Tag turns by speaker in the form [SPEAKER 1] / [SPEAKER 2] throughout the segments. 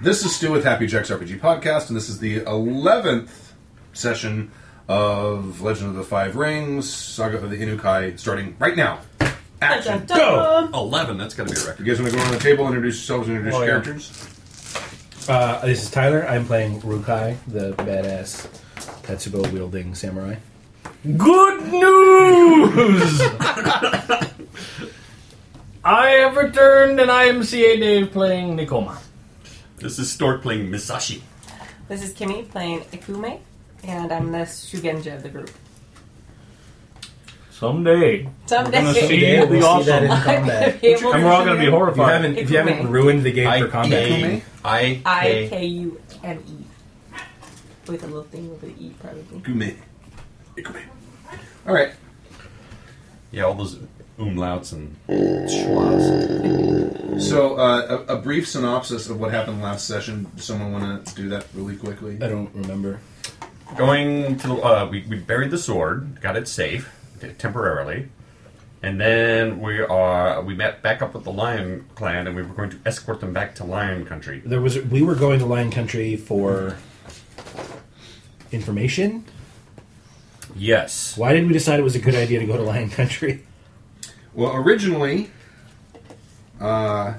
[SPEAKER 1] This is Stu with Happy Jack's RPG Podcast, and this is the 11th session of Legend of the Five Rings, Saga of the Inukai, starting right now. Action.
[SPEAKER 2] Go!
[SPEAKER 3] 11, that's got to be a record.
[SPEAKER 1] You guys want to go around the table, introduce yourselves, and introduce
[SPEAKER 2] Oh, yeah.
[SPEAKER 1] your characters?
[SPEAKER 2] Uh, this is Tyler. I'm playing Rukai, the badass Tetsubo wielding samurai.
[SPEAKER 4] Good news! I have returned and I am CA Dave playing Nikoma.
[SPEAKER 3] This is Stork playing Misashi.
[SPEAKER 5] This is Kimmy playing Ikume, and I'm the Shugenja of the group.
[SPEAKER 4] Someday.
[SPEAKER 5] Someday,
[SPEAKER 4] see-
[SPEAKER 2] Today
[SPEAKER 4] It'll be
[SPEAKER 2] we'll see that in
[SPEAKER 5] I'm
[SPEAKER 2] combat.
[SPEAKER 5] gonna be able
[SPEAKER 4] And we're all going to be
[SPEAKER 2] If you
[SPEAKER 4] horrified.
[SPEAKER 2] haven't, if you haven't ruined the game for combat,
[SPEAKER 3] I,
[SPEAKER 5] I K U M E. With a little thing over the E, probably.
[SPEAKER 1] Ikume. Ikume. All right.
[SPEAKER 3] Yeah, all those umlauts and schwas.
[SPEAKER 1] So, uh, a, a brief synopsis of what happened last session. Does someone want to do that really quickly?
[SPEAKER 2] I don't remember.
[SPEAKER 3] Going to the, uh, we, we buried the sword, got it safe t- temporarily, and then we are we met back up with the Lion Clan, and we were going to escort them back to Lion Country.
[SPEAKER 2] There was we were going to Lion Country for information.
[SPEAKER 3] Yes,
[SPEAKER 2] Why did we decide it was a good idea to go to Lion Country?
[SPEAKER 1] Well, originally, uh,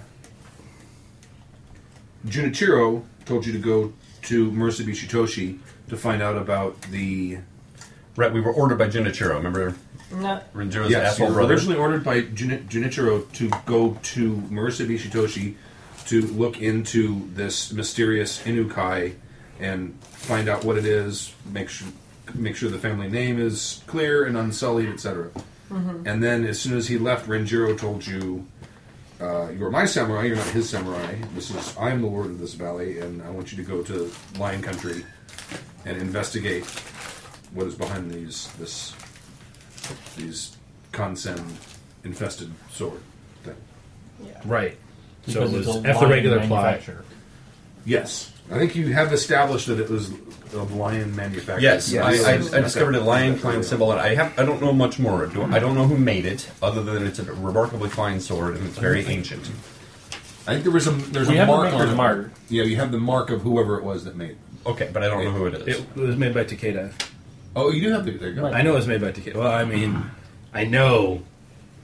[SPEAKER 1] Junichiro told you to go to Marisa Bishitoshi to find out about the.
[SPEAKER 3] right. We were ordered by Junichiro. Remember
[SPEAKER 5] No,
[SPEAKER 1] Yes,
[SPEAKER 3] Renjiro's
[SPEAKER 1] you
[SPEAKER 3] asshole
[SPEAKER 1] were
[SPEAKER 3] brother.
[SPEAKER 1] originally ordered by Juni- Junichiro to go to Marisa Bishitoshi to look into this mysterious Inukai and find out what it is, make sure, make sure the family name is clear and unsullied, etc. And then, as soon as he left, Renjiro told you uh, you are my samurai. You're not his samurai. This is I am the lord of this valley, and I want you to go to Lion Country and investigate what is behind these this these consend infested sword thing.
[SPEAKER 2] Right. So
[SPEAKER 4] Because
[SPEAKER 2] it
[SPEAKER 4] it's
[SPEAKER 2] was
[SPEAKER 4] a
[SPEAKER 2] F the
[SPEAKER 4] lion
[SPEAKER 2] regular plot.
[SPEAKER 4] manufacturer.
[SPEAKER 1] Yes, I think you have established that it was of lion manufacture.
[SPEAKER 3] Yes,
[SPEAKER 5] Yes.
[SPEAKER 3] I, I, I discovered a lion clan symbol, and I have I don't know much more. Do- I don't know who made it, other than it's a remarkably fine sword and it's very ancient.
[SPEAKER 1] I think there was a there's
[SPEAKER 4] We
[SPEAKER 1] a
[SPEAKER 4] have the
[SPEAKER 1] mark
[SPEAKER 4] maker's
[SPEAKER 1] on it.
[SPEAKER 4] mark.
[SPEAKER 1] Yeah, you have the mark of whoever it was that made. It.
[SPEAKER 3] Okay, but I don't know who it is.
[SPEAKER 2] It was made by Takeda.
[SPEAKER 1] Oh, you do have the there you go.
[SPEAKER 2] I know it was made by Takeda. Well, I mean, I know.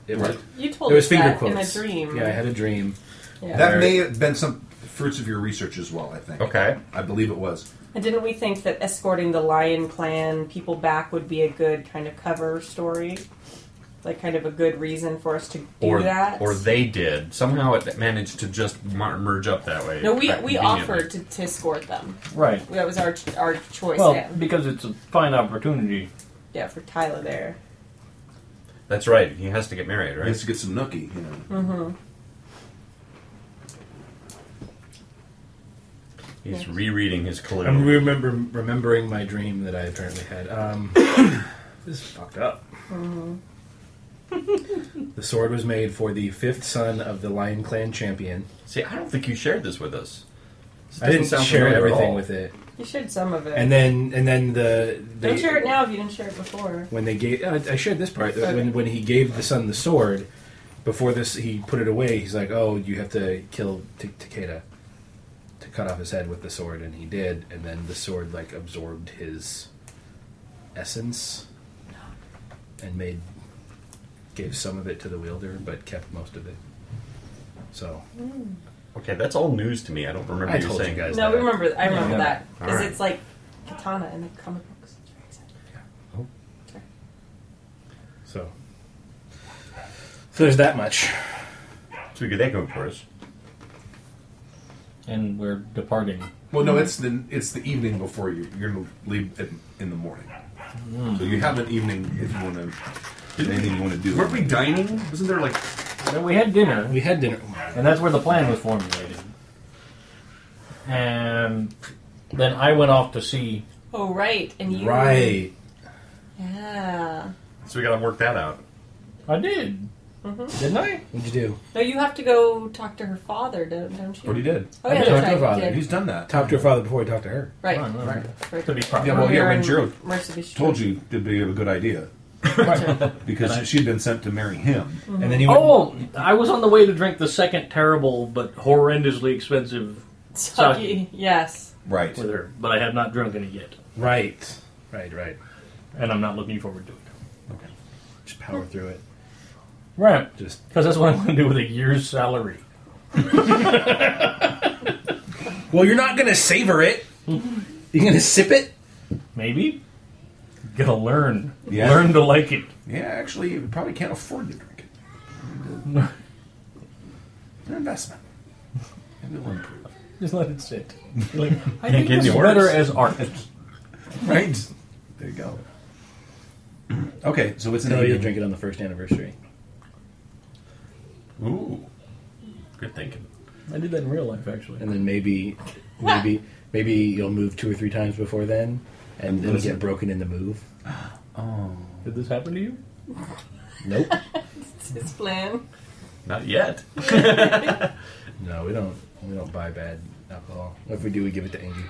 [SPEAKER 2] It was.
[SPEAKER 1] Right.
[SPEAKER 5] you told
[SPEAKER 2] It was
[SPEAKER 5] us
[SPEAKER 2] finger
[SPEAKER 5] that
[SPEAKER 2] quotes.
[SPEAKER 5] in a dream.
[SPEAKER 2] Yeah, I had a dream.
[SPEAKER 5] Yeah.
[SPEAKER 1] That may have been some fruits of your research as well. I think.
[SPEAKER 3] Okay,
[SPEAKER 1] I believe it was.
[SPEAKER 5] and didn't we think that escorting the Lion Clan people back would be a good kind of cover story? Like, kind of a good reason for us to do
[SPEAKER 3] or
[SPEAKER 5] that?
[SPEAKER 3] or they did somehow it managed to just mar- merge up that way.
[SPEAKER 5] no, we,
[SPEAKER 3] That
[SPEAKER 5] we
[SPEAKER 3] conveniently.
[SPEAKER 5] offered to, to escort them.
[SPEAKER 4] Right.
[SPEAKER 5] That was our our choice.
[SPEAKER 4] Well,
[SPEAKER 5] yeah.
[SPEAKER 4] because it's a fine opportunity.
[SPEAKER 5] yeah, for Tyler there.
[SPEAKER 3] That's right. He has to get married,
[SPEAKER 1] He
[SPEAKER 3] right?
[SPEAKER 1] has to get some nookie, you know.
[SPEAKER 3] He's rereading his clue.
[SPEAKER 2] I'm remember remembering my dream that I apparently had. Um, this is fucked up. the sword was made for the fifth son of the Lion Clan champion.
[SPEAKER 3] See, I don't think you shared this with us. This
[SPEAKER 2] I didn't
[SPEAKER 3] doesn't sound
[SPEAKER 2] share
[SPEAKER 3] familiar at
[SPEAKER 2] everything
[SPEAKER 3] all.
[SPEAKER 2] with it,
[SPEAKER 5] You shared some of it.
[SPEAKER 2] and then and then the
[SPEAKER 5] Don't
[SPEAKER 2] they,
[SPEAKER 5] share it now if you didn't share it before.
[SPEAKER 2] when they gave I, I shared this part when when he gave the son the sword. Before this, he put it away. He's like, "Oh, you have to kill Ta- Takeda to cut off his head with the sword," and he did. And then the sword like absorbed his essence and made gave some of it to the wielder, but kept most of it. So
[SPEAKER 3] Okay, that's all news to me. I don't remember
[SPEAKER 2] I
[SPEAKER 3] you
[SPEAKER 2] told you
[SPEAKER 3] saying
[SPEAKER 2] guys.
[SPEAKER 5] No,
[SPEAKER 2] that.
[SPEAKER 5] we remember. I remember
[SPEAKER 2] Yeah.
[SPEAKER 5] that because
[SPEAKER 3] Alright.
[SPEAKER 5] it's like katana in the comic books.
[SPEAKER 2] So so there's that much.
[SPEAKER 3] So we could that go for us.
[SPEAKER 4] And we're departing.
[SPEAKER 1] Well, no, it's the it's the evening before you. You're gonna leave in, in the morning, so you have an evening if you want to. Anything you want to do?
[SPEAKER 3] Weren't we dining? Wasn't there like
[SPEAKER 4] Then we had dinner,
[SPEAKER 2] We had dinner.
[SPEAKER 4] and that's where the plan was formulated. And then I went off to see.
[SPEAKER 5] Oh right, and you
[SPEAKER 2] Right.
[SPEAKER 5] Yeah.
[SPEAKER 3] So we got to work that out.
[SPEAKER 4] I did. Didn't I?
[SPEAKER 2] What'd you do?
[SPEAKER 5] No, you have to go talk to her father, don't, don't you?
[SPEAKER 1] What he did?
[SPEAKER 5] Oh yeah,
[SPEAKER 2] I
[SPEAKER 5] that's
[SPEAKER 2] talked
[SPEAKER 5] right.
[SPEAKER 2] to her father.
[SPEAKER 5] you did.
[SPEAKER 1] He's done that.
[SPEAKER 2] Talk to her father before we talk to her.
[SPEAKER 5] right.
[SPEAKER 4] Fine,
[SPEAKER 5] right.
[SPEAKER 4] To be proper.
[SPEAKER 1] Yeah, well, yeah,
[SPEAKER 5] We're
[SPEAKER 1] when
[SPEAKER 5] in
[SPEAKER 1] Gerald
[SPEAKER 5] Mercy Beach.
[SPEAKER 1] told you to be a good idea because
[SPEAKER 4] And I-
[SPEAKER 1] she'd been sent to marry him.
[SPEAKER 2] Mm. And then you went,
[SPEAKER 4] Oh, I was on the way to drink the second terrible but horrendously expensive
[SPEAKER 5] Saki. Yes.
[SPEAKER 1] Right.
[SPEAKER 4] with her, but I have not drunk any yet,
[SPEAKER 2] Right. Right, right.
[SPEAKER 4] and I'm not looking forward to it.
[SPEAKER 2] Just power through it.
[SPEAKER 4] Right,
[SPEAKER 2] Just
[SPEAKER 4] because that's what I'm going to do with a year's salary.
[SPEAKER 2] Well, you're not gonna savor it. You're gonna sip it?
[SPEAKER 4] Maybe gotta learn,
[SPEAKER 1] Yeah.
[SPEAKER 4] learn to like it.
[SPEAKER 1] Yeah, actually, you probably can't afford to drink it. It's an investment. It will improve.
[SPEAKER 4] Just let it sit. Like, I
[SPEAKER 3] Can't
[SPEAKER 4] think
[SPEAKER 3] get
[SPEAKER 4] this
[SPEAKER 3] any
[SPEAKER 4] is
[SPEAKER 3] worse.
[SPEAKER 4] better as art.
[SPEAKER 1] Right. There you go. Okay, so it's an
[SPEAKER 2] No,
[SPEAKER 1] evening.
[SPEAKER 2] you'll drink it on the first anniversary.
[SPEAKER 3] Ooh, good thinking.
[SPEAKER 4] I did that in real life, actually.
[SPEAKER 2] And then maybe maybe maybe you'll move two or three times before then and then
[SPEAKER 1] Listen.
[SPEAKER 2] get broken in the move.
[SPEAKER 4] Did this happen to you?
[SPEAKER 2] Nope.
[SPEAKER 5] It's his plan.
[SPEAKER 3] Not yet.
[SPEAKER 2] No, we don't we don't buy bad alcohol. If we do we give it to Angie.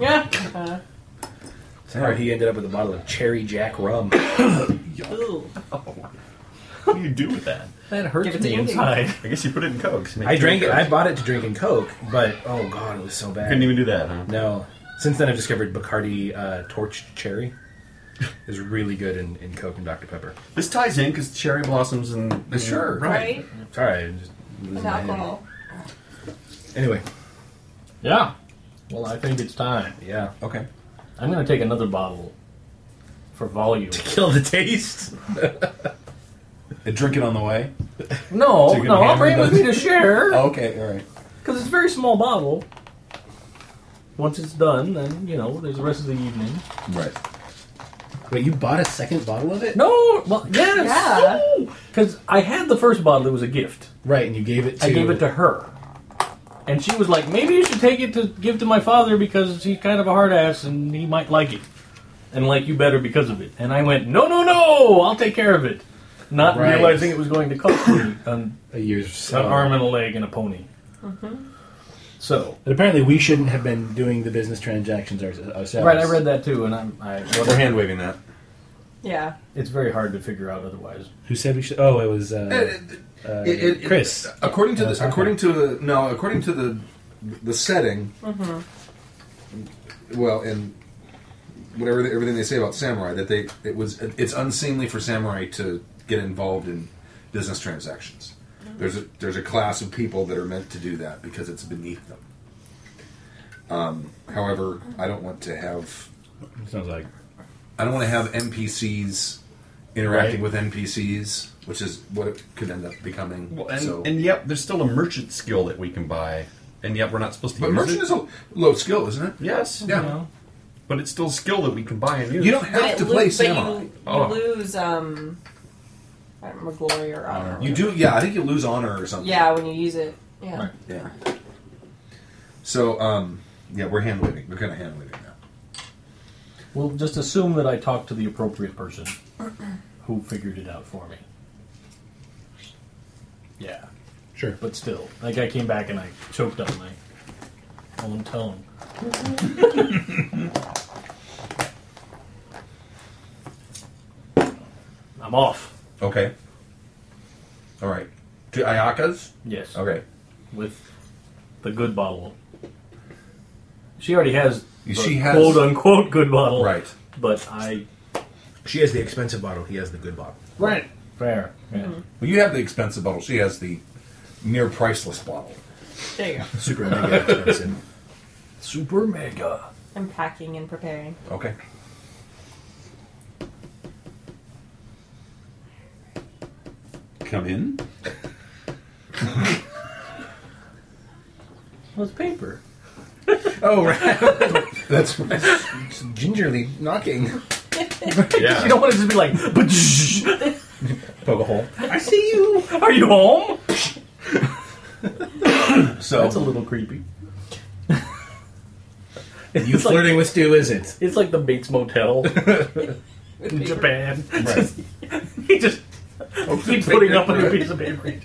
[SPEAKER 5] Yeah. Uh,
[SPEAKER 2] Sorry, he ended up with a bottle of cherry jack rum.
[SPEAKER 5] ooh.
[SPEAKER 3] What do you do with that?
[SPEAKER 4] That hurts
[SPEAKER 5] Give it to
[SPEAKER 4] me
[SPEAKER 5] you.
[SPEAKER 4] inside.
[SPEAKER 3] I guess you put it in Coke.
[SPEAKER 2] I drank it. I bought it to drink in Coke, but oh god, it was so bad.
[SPEAKER 3] couldn't even do that, huh?
[SPEAKER 2] No. Since then, I've discovered Bacardi uh, Torched Cherry is really good in, in Coke and Dr. Pepper.
[SPEAKER 3] This ties in because cherry blossoms and
[SPEAKER 1] Sure.
[SPEAKER 5] Right.
[SPEAKER 2] Sorry, I'm just losing
[SPEAKER 5] With
[SPEAKER 2] my head.
[SPEAKER 5] alcohol.
[SPEAKER 2] Anyway,
[SPEAKER 4] Yeah. Well, I think it's time.
[SPEAKER 2] yeah.
[SPEAKER 1] Okay.
[SPEAKER 4] I'm going to take another bottle for volume.
[SPEAKER 2] Kill the taste.
[SPEAKER 1] And drink it on the way?
[SPEAKER 4] No,
[SPEAKER 1] So you're
[SPEAKER 4] no,
[SPEAKER 1] gonna
[SPEAKER 4] I'll bring it
[SPEAKER 1] hammer
[SPEAKER 4] with me to share
[SPEAKER 1] Okay, all right.
[SPEAKER 4] because it's a very small bottle. Once it's done, then you know there's the rest of the evening.
[SPEAKER 1] Right.
[SPEAKER 2] Wait, you bought a second bottle of it?
[SPEAKER 4] No, well, yes,
[SPEAKER 5] Yeah.
[SPEAKER 4] because I had the first bottle. It was a gift.
[SPEAKER 2] Right, and you gave it to.
[SPEAKER 4] I gave it to her, and she was like, "Maybe you should take it to give to my father because he's kind of a hard ass and he might like it, and like you better because of it." And I went, "No, no, no! I'll take care of it," not
[SPEAKER 2] Right. Uh-huh.
[SPEAKER 4] realizing it was going to cost me an,
[SPEAKER 2] a year's
[SPEAKER 4] an
[SPEAKER 2] salary.
[SPEAKER 4] arm and a leg and a pony.
[SPEAKER 5] Mm-hmm.
[SPEAKER 4] So
[SPEAKER 2] But apparently, we shouldn't have been doing the business transactions ours- ourselves.
[SPEAKER 4] Right, I read that too, and I'm. I,
[SPEAKER 1] We're hand waving that.
[SPEAKER 5] Yeah.
[SPEAKER 4] it's very hard to figure out otherwise.
[SPEAKER 2] Who said we should? Oh, it was uh, uh,
[SPEAKER 1] It- it- it-
[SPEAKER 2] Chris.
[SPEAKER 1] According to
[SPEAKER 2] Uh,
[SPEAKER 1] the,
[SPEAKER 2] okay.
[SPEAKER 1] according to the no, according to the the setting. Well, and whatever they, everything they say about samurai that they it was it's unseemly for samurai to get involved in business transactions. There's a there's a class of people that are meant to do that because it's beneath them. Um, however, I don't want to have
[SPEAKER 2] Sounds like
[SPEAKER 1] I don't want to have NPCs interacting
[SPEAKER 2] Right.
[SPEAKER 1] with NPCs, which is what it could end up becoming.
[SPEAKER 3] Well, and,
[SPEAKER 1] so.
[SPEAKER 3] and yep, there's still a merchant skill that we can buy, and yet we're not supposed to
[SPEAKER 1] But
[SPEAKER 3] use
[SPEAKER 1] merchant
[SPEAKER 3] it.
[SPEAKER 1] is a low skill, isn't it?
[SPEAKER 3] yes,
[SPEAKER 1] Yeah.
[SPEAKER 4] You know?
[SPEAKER 3] but it's still skill that we can buy and use.
[SPEAKER 1] You don't
[SPEAKER 5] But
[SPEAKER 1] have
[SPEAKER 5] it
[SPEAKER 1] to play
[SPEAKER 5] lo- but you-
[SPEAKER 1] samurai.
[SPEAKER 5] You,
[SPEAKER 3] Oh.
[SPEAKER 5] lose. Um, I don't remember glory or honor.
[SPEAKER 1] Oh. You do, yeah. I think you lose honor or something.
[SPEAKER 5] Yeah, when you use it. Yeah.
[SPEAKER 4] Right.
[SPEAKER 1] Yeah. So, um, yeah, we're hand waving. We're kind of hand waving now.
[SPEAKER 4] Well, just assume that I talked to the appropriate person who figured it out for me. Yeah,
[SPEAKER 2] sure.
[SPEAKER 4] but still, like I came back and I choked on my own tongue. I'm off.
[SPEAKER 1] Okay. All right. To Ayaka's.
[SPEAKER 4] Yes.
[SPEAKER 1] Okay.
[SPEAKER 4] With the good bottle. She already has. The
[SPEAKER 1] She has-
[SPEAKER 4] quote unquote good bottle.
[SPEAKER 1] Right.
[SPEAKER 4] But I
[SPEAKER 2] She has the expensive bottle. He has the good bottle.
[SPEAKER 4] Right. Fair. Yeah.
[SPEAKER 1] Well, you have the expensive bottle. She has the near priceless bottle.
[SPEAKER 5] There you go.
[SPEAKER 2] Super mega expensive.
[SPEAKER 4] Super mega.
[SPEAKER 5] I'm packing and preparing.
[SPEAKER 1] Okay. Come in.
[SPEAKER 4] Well, it's paper.
[SPEAKER 2] Oh, right.
[SPEAKER 1] That's right.
[SPEAKER 2] gingerly knocking.
[SPEAKER 3] Yeah.
[SPEAKER 4] You don't want to just be like, "Bajzz."
[SPEAKER 2] Poke a hole.
[SPEAKER 4] I see you. Are you home?
[SPEAKER 1] So
[SPEAKER 4] That's a little creepy.
[SPEAKER 2] You
[SPEAKER 4] it's
[SPEAKER 2] flirting with Stu, is it?
[SPEAKER 4] Like, it's like the Bates Motel
[SPEAKER 5] With
[SPEAKER 4] in
[SPEAKER 5] paper.
[SPEAKER 4] Japan. he just keeps putting up a new piece of paper.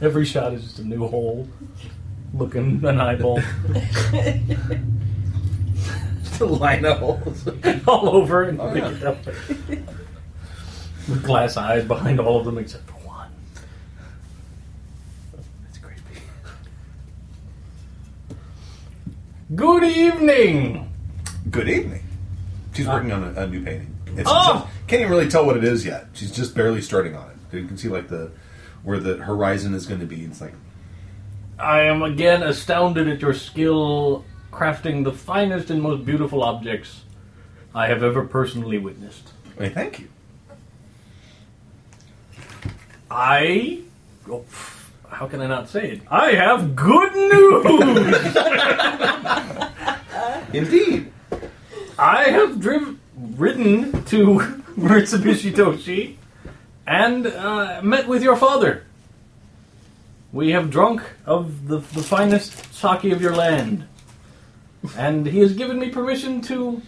[SPEAKER 4] Every shot is just a new hole, looking an eyeball
[SPEAKER 2] to line up holes.
[SPEAKER 4] all over and
[SPEAKER 1] Oh,
[SPEAKER 4] pick
[SPEAKER 1] yeah.
[SPEAKER 4] it up. With glass eyes behind all of them except for one.
[SPEAKER 2] That's creepy.
[SPEAKER 4] Good evening.
[SPEAKER 1] Good evening. She's working on a, a new painting. It's,
[SPEAKER 4] Oh!
[SPEAKER 1] can't even really tell what it is yet. She's just barely starting on it. You can see like the where the horizon is going to be. It's like
[SPEAKER 4] I am again astounded at your skill crafting the finest and most beautiful objects I have ever personally witnessed.
[SPEAKER 1] Hey, thank you.
[SPEAKER 4] I. oh, pff, how can I not say it? I have good news!
[SPEAKER 1] Indeed.
[SPEAKER 4] I have driv- ridden to Mitsubishi Toshi and uh, met with your father. We have drunk of the, the finest sake of your land. And he has given me permission to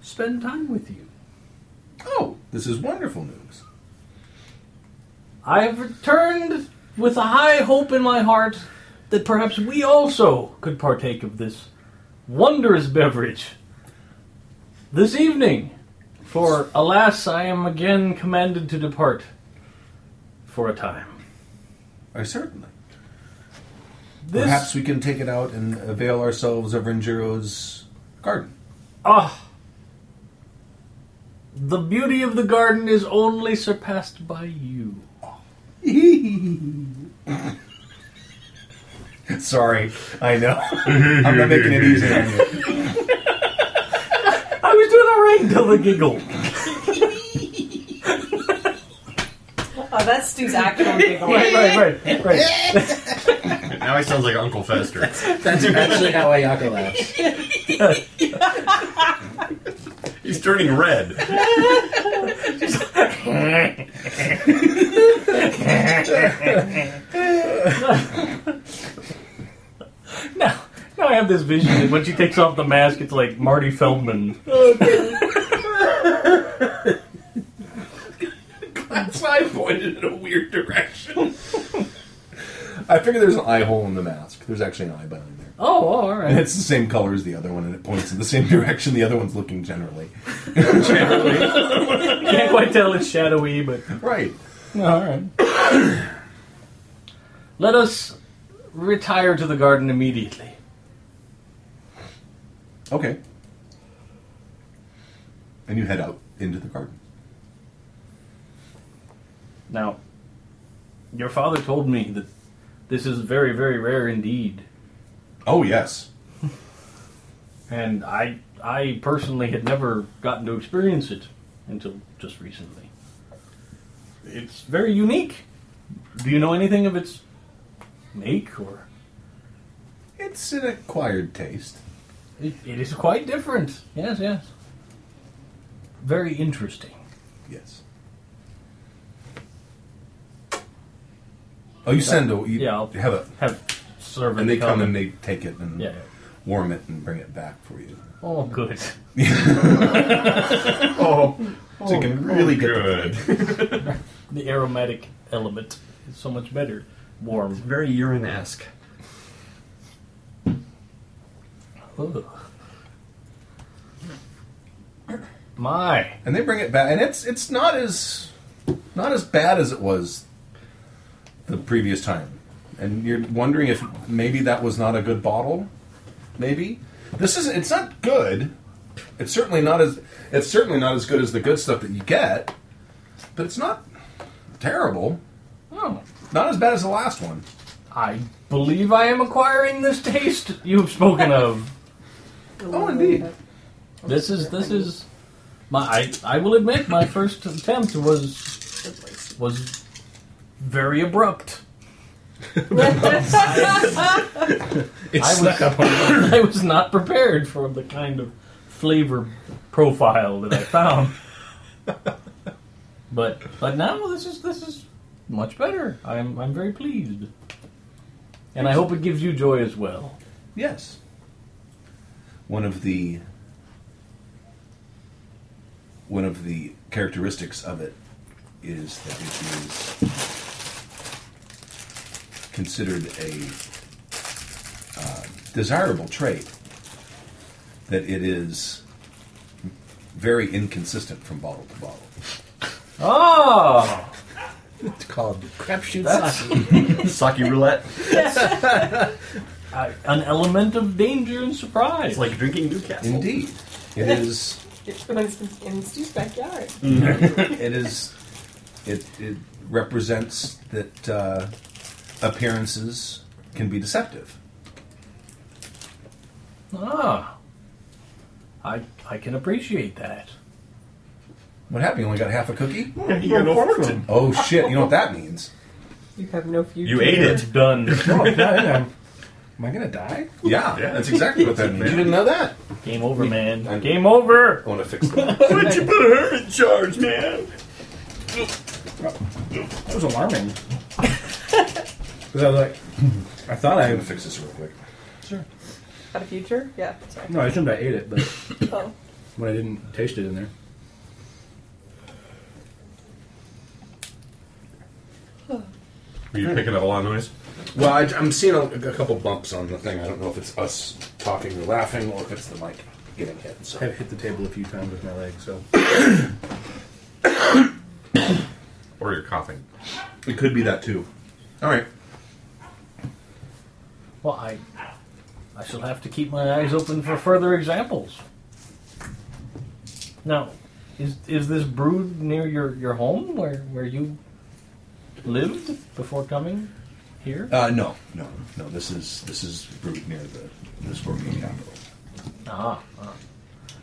[SPEAKER 4] spend time with you.
[SPEAKER 1] Oh, this is wonderful news.
[SPEAKER 4] I have returned with a high hope in my heart that perhaps we also could partake of this wondrous beverage this evening. For alas, I am again commanded to depart for a time.
[SPEAKER 1] I certainly.
[SPEAKER 4] This
[SPEAKER 1] Perhaps we can take it out and avail ourselves of Renjiro's garden.
[SPEAKER 4] ah, the beauty of the garden is only surpassed by you.
[SPEAKER 1] Sorry, I know. I'm not making it easy on you.
[SPEAKER 4] I was doing all right until the giggle.
[SPEAKER 5] Oh, that's Stu's actual giggle.
[SPEAKER 4] right, right, right, right.
[SPEAKER 3] Now he sounds like Uncle Fester.
[SPEAKER 2] That's actually how Ayaka laughs.
[SPEAKER 3] He's turning red.
[SPEAKER 4] Now, now I have this vision that when she takes off the mask, it's like Marty Feldman.
[SPEAKER 6] I pointed in a weird direction.
[SPEAKER 1] I figure there's an eye hole in the mask. There's actually an eye button in there.
[SPEAKER 4] Oh, well, all
[SPEAKER 1] And
[SPEAKER 4] right.
[SPEAKER 1] it's the same color as the other one, and it points in the same direction the other one's looking generally.
[SPEAKER 4] Can't quite tell it's shadowy, but
[SPEAKER 1] Right.
[SPEAKER 4] all right. Let us retire to the garden immediately.
[SPEAKER 1] Okay. And you head out into the garden.
[SPEAKER 4] Now, your father told me that this is very, very rare indeed,
[SPEAKER 1] Oh, yes.
[SPEAKER 4] and I, I personally had never gotten to experience it until just recently. It's very unique. Do you know anything of its make or?
[SPEAKER 1] It's an acquired taste.
[SPEAKER 4] It, it is quite different. Yes, yes. Very interesting.
[SPEAKER 1] Yes. Oh, you send a. You
[SPEAKER 4] Uh, Yeah, I'll-
[SPEAKER 1] have it.
[SPEAKER 4] Have servant
[SPEAKER 1] And they come and
[SPEAKER 4] and-
[SPEAKER 1] they take it and
[SPEAKER 4] yeah. yeah.
[SPEAKER 1] warm it and bring it back for you.
[SPEAKER 4] Oh, good.
[SPEAKER 1] So you can really get the
[SPEAKER 3] Oh, Good.
[SPEAKER 4] The aromatic element is so much better. Warm.
[SPEAKER 3] Very urine-esque.
[SPEAKER 4] Ugh. My.
[SPEAKER 1] and they bring it back, and it's it's not as not as bad as it was the previous time. And you're wondering if maybe that was not a good bottle. Maybe this is it's not good. It's certainly not as it's certainly not as good as the good stuff that you get, but it's not terrible.
[SPEAKER 4] Oh.
[SPEAKER 1] Not as bad as the last one.
[SPEAKER 4] I believe I am acquiring this taste you've spoken of.
[SPEAKER 1] Oh, indeed.
[SPEAKER 4] This is this is my. I, I will admit my first attempt was was very abrupt.
[SPEAKER 2] It's
[SPEAKER 4] I was-
[SPEAKER 2] snuck up on you.
[SPEAKER 4] I was not prepared for the kind of flavor profile that I found. but but now this is this is much better. I'm I'm very pleased. And I hope it gives you joy as well.
[SPEAKER 1] Yes. One of the one of the characteristics of it is that it is considered a uh, desirable trait. That it is very inconsistent from bottle to bottle.
[SPEAKER 4] Oh,
[SPEAKER 2] It's called crapshoot
[SPEAKER 4] that's
[SPEAKER 2] sake.
[SPEAKER 3] Saki roulette.
[SPEAKER 4] uh, an element of danger and surprise.
[SPEAKER 3] It's like drinking Newcastle.
[SPEAKER 1] Indeed, it is.
[SPEAKER 5] When it's in Stu's backyard.
[SPEAKER 1] It is. It, it represents that uh, appearances can be deceptive.
[SPEAKER 4] ah, I I can appreciate that.
[SPEAKER 1] What happened? You only got half a cookie?
[SPEAKER 3] You got no fortune.
[SPEAKER 1] Oh shit! You know what that means?
[SPEAKER 5] You have no future.
[SPEAKER 3] You ate
[SPEAKER 4] It's
[SPEAKER 3] it.
[SPEAKER 4] done.
[SPEAKER 2] No, no, no. Am I gonna die?
[SPEAKER 1] Yeah,
[SPEAKER 3] Yeah.
[SPEAKER 1] that's exactly what that means. You didn't know that?
[SPEAKER 4] Game over, man. Game over.
[SPEAKER 1] I want to fix that.
[SPEAKER 3] Why'd you put her in charge, man?
[SPEAKER 2] That was alarming. 'Cause I was like, I thought
[SPEAKER 1] I'm
[SPEAKER 2] I.
[SPEAKER 1] gonna fix this real quick.
[SPEAKER 5] Had a future? Yeah. Sorry.
[SPEAKER 2] No, I assumed I ate it, but
[SPEAKER 5] Oh.
[SPEAKER 2] when I didn't taste it in there.
[SPEAKER 3] Were you picking up a lot of noise?
[SPEAKER 6] Well, I, I'm seeing a, a couple bumps on the thing. I don't know if it's us talking or laughing or if it's the mic getting hit. So.
[SPEAKER 2] I've hit the table a few times with my leg, so
[SPEAKER 3] Or you're coughing?
[SPEAKER 6] It could be that too.
[SPEAKER 1] All right.
[SPEAKER 4] Well, I I shall have to keep my eyes open for further examples. Now, is is this brewed near your, your home where where you lived before coming here?
[SPEAKER 1] Uh, no, no, no. This is this is brewed near the the Scorpion capital.
[SPEAKER 4] Ah, ah.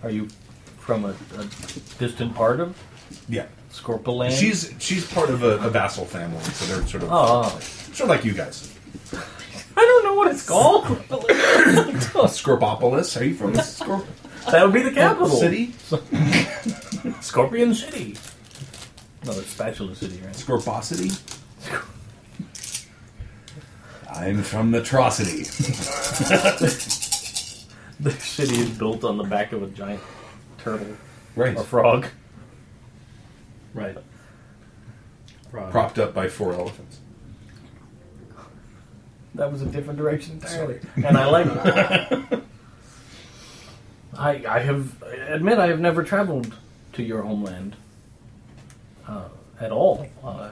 [SPEAKER 4] are you from a, a distant part of
[SPEAKER 1] Yeah,
[SPEAKER 4] Scorpiland?
[SPEAKER 1] she's she's part of a, a vassal family, so they're sort of
[SPEAKER 4] oh,
[SPEAKER 1] sort of like you guys.
[SPEAKER 4] I don't know what it's called.
[SPEAKER 1] Scorpopolis. Are you from Scorp-
[SPEAKER 4] that would be the capital
[SPEAKER 1] City?
[SPEAKER 4] Scorpion City. No, it's Spatula City, right?
[SPEAKER 1] Scorposity. I'm from the Trocity.
[SPEAKER 4] The city is built on the back of a giant turtle
[SPEAKER 1] Right.
[SPEAKER 4] or frog.
[SPEAKER 2] right. Frog.
[SPEAKER 1] Propped up by four elephants.
[SPEAKER 4] That was a different direction entirely, and I like it. I I have I admit I have never traveled to your homeland uh, at all. Uh,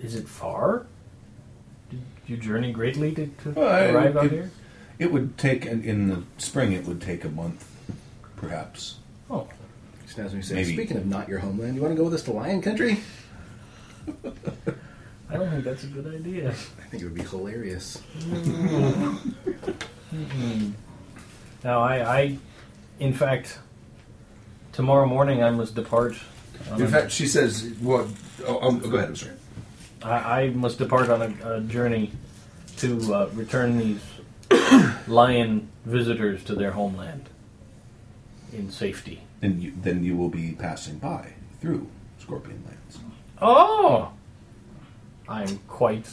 [SPEAKER 4] is it far? Did you journey greatly to, to
[SPEAKER 1] Well, I-
[SPEAKER 4] arrive out
[SPEAKER 1] it-
[SPEAKER 4] here?
[SPEAKER 1] It would take in, in the spring. It would take a month, perhaps.
[SPEAKER 4] Oh,
[SPEAKER 2] Snaps me says,
[SPEAKER 1] Maybe.
[SPEAKER 2] Speaking of not your homeland, you want to go with us to Lion Country?
[SPEAKER 4] I don't think that's a good idea.
[SPEAKER 2] I think it would be hilarious.
[SPEAKER 4] No, I, I, in fact, tomorrow morning I must depart. on
[SPEAKER 1] Um,
[SPEAKER 6] In
[SPEAKER 4] a-
[SPEAKER 6] fact, she says, "Well, oh, um, go ahead. I'm sorry."
[SPEAKER 4] I, I must depart on a, a journey to uh, return these lion visitors to their homeland in safety.
[SPEAKER 1] And you, then you will be passing by through Scorpion Lands.
[SPEAKER 4] Oh! I'm quite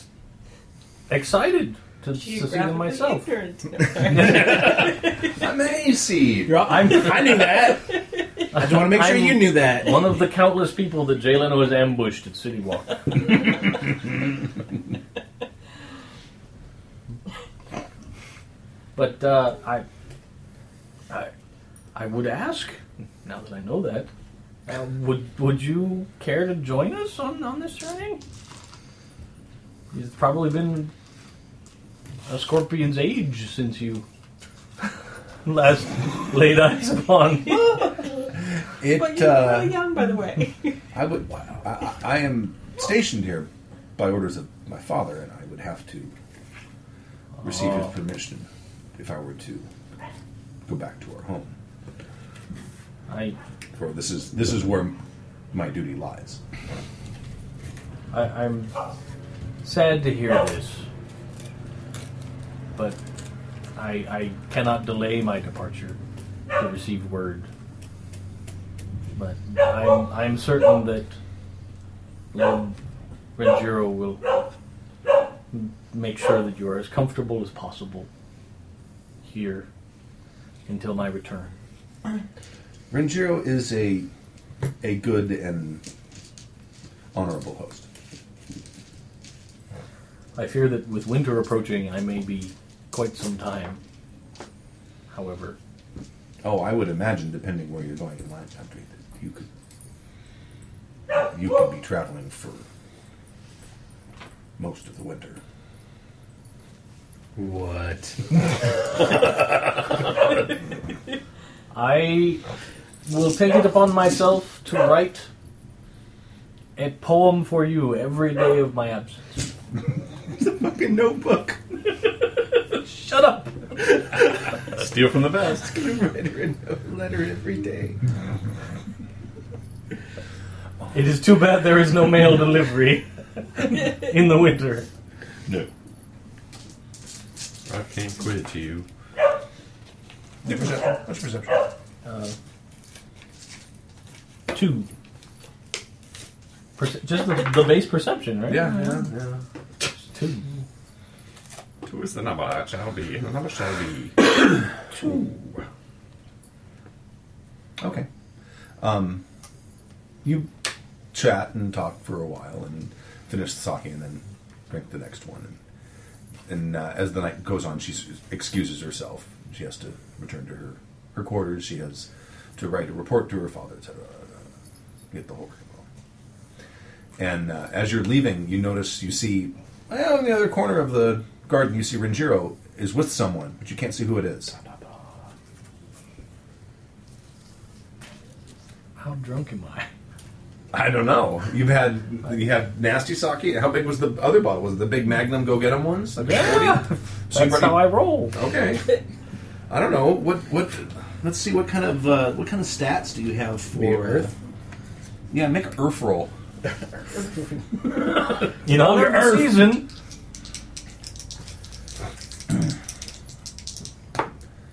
[SPEAKER 4] excited to, to see them
[SPEAKER 5] Geographically
[SPEAKER 4] myself.
[SPEAKER 5] ignorant.
[SPEAKER 1] Amazing.
[SPEAKER 2] I'm finding that. I just want to make sure
[SPEAKER 4] I'm-
[SPEAKER 2] you knew that.
[SPEAKER 4] One of the countless people that Jay Leno has ambushed at City Walk. but uh, I, I, I would ask. Now that I know that, uh, would would you care to join us on on this journey? It's probably been a scorpion's age since you last laid eyes upon.
[SPEAKER 1] It.
[SPEAKER 5] But you're
[SPEAKER 1] uh,
[SPEAKER 5] really young, by the way.
[SPEAKER 1] I would. Wow. I, I- I am stationed here by orders of my father, and I would have to receive his permission if I were to go back to our home.
[SPEAKER 4] I
[SPEAKER 1] For this is this is where my duty lies.
[SPEAKER 4] I, I'm sad to hear this, but I, I cannot delay my departure to receive word. But I'm, I'm certain that Lord Rengiro will m- make sure that you are as comfortable as possible here until my return.
[SPEAKER 1] Renjiro is a a good and honorable host.
[SPEAKER 4] I fear that with winter approaching, I may be quite some time. However,
[SPEAKER 1] Oh, I would imagine, depending where you're going in Lion Country, that you could you could be traveling for most of the winter.
[SPEAKER 2] What?
[SPEAKER 4] I will take it upon myself to write a poem for you every day of my absence.
[SPEAKER 1] Fucking notebook.
[SPEAKER 4] Shut up!
[SPEAKER 3] Steal from the best.
[SPEAKER 1] Write her a letter every day.
[SPEAKER 4] It is too bad there is no mail delivery in the winter.
[SPEAKER 3] No. I can't quit to you.
[SPEAKER 1] Do perception. What's your perception?
[SPEAKER 4] Two. Perce- just the, the base perception, right?
[SPEAKER 6] Yeah, yeah, yeah.
[SPEAKER 4] Two.
[SPEAKER 3] Two is the number it shall be. The number shall be.
[SPEAKER 1] Okay. Um, you chat and talk for a while and finish the sake and then drink the next one. And, and uh, as the night goes on, she s- excuses herself. She has to return to her, her quarters. She has to write a report to her father, etc. Get the whole work. And uh, as you're leaving, you notice you see, well, in the other corner of the garden, you see Renjiro is with someone, but you can't see who it is.
[SPEAKER 4] How drunk am I?
[SPEAKER 1] I don't know. You've had you had nasty sake. How big was the other bottle? Was it the big Magnum Go Get 'Em ones? Like
[SPEAKER 4] Yeah.
[SPEAKER 1] 40? So you
[SPEAKER 4] That's how I roll.
[SPEAKER 1] Okay. I don't know what what.
[SPEAKER 7] Let's see what kind of uh, what kind of stats do you have
[SPEAKER 1] Be
[SPEAKER 7] for
[SPEAKER 1] Earth? Yeah, make Earth roll.
[SPEAKER 4] In honor of the season,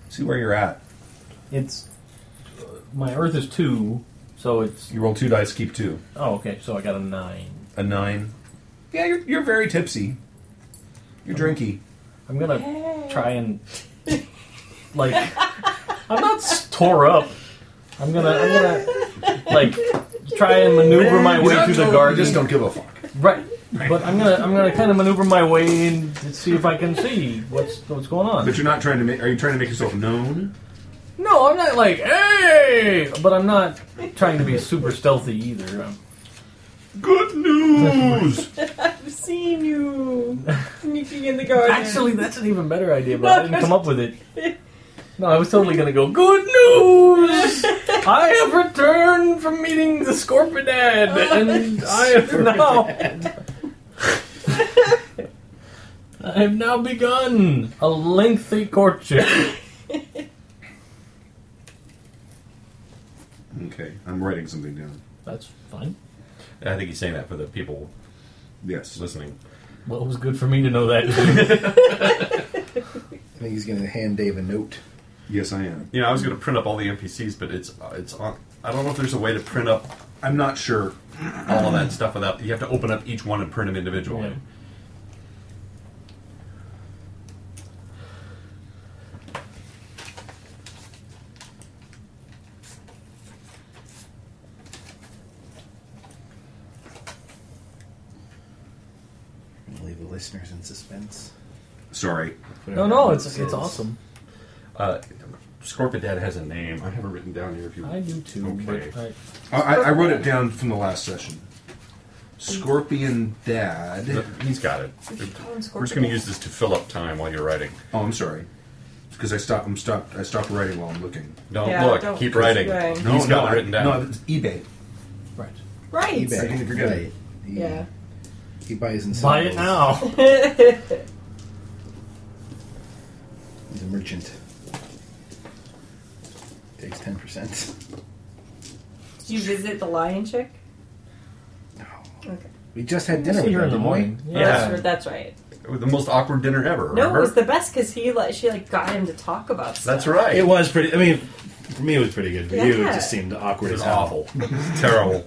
[SPEAKER 1] See where you're at.
[SPEAKER 4] it's my Earth is two, so it's
[SPEAKER 1] You roll two dice, keep two.
[SPEAKER 4] oh okay. So I got a nine.
[SPEAKER 1] A nine. Yeah, you're you're very tipsy. You're drinky.
[SPEAKER 4] I'm gonna try and like I'm not s- tore up. I'm gonna I'm gonna like try and maneuver my way
[SPEAKER 1] You're not
[SPEAKER 4] through the
[SPEAKER 1] totally-
[SPEAKER 4] garden.
[SPEAKER 1] You just don't give a fuck.
[SPEAKER 4] Right. But I'm gonna I'm gonna kind of maneuver my way in to see if I can see what's what's going on.
[SPEAKER 6] But you're not trying to make. Are you trying to make yourself known?
[SPEAKER 4] No, I'm not like hey, but I'm not trying to be super stealthy either. I'm-
[SPEAKER 3] Good news!
[SPEAKER 5] I've seen you sneaking in the garden.
[SPEAKER 4] Actually, that's an even better idea, but I didn't come up with it. No, I was totally gonna go. Good news! I have returned from meeting the Scorpionad, and I have now, I have now begun a lengthy courtship.
[SPEAKER 6] Okay, I'm writing something down.
[SPEAKER 4] That's fine.
[SPEAKER 3] I think he's saying that for the people
[SPEAKER 6] Yes.
[SPEAKER 3] listening.
[SPEAKER 4] Well, it was good for me to know that.
[SPEAKER 2] I think he's gonna hand Dave a note.
[SPEAKER 6] Yes, I am.
[SPEAKER 3] You know, I was going to print up all the NPCs, but it's uh, it's on. I don't know if there's a way to print up
[SPEAKER 6] I'm not sure.
[SPEAKER 3] all of that stuff without. You have to open up each one and print them individually.
[SPEAKER 4] Yeah.
[SPEAKER 7] leave the listeners in suspense.
[SPEAKER 6] Sorry.
[SPEAKER 4] no, no, it's it's awesome.
[SPEAKER 3] Uh, Scorpion Dad has a name. I have it written down here. If you
[SPEAKER 4] I do too.
[SPEAKER 3] Okay.
[SPEAKER 4] But I,
[SPEAKER 6] I, I, I wrote it down from the last session. Scorpion Dad.
[SPEAKER 3] he's got it.
[SPEAKER 5] We should call him
[SPEAKER 3] We're just going
[SPEAKER 5] Scorpion.
[SPEAKER 3] to use this to fill up time while you're writing.
[SPEAKER 6] Oh, I'm sorry. Because I stopped. I'm stopped. I stopped writing while I'm looking.
[SPEAKER 3] Don't
[SPEAKER 5] Yeah,
[SPEAKER 3] look.
[SPEAKER 5] don't-
[SPEAKER 3] keep writing.
[SPEAKER 5] Right.
[SPEAKER 3] He's got
[SPEAKER 6] I-
[SPEAKER 3] it written down.
[SPEAKER 6] No, it's eBay.
[SPEAKER 4] right.
[SPEAKER 5] Right.
[SPEAKER 7] eBay.
[SPEAKER 6] didn't forget
[SPEAKER 7] right.
[SPEAKER 6] it.
[SPEAKER 7] He,
[SPEAKER 5] Yeah.
[SPEAKER 7] He buys and sells.
[SPEAKER 4] Buy it now.
[SPEAKER 7] He's a merchant. Takes ten percent.
[SPEAKER 5] Did you visit the lion chick?
[SPEAKER 7] No.
[SPEAKER 5] Okay.
[SPEAKER 7] We just had
[SPEAKER 4] I
[SPEAKER 7] dinner
[SPEAKER 4] see
[SPEAKER 7] with
[SPEAKER 4] her
[SPEAKER 7] her
[SPEAKER 4] in the morning.
[SPEAKER 3] Yeah.
[SPEAKER 5] That's, that's right.
[SPEAKER 3] the most awkward dinner ever.
[SPEAKER 5] No, it
[SPEAKER 3] remember?
[SPEAKER 5] was the best because he like she like got him to talk about stuff.
[SPEAKER 3] That's right.
[SPEAKER 7] It was pretty. I mean, for me, it was pretty good. For you, it
[SPEAKER 5] Yeah.
[SPEAKER 7] just seemed awkward
[SPEAKER 3] It was
[SPEAKER 7] as hell.
[SPEAKER 3] awful. Terrible.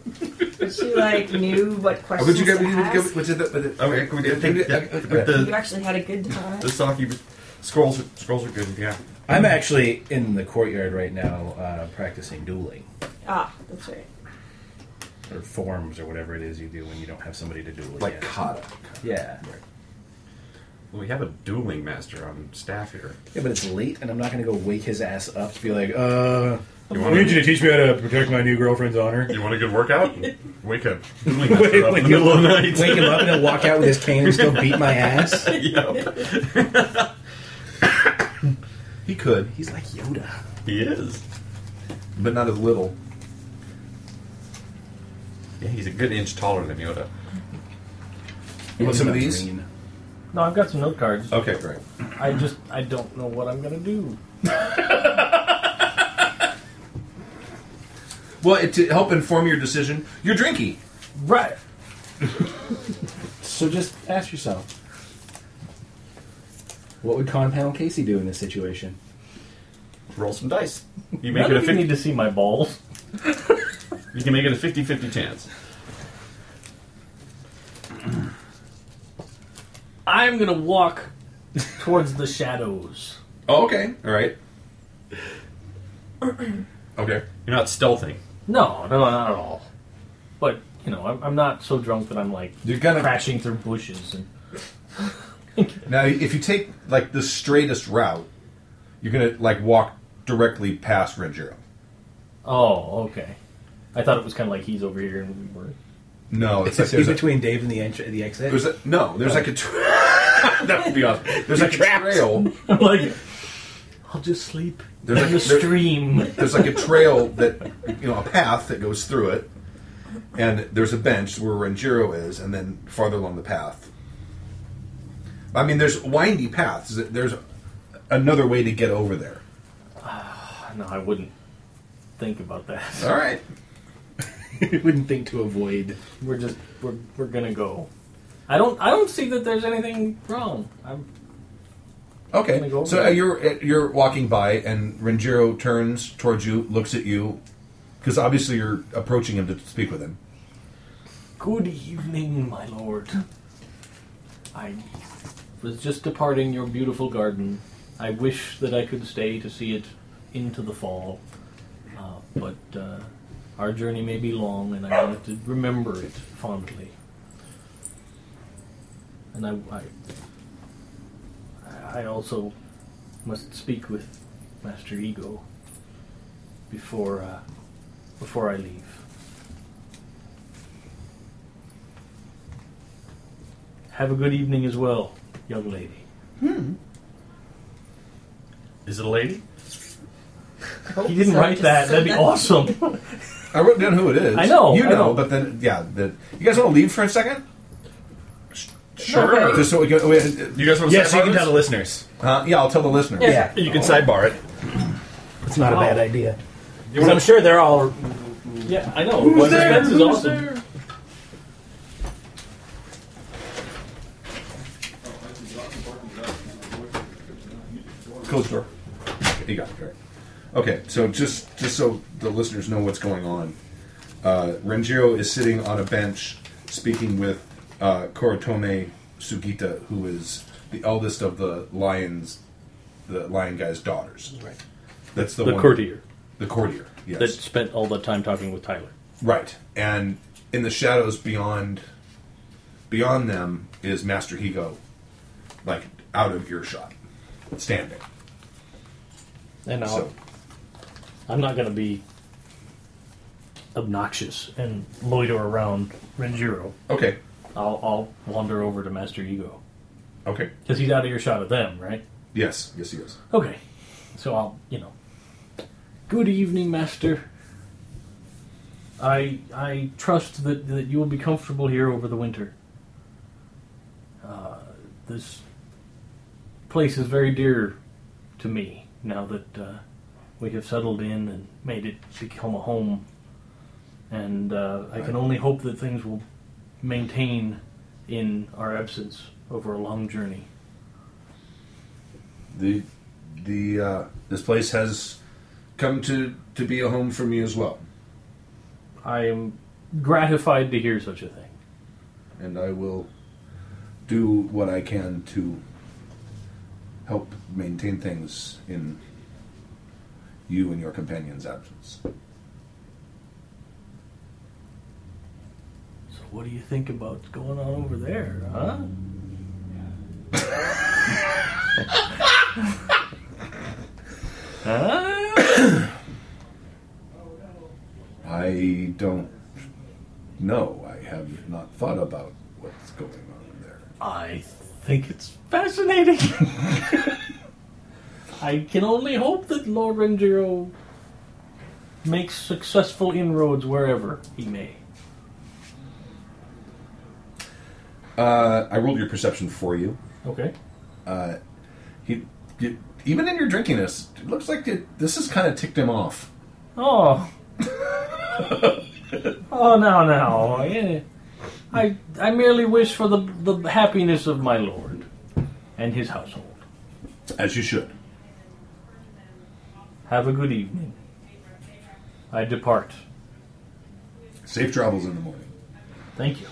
[SPEAKER 5] She like knew what
[SPEAKER 6] Oh,
[SPEAKER 5] questions
[SPEAKER 6] but you got.
[SPEAKER 5] to
[SPEAKER 6] We did.
[SPEAKER 5] ask.
[SPEAKER 6] What did that? But it-
[SPEAKER 3] I mean, we did think that-
[SPEAKER 6] Okay.
[SPEAKER 3] but
[SPEAKER 5] you
[SPEAKER 3] the,
[SPEAKER 5] actually had a good time.
[SPEAKER 3] the sake was- scrolls are, scrolls are good. Yeah.
[SPEAKER 2] I'm actually in the courtyard right now, uh, practicing dueling
[SPEAKER 5] Ah, that's right.
[SPEAKER 2] or forms or whatever it is you do when you don't have somebody to duel
[SPEAKER 6] Like
[SPEAKER 2] against.
[SPEAKER 6] kata.
[SPEAKER 2] Yeah.
[SPEAKER 3] Well, we have a dueling master on staff here.
[SPEAKER 2] Yeah, but it's late, and I'm not going to go wake his ass up to be like, uh,
[SPEAKER 3] You
[SPEAKER 2] I
[SPEAKER 3] wanna-
[SPEAKER 2] need you to teach me how to protect my new girlfriend's honor.
[SPEAKER 3] You want a good workout? Wake up. Dueling
[SPEAKER 2] Wake-
[SPEAKER 3] master up
[SPEAKER 2] wake
[SPEAKER 3] in the middle
[SPEAKER 2] up.
[SPEAKER 3] of the night.
[SPEAKER 2] Wake him up and he'll walk out with his cane and still beat my ass.
[SPEAKER 3] Yep.
[SPEAKER 1] could,
[SPEAKER 7] He's like Yoda.
[SPEAKER 3] He is.
[SPEAKER 1] but not as little.
[SPEAKER 3] Yeah, he's a good inch taller than Yoda.
[SPEAKER 1] You want some of
[SPEAKER 7] He's
[SPEAKER 1] these?
[SPEAKER 7] green.
[SPEAKER 4] No, I've got some note cards.
[SPEAKER 1] Okay, great.
[SPEAKER 4] I just I don't know what I'm gonna do.
[SPEAKER 1] Well, it, to help inform your decision, you're drinky.
[SPEAKER 4] Right.
[SPEAKER 2] So just ask yourself, what would Compound Casey do in this situation?
[SPEAKER 3] Roll some dice. You
[SPEAKER 4] None
[SPEAKER 3] make
[SPEAKER 4] of
[SPEAKER 3] it
[SPEAKER 4] you
[SPEAKER 3] a 50,
[SPEAKER 4] need to see my balls.
[SPEAKER 3] you can make it a 50-50 chance.
[SPEAKER 4] I'm gonna walk towards the shadows.
[SPEAKER 1] Oh, okay, all right. Okay.
[SPEAKER 3] You're not stealthing.
[SPEAKER 4] No, no, not at all. But you know, I'm, I'm not so drunk that I'm like
[SPEAKER 1] You're gonna
[SPEAKER 4] crashing through bushes and
[SPEAKER 1] now. If you take like the straightest route, you're gonna like walk directly past Rengiro.
[SPEAKER 4] oh, okay. I thought it was kind of like he's over here and we were.
[SPEAKER 1] No, it's like
[SPEAKER 7] He's
[SPEAKER 1] there's a,
[SPEAKER 7] between Dave and the, entr the exit.
[SPEAKER 1] there's a no. There's like a tra- that would be awesome. There's like a trail.
[SPEAKER 4] I'm like, I'll just sleep
[SPEAKER 1] There's
[SPEAKER 4] in
[SPEAKER 1] like-
[SPEAKER 4] the
[SPEAKER 1] there-
[SPEAKER 4] stream.
[SPEAKER 1] There's like a trail that you know a path that goes through it, and there's a bench where Rengiro is, and then farther along the path. I mean, there's windy paths. There's another way to get over there.
[SPEAKER 4] No, I wouldn't think about that.
[SPEAKER 1] All right.
[SPEAKER 7] I wouldn't think to avoid.
[SPEAKER 4] We're just we're we're gonna go. I don't I don't see that there's anything wrong. I'm
[SPEAKER 1] Okay.
[SPEAKER 4] Like over
[SPEAKER 1] So uh,
[SPEAKER 4] there.
[SPEAKER 1] you're uh, you're walking by, and Renjiro turns towards you, looks at you, because obviously you're approaching him to speak with him.
[SPEAKER 4] Good evening, my lord. I was just departing your beautiful garden. I wish that I could stay to see it into the fall, uh, but uh, our journey may be long, and I wanted to remember it fondly. And I, I, I also must speak with Master Ego before uh, before I leave. Have a good evening as well, young lady.
[SPEAKER 3] Is it a lady?
[SPEAKER 4] He didn't write that. That'd be awesome.
[SPEAKER 1] I wrote down who it is.
[SPEAKER 4] I know,
[SPEAKER 1] You
[SPEAKER 4] I
[SPEAKER 1] know,
[SPEAKER 4] know.
[SPEAKER 1] but then yeah, the, you guys want to leave for a second?
[SPEAKER 3] Sure.
[SPEAKER 5] Okay.
[SPEAKER 1] Just so we can. Wait, uh,
[SPEAKER 3] You guys want to
[SPEAKER 7] Yes, you can tell the
[SPEAKER 3] tell
[SPEAKER 7] listeners.
[SPEAKER 1] huh? Yeah, I'll tell the listener.
[SPEAKER 4] Yeah.
[SPEAKER 7] You can sidebar it.
[SPEAKER 8] It's not a bad idea.
[SPEAKER 3] You
[SPEAKER 8] 'Cause I'm
[SPEAKER 3] wanna-
[SPEAKER 8] sure they're all.
[SPEAKER 4] yeah, I know. Who's
[SPEAKER 7] there?
[SPEAKER 4] Spence is awesome.
[SPEAKER 1] Close the door. You got it. All right. Okay, so just just so the listeners know what's going on, uh, Renjiro is sitting on a bench speaking with uh, Korotome Sugita, who is the eldest of the lions, the lion guy's daughters. Right. That's the,
[SPEAKER 4] The
[SPEAKER 1] one,
[SPEAKER 4] courtier
[SPEAKER 1] The courtier. Yes.
[SPEAKER 4] that spent all the time talking with Tyler.
[SPEAKER 1] Right. And in the shadows beyond beyond them is Master Higo, like out of earshot, standing.
[SPEAKER 4] And I'll,
[SPEAKER 1] So
[SPEAKER 4] I'm not going to be obnoxious and loiter around Renjiro.
[SPEAKER 1] okay,
[SPEAKER 4] I'll, I'll wander over to Master Ego
[SPEAKER 1] okay,
[SPEAKER 4] because he's out of your shot of them, right?
[SPEAKER 1] yes, yes, he is.
[SPEAKER 4] Okay. So I'll, you know. Good evening, master. I I trust that, that you will be comfortable here over the winter. Uh, this place is very dear to me now that uh, we have settled in and made it become a home. And uh, I can only hope that things will maintain in our absence over a long journey.
[SPEAKER 1] The the uh, this place has come to to be a home for me as well,
[SPEAKER 4] I am gratified to hear such a thing.
[SPEAKER 1] and I will do what I can to help maintain things in you and your companion's absence.
[SPEAKER 4] So what do you think about going on over there, huh? huh?
[SPEAKER 1] I don't know. I have not thought about what's going on there.
[SPEAKER 4] I think it's fascinating. I can only hope that Lord Rengiro makes successful inroads wherever he may.
[SPEAKER 1] Uh, I rolled your perception for you. Uh,
[SPEAKER 4] Okay.
[SPEAKER 1] He, you- even in your drinkiness, it looks like it, this has kind of ticked him off.
[SPEAKER 4] Oh. oh no no! Eh, I I merely wish for the the happiness of my lord and his household.
[SPEAKER 1] As you should.
[SPEAKER 4] Have a good evening. I depart.
[SPEAKER 1] Safe travels in the morning.
[SPEAKER 4] Thank you.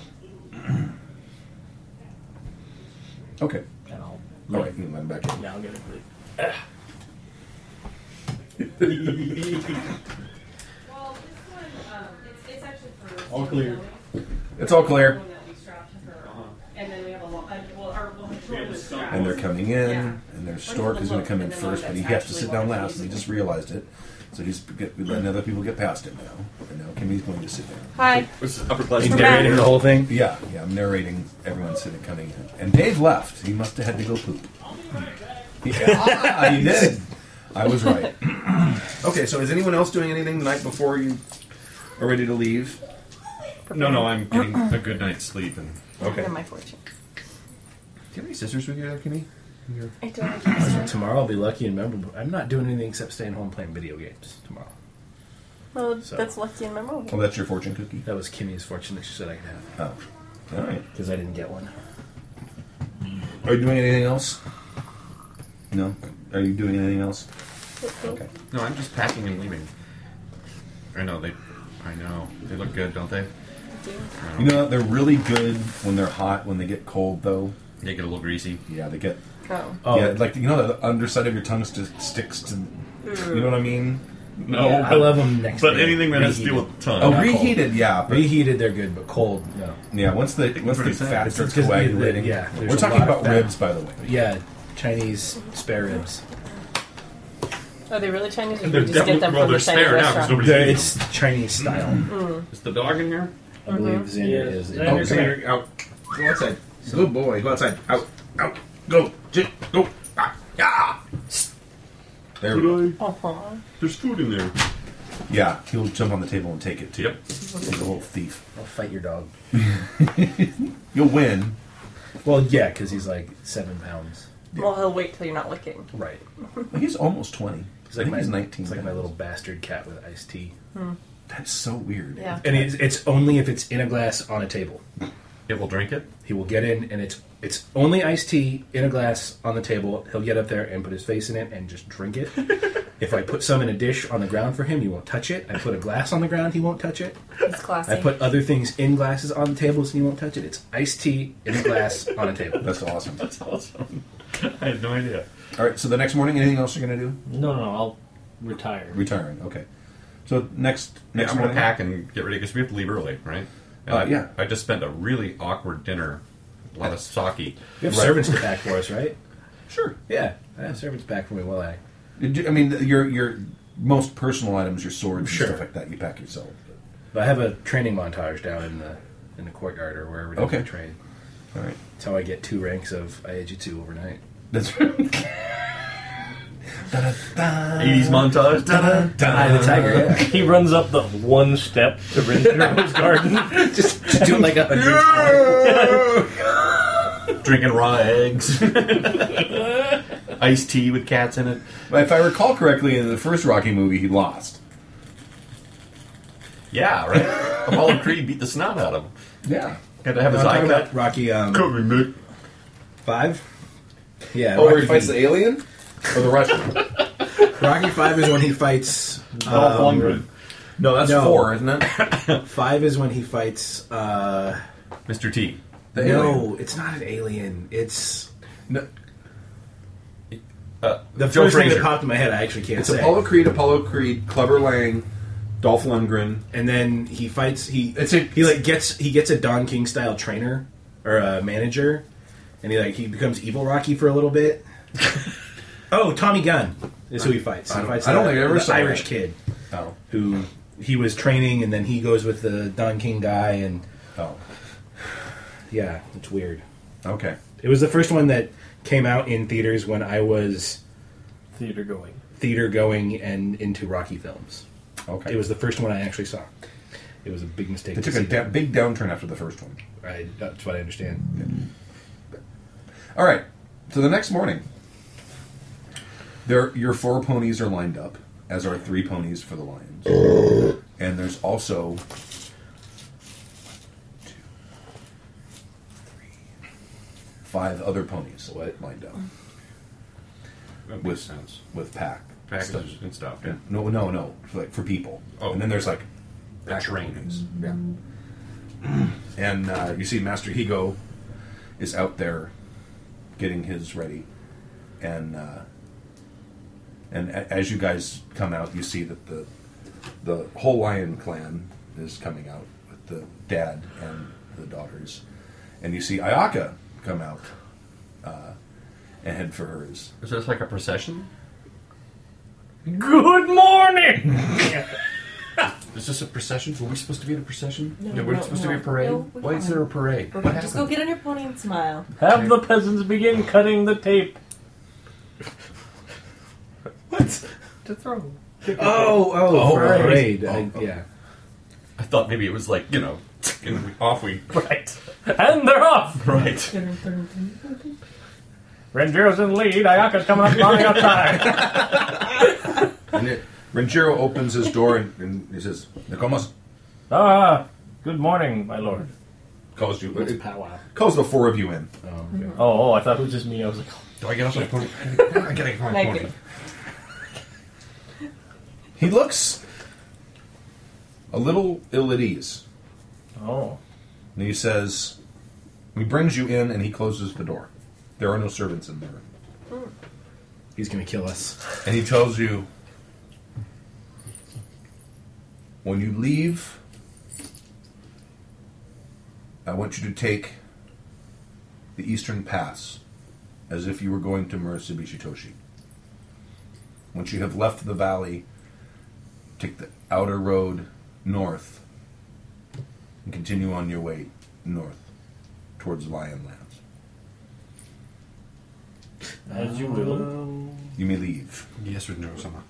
[SPEAKER 1] Okay.
[SPEAKER 4] And
[SPEAKER 1] All
[SPEAKER 4] I'll
[SPEAKER 1] right, you can let him back in.
[SPEAKER 4] yeah I'll get it. please.
[SPEAKER 9] Well, this one, um, it's, it's actually for.
[SPEAKER 4] All clear.
[SPEAKER 1] It's all clear.
[SPEAKER 9] And then we have a lo- uh, well, our, well, control is strapped.
[SPEAKER 1] And they're coming in,
[SPEAKER 9] Yeah.
[SPEAKER 1] and their stork is going to come in first, but he has to sit down last, and he just realized it. So he's get- letting other people get past him now. And now Kimmy's going to sit down.
[SPEAKER 5] Hi.
[SPEAKER 7] This is upper class.
[SPEAKER 5] We're back.
[SPEAKER 2] the whole thing.
[SPEAKER 1] Yeah, yeah, I'm narrating everyone sitting coming in. And Dave left. He must have had to go poop.
[SPEAKER 6] Oh
[SPEAKER 1] Yeah, ah, he did. I was right.
[SPEAKER 6] Okay, so is anyone else doing anything the night before you are ready to leave?
[SPEAKER 3] No, no, I'm getting a good night's sleep. And
[SPEAKER 6] Okay.
[SPEAKER 5] And my fortune.
[SPEAKER 3] do you have any scissors with you there, Kimmy?
[SPEAKER 5] I don't like this one.
[SPEAKER 2] Tomorrow I'll be lucky and memorable. I'm not doing anything except staying home playing video games tomorrow.
[SPEAKER 5] Well,
[SPEAKER 2] So-
[SPEAKER 5] that's lucky and memorable.
[SPEAKER 1] Well, Oh, that's your fortune cookie.
[SPEAKER 2] That was Kimmy's fortune that she said I could have
[SPEAKER 1] Oh. All right.
[SPEAKER 2] because I didn't get one.
[SPEAKER 1] Are you doing anything else? No. Are you doing anything else? Okay.
[SPEAKER 3] No, I'm just packing and leaving. I know they. I know they look good, don't they?
[SPEAKER 1] You know, what? they're really good when they're hot. When they get cold, though,
[SPEAKER 3] They get a little greasy.
[SPEAKER 1] yeah, they get.
[SPEAKER 5] Oh.
[SPEAKER 2] Oh,
[SPEAKER 1] Yeah, like you know, the underside of your tongue st- sticks to. You know what I mean?
[SPEAKER 3] No,
[SPEAKER 2] Yeah, I love them next.
[SPEAKER 3] Oh, But
[SPEAKER 2] day.
[SPEAKER 3] anything that has to do
[SPEAKER 2] Reheated.
[SPEAKER 3] with tongue.
[SPEAKER 1] Oh,
[SPEAKER 2] not
[SPEAKER 1] reheated, yeah, but
[SPEAKER 2] reheated, they're good, but cold, no.
[SPEAKER 1] yeah. Once the once the
[SPEAKER 3] pretty sad.
[SPEAKER 1] fat
[SPEAKER 2] It's
[SPEAKER 1] starts
[SPEAKER 2] just-
[SPEAKER 1] coagulating,
[SPEAKER 2] yeah, there's
[SPEAKER 1] we're
[SPEAKER 2] a
[SPEAKER 1] talking
[SPEAKER 2] lot of
[SPEAKER 1] about
[SPEAKER 2] fat. Oh,
[SPEAKER 1] ribs, by the way.
[SPEAKER 2] Yeah, Chinese spare ribs.
[SPEAKER 5] Are they really Chinese? Or
[SPEAKER 3] And
[SPEAKER 5] do you just get them
[SPEAKER 3] well,
[SPEAKER 5] from
[SPEAKER 3] they're
[SPEAKER 5] the Chinese
[SPEAKER 3] spare now because
[SPEAKER 5] restaurant?
[SPEAKER 3] nobody's
[SPEAKER 2] They're-
[SPEAKER 3] eating
[SPEAKER 2] it's Chinese style.
[SPEAKER 3] them. Is the dog in here?
[SPEAKER 2] I believe Xander is.
[SPEAKER 4] Yes. Xander-
[SPEAKER 2] Oh,
[SPEAKER 6] Okay. Here, out. Go outside. Good boy. Go outside. Out. Out. Go. J- Go. Ah. Yeah.
[SPEAKER 1] There we go.
[SPEAKER 5] Uh-huh.
[SPEAKER 3] There's food in there.
[SPEAKER 1] Yeah, he'll jump on the table and take it too.
[SPEAKER 3] Yep.
[SPEAKER 1] He's a little thief.
[SPEAKER 2] I'll fight your dog.
[SPEAKER 1] You'll win.
[SPEAKER 2] Well, yeah, because he's like seven pounds.
[SPEAKER 5] Well, he'll wait till you're not looking.
[SPEAKER 2] Right.
[SPEAKER 1] He's almost twenty.
[SPEAKER 2] He's like
[SPEAKER 1] I think
[SPEAKER 2] my,
[SPEAKER 1] he's nineteen.
[SPEAKER 2] It's like my
[SPEAKER 1] now.
[SPEAKER 2] little bastard cat with iced tea.
[SPEAKER 1] That's so weird.
[SPEAKER 5] Yeah.
[SPEAKER 2] And it's, it's only if it's in a glass on a table.
[SPEAKER 3] It will drink it.
[SPEAKER 2] He will get in, and it's it's only iced tea in a glass on the table. He'll get up there and put his face in it and just drink it. if I put some in a dish on the ground for him, he won't touch it. I put a glass on the ground, he won't touch it.
[SPEAKER 5] It's classy.
[SPEAKER 2] I put other things in glasses on the tables, and he won't touch it. It's iced tea in a glass on a table.
[SPEAKER 1] That's awesome.
[SPEAKER 3] That's awesome. I had no idea.
[SPEAKER 1] All right. So the next morning, anything else you're gonna do?
[SPEAKER 4] No no I'll retire.
[SPEAKER 1] Retiring. Okay. So next
[SPEAKER 3] Yeah,
[SPEAKER 1] next
[SPEAKER 3] I'm gonna
[SPEAKER 1] morning.
[SPEAKER 3] pack and get ready because we have to leave early, right? And
[SPEAKER 1] Uh,
[SPEAKER 3] I,
[SPEAKER 1] yeah.
[SPEAKER 3] I just spent a really awkward dinner, a lot of sake.
[SPEAKER 2] We have
[SPEAKER 1] Right.
[SPEAKER 2] servants to pack for us, right?
[SPEAKER 1] Sure.
[SPEAKER 2] Yeah, I have servants back for me while I.
[SPEAKER 1] Did you- I mean, your your most personal items, your swords
[SPEAKER 2] Sure.
[SPEAKER 1] and stuff like that, you pack yourself.
[SPEAKER 2] But I have a training montage down in the in the courtyard or wherever okay.
[SPEAKER 1] Okay.
[SPEAKER 2] I train.
[SPEAKER 1] All right.
[SPEAKER 2] That's how I get two ranks of Aijutsu overnight.
[SPEAKER 1] That's right.
[SPEAKER 3] 80s montage.
[SPEAKER 2] Eye of the tiger. Yeah.
[SPEAKER 4] Uh, He runs up the one step to Renjiro's garden.
[SPEAKER 2] Just do it like a hundred.
[SPEAKER 3] Drinking raw eggs. Iced tea with cats in it.
[SPEAKER 1] if I recall correctly, in the first Rocky movie, he lost.
[SPEAKER 3] Yeah, right? Apollo Creed beat the snot out of him.
[SPEAKER 1] Yeah.
[SPEAKER 3] Had to have his
[SPEAKER 2] I'm
[SPEAKER 3] eye
[SPEAKER 2] talking
[SPEAKER 3] cut.
[SPEAKER 2] about Rocky um,
[SPEAKER 3] Cover me.
[SPEAKER 2] Five. Yeah.
[SPEAKER 1] Oh, where
[SPEAKER 2] Rocky,
[SPEAKER 1] he fights the alien or the Russian?
[SPEAKER 2] Rocky Five is when he fights.
[SPEAKER 3] Dolph
[SPEAKER 2] um,
[SPEAKER 3] Lundgren.
[SPEAKER 1] no, that's
[SPEAKER 2] No.
[SPEAKER 1] four, isn't it?
[SPEAKER 2] five is when he fights. Uh,
[SPEAKER 3] Mr. T.
[SPEAKER 1] The alien.
[SPEAKER 2] no, it's not an alien. It's
[SPEAKER 1] No,
[SPEAKER 3] Uh,
[SPEAKER 2] the
[SPEAKER 3] Joe
[SPEAKER 2] first thing
[SPEAKER 3] Frazier.
[SPEAKER 2] that popped in my head. I actually can't
[SPEAKER 6] It's
[SPEAKER 2] say.
[SPEAKER 6] Apollo Creed, Apollo Creed, Clever Lang, Dolph Lundgren.
[SPEAKER 2] and then he fights. He
[SPEAKER 6] It's a-
[SPEAKER 2] he like gets he gets a Don King style trainer or a manager, and he like he becomes evil Rocky for a little bit. oh, Tommy Gunn is who he fights. He
[SPEAKER 1] I don't-
[SPEAKER 2] fights
[SPEAKER 1] I don't
[SPEAKER 2] the-
[SPEAKER 1] think I ever
[SPEAKER 2] the
[SPEAKER 1] saw
[SPEAKER 2] Irish
[SPEAKER 1] that.
[SPEAKER 2] kid
[SPEAKER 1] Oh.
[SPEAKER 2] who he was training, and then he goes with the Don King guy, and
[SPEAKER 1] Oh.
[SPEAKER 2] yeah, it's weird.
[SPEAKER 1] Okay.
[SPEAKER 2] It was the first one that came out in theaters when I was
[SPEAKER 4] theater going.
[SPEAKER 2] theater going and into Rocky films.
[SPEAKER 1] Okay.
[SPEAKER 2] It was the first one I actually saw. It was a big mistake.
[SPEAKER 1] They
[SPEAKER 2] to
[SPEAKER 1] took a
[SPEAKER 2] see
[SPEAKER 1] da- big downturn after the first one.
[SPEAKER 2] that. I, that's what I understand.
[SPEAKER 1] All right. So the next morning, there your four ponies are lined up, as are three ponies for the lions, and there's also one, two, three, five other ponies lined up
[SPEAKER 3] That
[SPEAKER 1] With-
[SPEAKER 3] makes sense.
[SPEAKER 1] with pack stuff.
[SPEAKER 3] Packages and stuff. Yeah.
[SPEAKER 1] No, no, no. Like for people.
[SPEAKER 3] Oh.
[SPEAKER 1] And then there's like
[SPEAKER 3] The train.
[SPEAKER 1] ponies. Yeah. and uh, you see Master Higo is out there getting his ready, and uh, and a- as you guys come out, you see that the the whole lion clan is coming out with the dad and the daughters, and you see Ayaka come out uh, and head for hers.
[SPEAKER 3] Is this like a procession?
[SPEAKER 4] Good morning.
[SPEAKER 3] Is this a procession? Were we supposed to be in a procession?
[SPEAKER 5] No,
[SPEAKER 3] we're
[SPEAKER 5] no,
[SPEAKER 3] supposed to
[SPEAKER 5] no.
[SPEAKER 3] be a parade.
[SPEAKER 5] No, we
[SPEAKER 3] Why is
[SPEAKER 5] weren't.
[SPEAKER 3] there a parade?
[SPEAKER 5] We're
[SPEAKER 3] What
[SPEAKER 5] gonna- just go
[SPEAKER 3] happened?
[SPEAKER 5] get on your pony and smile.
[SPEAKER 4] Have the peasants begin cutting the tape.
[SPEAKER 2] What?
[SPEAKER 4] To throw.
[SPEAKER 2] Oh, oh, for
[SPEAKER 3] right.
[SPEAKER 2] a parade.
[SPEAKER 3] Oh,
[SPEAKER 2] I-
[SPEAKER 3] oh.
[SPEAKER 2] Yeah.
[SPEAKER 3] I thought maybe it was like you know, and we, off we
[SPEAKER 4] Right. And they're off.
[SPEAKER 3] right.
[SPEAKER 4] Rangiro's in lead. Ayaka's coming up flying outside.
[SPEAKER 6] And it,
[SPEAKER 1] Renjiro opens his door and, and he says, "Nakomas."
[SPEAKER 4] ah, good morning, my lord.
[SPEAKER 1] Calls you.
[SPEAKER 2] It's powwow.
[SPEAKER 1] calls the four of you in.
[SPEAKER 2] Oh, okay.
[SPEAKER 4] Oh, oh, I thought it was just me. I was like,
[SPEAKER 3] Do I get off my pony? I gotta get off my pony.
[SPEAKER 5] Negative.
[SPEAKER 1] He looks a little ill at ease.
[SPEAKER 4] oh.
[SPEAKER 1] And he says, He brings you in and he closes the door. There are no servants in there.
[SPEAKER 2] He's gonna kill us.
[SPEAKER 1] And he tells you, When you leave, I want you to take the Eastern Pass as if you were going to Murasabishitoshi. Once you have left the valley, take the outer road north and continue on your way north towards Lion Lands.
[SPEAKER 4] As you will.
[SPEAKER 1] You may leave.
[SPEAKER 3] Yes or no, Sama.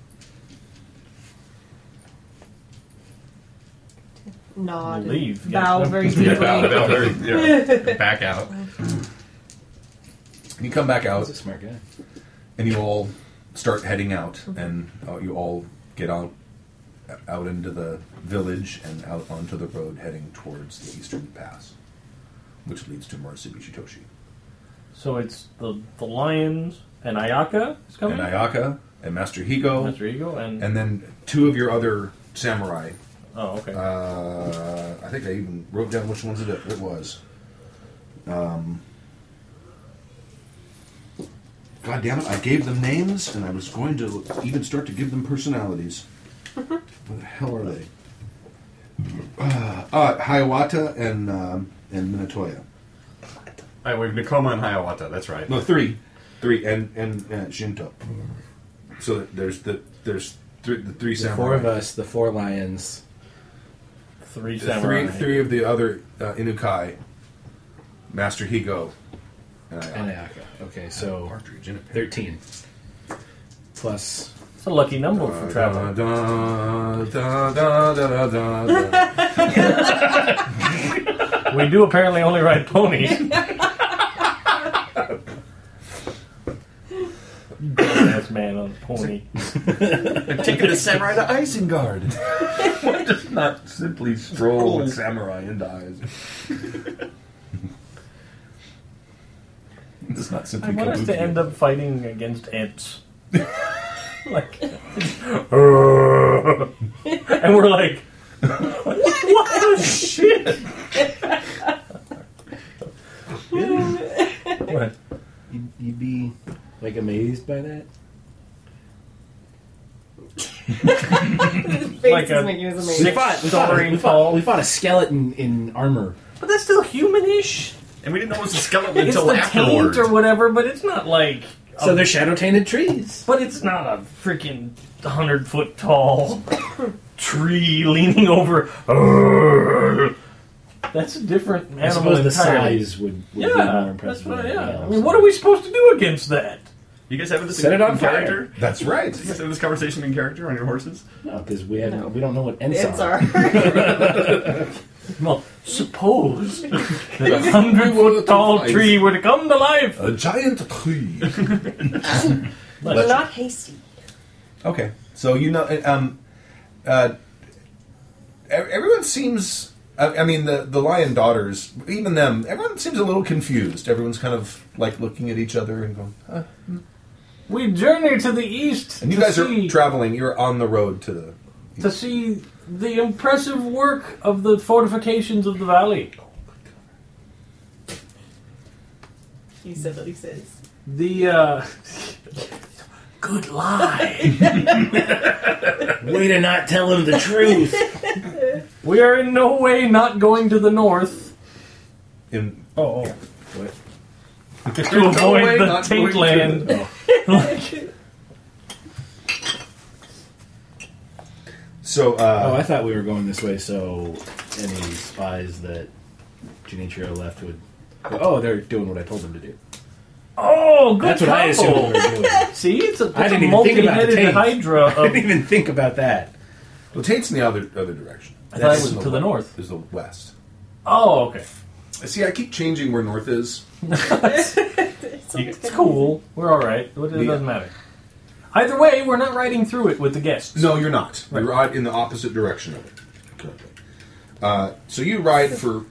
[SPEAKER 5] Nod.
[SPEAKER 4] Leave, yes.
[SPEAKER 5] Bow very
[SPEAKER 3] Yeah,
[SPEAKER 5] deeply.
[SPEAKER 3] about- about there, you know, back out.
[SPEAKER 1] You come back out.
[SPEAKER 2] He's a smart guy.
[SPEAKER 1] and you all start heading out, and uh, you all get out out into the village and out onto the road heading towards the eastern pass, which leads to Marusubishitoshi.
[SPEAKER 4] So it's the the lions and Ayaka is coming.
[SPEAKER 1] And Ayaka and Master Higo,
[SPEAKER 4] That's Rigo and,
[SPEAKER 1] and then two of your other samurai.
[SPEAKER 4] oh okay.
[SPEAKER 1] Uh, I think I even wrote down which ones it, it was. Um, God damn it! I gave them names, and I was going to even start to give them personalities. Where the hell are they? Uh, uh, Hiawatha and um, and Minatoya.
[SPEAKER 3] All right, we have Nakoma and Hiawatha. That's right.
[SPEAKER 1] No, three, three, and and uh, Shinto. So there's the there's three, the three
[SPEAKER 2] The
[SPEAKER 1] samurai.
[SPEAKER 2] four of us, the four lions.
[SPEAKER 4] three
[SPEAKER 1] The
[SPEAKER 4] samurai.
[SPEAKER 1] Three, three of the other uh, Inukai, Master Higo, and
[SPEAKER 2] And
[SPEAKER 1] I.
[SPEAKER 2] Ayaka. Okay, so
[SPEAKER 1] Partridge in a pear.
[SPEAKER 2] 13. Plus.
[SPEAKER 4] It's a lucky number for
[SPEAKER 1] Da,
[SPEAKER 4] traveling.
[SPEAKER 1] da, da, da, da, da, da.
[SPEAKER 4] we do apparently only ride ponies. Ass man on a pony.
[SPEAKER 3] Taking the samurai to Isengard. Oh.
[SPEAKER 1] Not simply stroll with samurai and eyes. It's not
[SPEAKER 4] I
[SPEAKER 1] simply
[SPEAKER 4] want us to
[SPEAKER 1] kabuki.
[SPEAKER 4] end up fighting against ants. like, and we're like, what the shit? what?
[SPEAKER 2] You'd, you'd be, like, amazed by that?
[SPEAKER 5] Face
[SPEAKER 4] Like
[SPEAKER 5] is
[SPEAKER 4] a
[SPEAKER 5] making us
[SPEAKER 2] We
[SPEAKER 5] amazing.
[SPEAKER 2] fought, we, fought, we, fought, we fought a skeleton in armor.
[SPEAKER 4] But that's still humanish.
[SPEAKER 3] And we didn't know it was a skeleton
[SPEAKER 4] It's
[SPEAKER 3] until
[SPEAKER 4] the
[SPEAKER 3] afterwards.
[SPEAKER 4] taint or whatever, but it's not like. a-
[SPEAKER 2] So they're shadow tainted trees.
[SPEAKER 4] but it's not a freaking hundred foot tall tree leaning over. That's a different animal
[SPEAKER 2] I suppose the
[SPEAKER 4] entirely.
[SPEAKER 2] size would, would be more
[SPEAKER 4] Yeah,
[SPEAKER 2] impressive.
[SPEAKER 4] that's what.
[SPEAKER 2] than
[SPEAKER 4] Yeah,
[SPEAKER 2] anything
[SPEAKER 4] I
[SPEAKER 2] else.
[SPEAKER 4] mean, what are we supposed to do against that?
[SPEAKER 3] You guys having this
[SPEAKER 2] Set
[SPEAKER 3] in,
[SPEAKER 2] it on
[SPEAKER 3] in
[SPEAKER 2] fire.
[SPEAKER 3] character?
[SPEAKER 1] That's right.
[SPEAKER 3] You guys having this conversation in character on your horses?
[SPEAKER 2] No, because we have
[SPEAKER 5] No.
[SPEAKER 2] we don't know what ends
[SPEAKER 5] It's
[SPEAKER 2] are.
[SPEAKER 5] our.
[SPEAKER 4] Well, suppose that a hundred foot tall tree were to come to life.
[SPEAKER 1] A giant tree.
[SPEAKER 5] We're not hasty.
[SPEAKER 1] okay, so you know, uh, um, uh, e- everyone seems. I, I mean, the the lion daughters, even them, everyone seems a little confused. Everyone's kind of like looking at each other and going. Huh?
[SPEAKER 4] We journey to the east
[SPEAKER 1] And you
[SPEAKER 4] to
[SPEAKER 1] guys
[SPEAKER 4] see
[SPEAKER 1] are traveling. You're on the road to the.
[SPEAKER 4] to see the impressive work of the fortifications of the valley.
[SPEAKER 5] He said what he says.
[SPEAKER 4] The uh, good lie.
[SPEAKER 8] Way to not tell him the truth.
[SPEAKER 4] we are in no way not going to the north
[SPEAKER 1] In,
[SPEAKER 2] Oh, oh. What?
[SPEAKER 4] to avoid
[SPEAKER 1] way
[SPEAKER 4] the
[SPEAKER 1] not going
[SPEAKER 4] taint
[SPEAKER 1] to
[SPEAKER 4] land.
[SPEAKER 1] so,
[SPEAKER 2] oh,
[SPEAKER 1] uh,
[SPEAKER 2] I thought we were going this way. So any spies that Junichiro left would. Oh, they're doing what I told them to do.
[SPEAKER 4] Oh, good
[SPEAKER 2] That's what I
[SPEAKER 4] combo.
[SPEAKER 2] assumed they were doing. I
[SPEAKER 4] See, it's a, it's
[SPEAKER 2] I didn't
[SPEAKER 4] a
[SPEAKER 2] even think about the
[SPEAKER 4] multi-headed
[SPEAKER 2] taint.
[SPEAKER 4] hydra of.
[SPEAKER 2] didn't even think about that.
[SPEAKER 1] well, Tate's in the other other direction.
[SPEAKER 4] I thought it
[SPEAKER 2] That's
[SPEAKER 4] was to the north.
[SPEAKER 1] Is the west.
[SPEAKER 4] Oh, okay.
[SPEAKER 1] See, I keep changing where north is.
[SPEAKER 4] It's cool. We're all right. What- It
[SPEAKER 1] Yeah.
[SPEAKER 4] doesn't matter. Either way, we're not riding through it with the guests.
[SPEAKER 1] No, you're not. You're out in the opposite direction of it. Correctly. Uh, so you ride for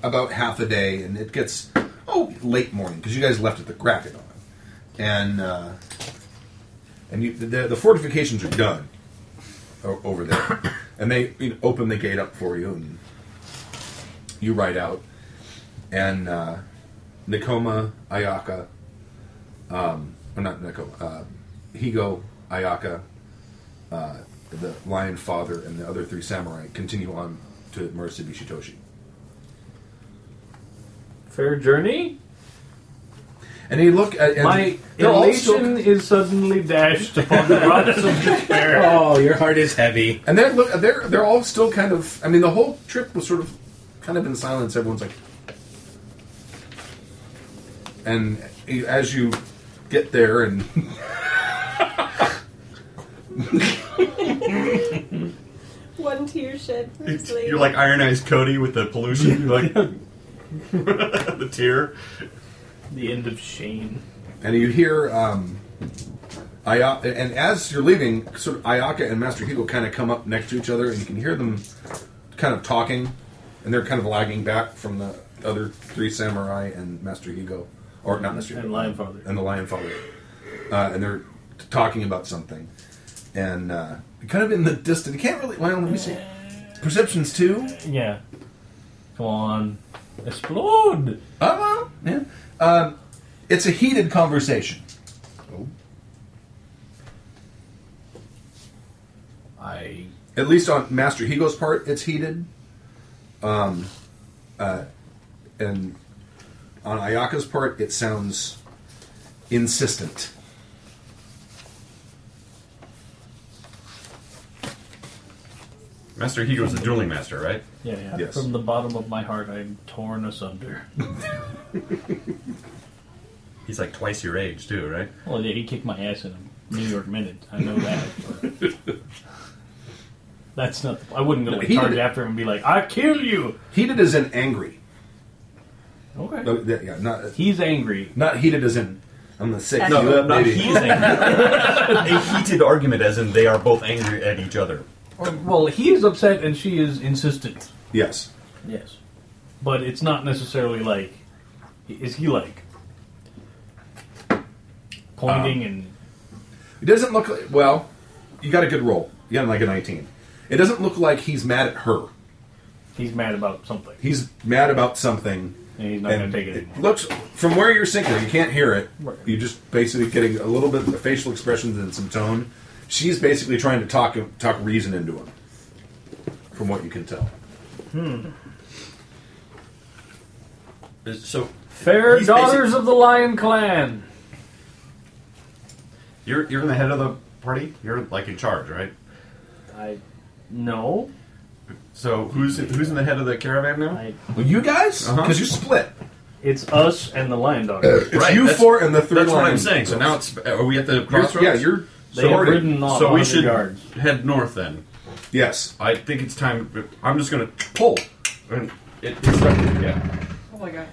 [SPEAKER 1] about half a day, and it gets oh late morning because you guys left at the crack of dawn, and uh, and you, the, the fortifications are done o- over there, and they you know, open the gate up for you, and you ride out, and uh, Nakoma Ayaka, um, or not Nakoma, uh, Higo Ayaka, the Lion Father and the other three samurai continue on to Murasaki Bishitoshi.
[SPEAKER 4] Fair journey.
[SPEAKER 1] And they look at and
[SPEAKER 4] My
[SPEAKER 1] they're all still-
[SPEAKER 4] elation is suddenly dashed upon the rocks of despair.
[SPEAKER 2] Oh, your heart is heavy.
[SPEAKER 1] and they're look they're they're all still kind of I mean the whole trip was sort of kind of in silence. Everyone's like And you- as you get there and
[SPEAKER 9] One tear shed for his lady.
[SPEAKER 3] You're like ironized Cody with the pollution. You're like the tear.
[SPEAKER 4] The end of Shane.
[SPEAKER 1] and you hear um Aya- and as you're leaving, sort of Ayaka and Master Hugo kind of come up next to each other, and you can hear them kind of talking, and they're kind of lagging back from the other three samurai and Master Hugo, or not Master
[SPEAKER 4] And
[SPEAKER 1] Hugo,
[SPEAKER 4] Lion Father.
[SPEAKER 1] and the Lion Father, uh, and they're t- talking about something, and uh, kind of in the distance. You can't really. Well, let me see. Perceptions too.
[SPEAKER 4] Yeah. Come on. Explode!
[SPEAKER 1] Oh, well, yeah. Um, it's a heated conversation.
[SPEAKER 4] I.
[SPEAKER 1] at least on Master Higo's part, it's heated. Um, uh, and on Ayaka's part, it sounds insistent.
[SPEAKER 3] Master Higo's the dueling master, right?
[SPEAKER 4] Yeah, yeah.
[SPEAKER 1] Yes.
[SPEAKER 4] From the bottom of my heart, I'm torn asunder.
[SPEAKER 3] He's like twice your age too, right?
[SPEAKER 4] well, yeah, he kicked my ass in a New York minute. I know that. but- That's not. I wouldn't go
[SPEAKER 1] No,
[SPEAKER 4] like,
[SPEAKER 1] he
[SPEAKER 4] charge
[SPEAKER 1] did-
[SPEAKER 4] after him and be like, "I kill you."
[SPEAKER 1] Heated as in angry.
[SPEAKER 4] Okay.
[SPEAKER 1] No, th- yeah, not
[SPEAKER 4] He's angry.
[SPEAKER 1] not heated as in I'm gonna say
[SPEAKER 5] No,
[SPEAKER 1] you up, baby.
[SPEAKER 4] He's angry.
[SPEAKER 3] A heated argument, as in they are both angry at each other.
[SPEAKER 4] Um, well, he is upset and she is insistent.
[SPEAKER 1] Yes.
[SPEAKER 4] Yes. But it's not necessarily like. Is he like. Pointing
[SPEAKER 1] Uh.
[SPEAKER 4] and.
[SPEAKER 1] It doesn't look like, well. You got a good roll. You got like a 19. It doesn't look like he's mad at her.
[SPEAKER 4] He's mad about something.
[SPEAKER 1] He's mad about something.
[SPEAKER 4] And he's not going
[SPEAKER 1] And
[SPEAKER 4] to take it anymore.
[SPEAKER 1] looks from where you're sitting, you can't hear it.
[SPEAKER 4] Right.
[SPEAKER 1] You're just basically getting a little bit of the facial expressions and some tone. She's basically trying to talk talk reason into him, from what you can tell.
[SPEAKER 3] So
[SPEAKER 4] Fair
[SPEAKER 3] He's
[SPEAKER 4] daughters
[SPEAKER 3] basic-
[SPEAKER 4] of the Lion Clan.
[SPEAKER 3] you're you're the head of the party. You're like in charge, right?
[SPEAKER 4] I. No.
[SPEAKER 3] So who's who's in the head of the caravan now?
[SPEAKER 4] I.
[SPEAKER 1] Well, you guys,
[SPEAKER 3] Uh-huh.
[SPEAKER 1] because you split.
[SPEAKER 4] It's us and the lion
[SPEAKER 3] Uh,
[SPEAKER 4] dogs.
[SPEAKER 6] It's you four and the third
[SPEAKER 3] That's what
[SPEAKER 6] line.
[SPEAKER 3] I'm saying. So now it's are we at the
[SPEAKER 6] You're-
[SPEAKER 3] crossroads?
[SPEAKER 6] yeah, you're
[SPEAKER 4] They
[SPEAKER 3] so
[SPEAKER 4] have
[SPEAKER 3] already-
[SPEAKER 4] ridden off
[SPEAKER 3] So we
[SPEAKER 4] 100
[SPEAKER 3] should
[SPEAKER 4] yards.
[SPEAKER 3] head north then.
[SPEAKER 6] yes.
[SPEAKER 3] I think it's time. I'm just gonna pull. And it, it's right- yeah.
[SPEAKER 9] Oh my god.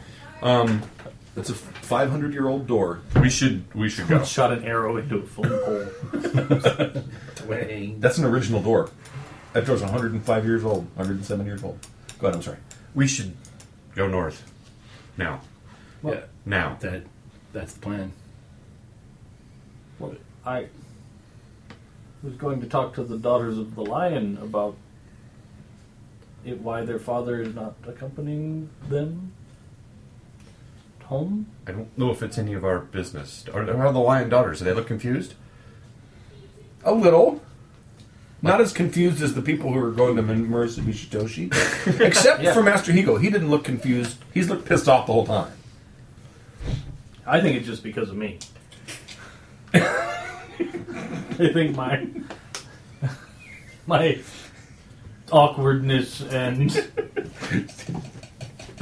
[SPEAKER 1] It's a 500 year old door.
[SPEAKER 3] We should we should go.
[SPEAKER 4] Shot an arrow into a phone pole.
[SPEAKER 1] That's an original door. That door's 105 years old, 107 years old. Go ahead, I'm sorry.
[SPEAKER 3] We should go north now. yeah. Now.
[SPEAKER 2] That that's the plan.
[SPEAKER 4] What? I was going to talk to the daughters of the lion about it, why their father is not accompanying them home.
[SPEAKER 3] I don't know if it's any of our business. Are, are the lion daughters? Do they look confused?
[SPEAKER 1] A little. Not as confused as the people who were going to Mercy Mishitoshi. Except for Master Higo. He didn't look confused. He's looked pissed off the whole time.
[SPEAKER 4] I think it's just because of me. I think my my awkwardness and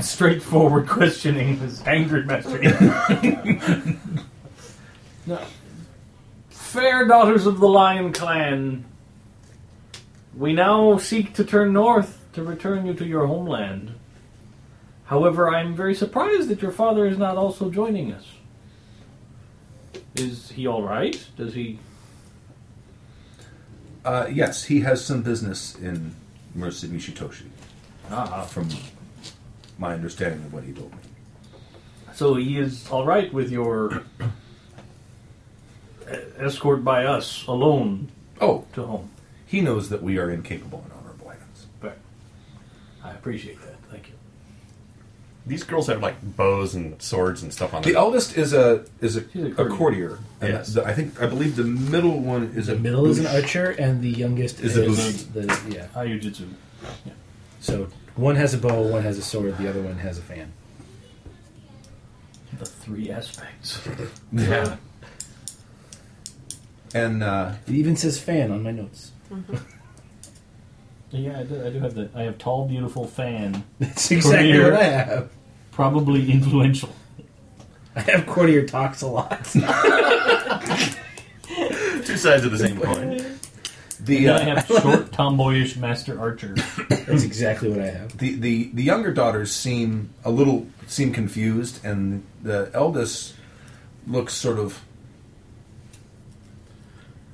[SPEAKER 4] straightforward questioning has angered Master. Yi. no. Fair daughters of the Lion Clan, we now seek to turn north to return you to your homeland. However, I'm very surprised that your father is not also joining us. Is he all right? Does he?
[SPEAKER 1] Uh, yes, he has some business in Mercy Mishitoshi,
[SPEAKER 4] Ah,
[SPEAKER 1] from my understanding of what he told me.
[SPEAKER 4] so he is all right with your e- escort by us alone
[SPEAKER 1] Oh,
[SPEAKER 4] to home.
[SPEAKER 1] he knows that we are incapable and honorable hands.
[SPEAKER 4] But I appreciate that. Thank you.
[SPEAKER 3] These girls have like bows and swords and stuff on
[SPEAKER 1] The
[SPEAKER 3] them.
[SPEAKER 1] eldest is a is a,
[SPEAKER 4] She's a
[SPEAKER 1] a
[SPEAKER 4] courtier.
[SPEAKER 1] courtier. and
[SPEAKER 3] Yes.
[SPEAKER 1] the- I think I believe the middle one is
[SPEAKER 2] The
[SPEAKER 1] a
[SPEAKER 2] middle is an
[SPEAKER 1] bush.
[SPEAKER 2] archer, and the youngest
[SPEAKER 1] Is
[SPEAKER 2] is,
[SPEAKER 1] a
[SPEAKER 2] the yeah.
[SPEAKER 4] Ayujitsu.
[SPEAKER 2] So one has a bow, one has a sword, the other one has a fan.
[SPEAKER 4] The three aspects.
[SPEAKER 3] yeah.
[SPEAKER 1] and uh,
[SPEAKER 2] It even says fan on my notes.
[SPEAKER 4] yeah, I do, I do have the. I have tall, beautiful fan.
[SPEAKER 2] That's exactly
[SPEAKER 4] Courtier.
[SPEAKER 2] what I have.
[SPEAKER 4] Probably influential.
[SPEAKER 2] I have courtier talks a lot.
[SPEAKER 3] Two sides of the same coin.
[SPEAKER 1] the
[SPEAKER 4] Yeah.
[SPEAKER 1] uh,
[SPEAKER 4] I have short, tomboyish master archer.
[SPEAKER 2] That's exactly what I have.
[SPEAKER 1] the, the the younger daughters seem a little seem confused, and the eldest looks sort of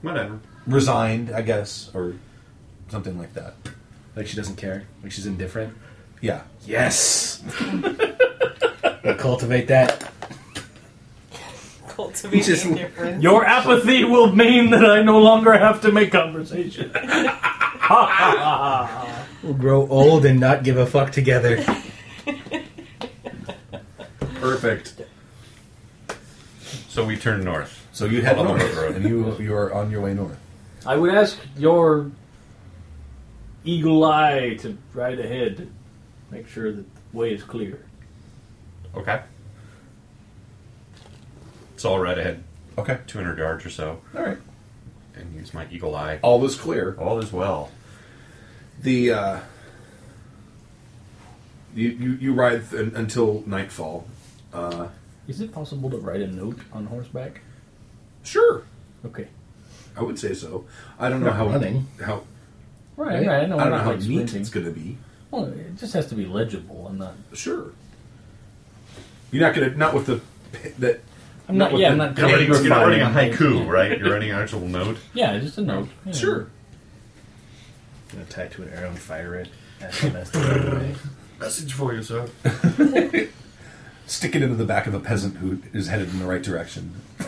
[SPEAKER 3] Whatever.
[SPEAKER 1] resigned, I guess, or something like that.
[SPEAKER 2] Like she doesn't care. Like she's indifferent.
[SPEAKER 1] Yeah,
[SPEAKER 2] Yes. cultivate that.
[SPEAKER 5] Cultivating indifference.
[SPEAKER 4] Your apathy will mean that I no longer have to make conversation.
[SPEAKER 2] We'll grow old and not give a fuck together.
[SPEAKER 1] perfect.
[SPEAKER 3] So we turn north.
[SPEAKER 1] So you head
[SPEAKER 3] Follow the
[SPEAKER 1] north,
[SPEAKER 3] road.
[SPEAKER 1] and you you are on your way north.
[SPEAKER 4] I would ask your eagle eye to ride ahead, make sure that the way is clear.
[SPEAKER 3] Okay. It's all right ahead.
[SPEAKER 1] Okay,
[SPEAKER 3] 200 yards or so.
[SPEAKER 1] all right. Oh.
[SPEAKER 3] And use my eagle eye.
[SPEAKER 1] All is clear.
[SPEAKER 3] All is well.
[SPEAKER 1] The uh, you, you you ride th- until nightfall.
[SPEAKER 4] Is it possible to write a note on horseback?
[SPEAKER 1] Sure,
[SPEAKER 4] Okay.
[SPEAKER 1] I would say so. I don't know
[SPEAKER 2] Not
[SPEAKER 1] how
[SPEAKER 2] running.
[SPEAKER 1] how
[SPEAKER 4] Right, right. I know,
[SPEAKER 1] I
[SPEAKER 4] I'm
[SPEAKER 1] don't know
[SPEAKER 4] not,
[SPEAKER 1] how
[SPEAKER 4] like,
[SPEAKER 1] neat
[SPEAKER 4] sprinting.
[SPEAKER 1] it's going to be.
[SPEAKER 4] Well, it just has to be legible. I'm not.
[SPEAKER 1] Sure. You're not going to not with the that
[SPEAKER 4] I'm not.
[SPEAKER 1] Not with
[SPEAKER 4] yeah, I'm
[SPEAKER 1] the-
[SPEAKER 4] not.
[SPEAKER 3] You're writing, you're not writing a
[SPEAKER 4] calligraphizing.
[SPEAKER 3] haiku, right? You're writing an actual note.
[SPEAKER 4] Yeah, just a note. Yeah.
[SPEAKER 1] sure.
[SPEAKER 2] I'm gonna tie it to an arrow and fire it. SMS the other way.
[SPEAKER 3] Message for you, sir.
[SPEAKER 1] Stick it into the back of a peasant who is headed in the right direction.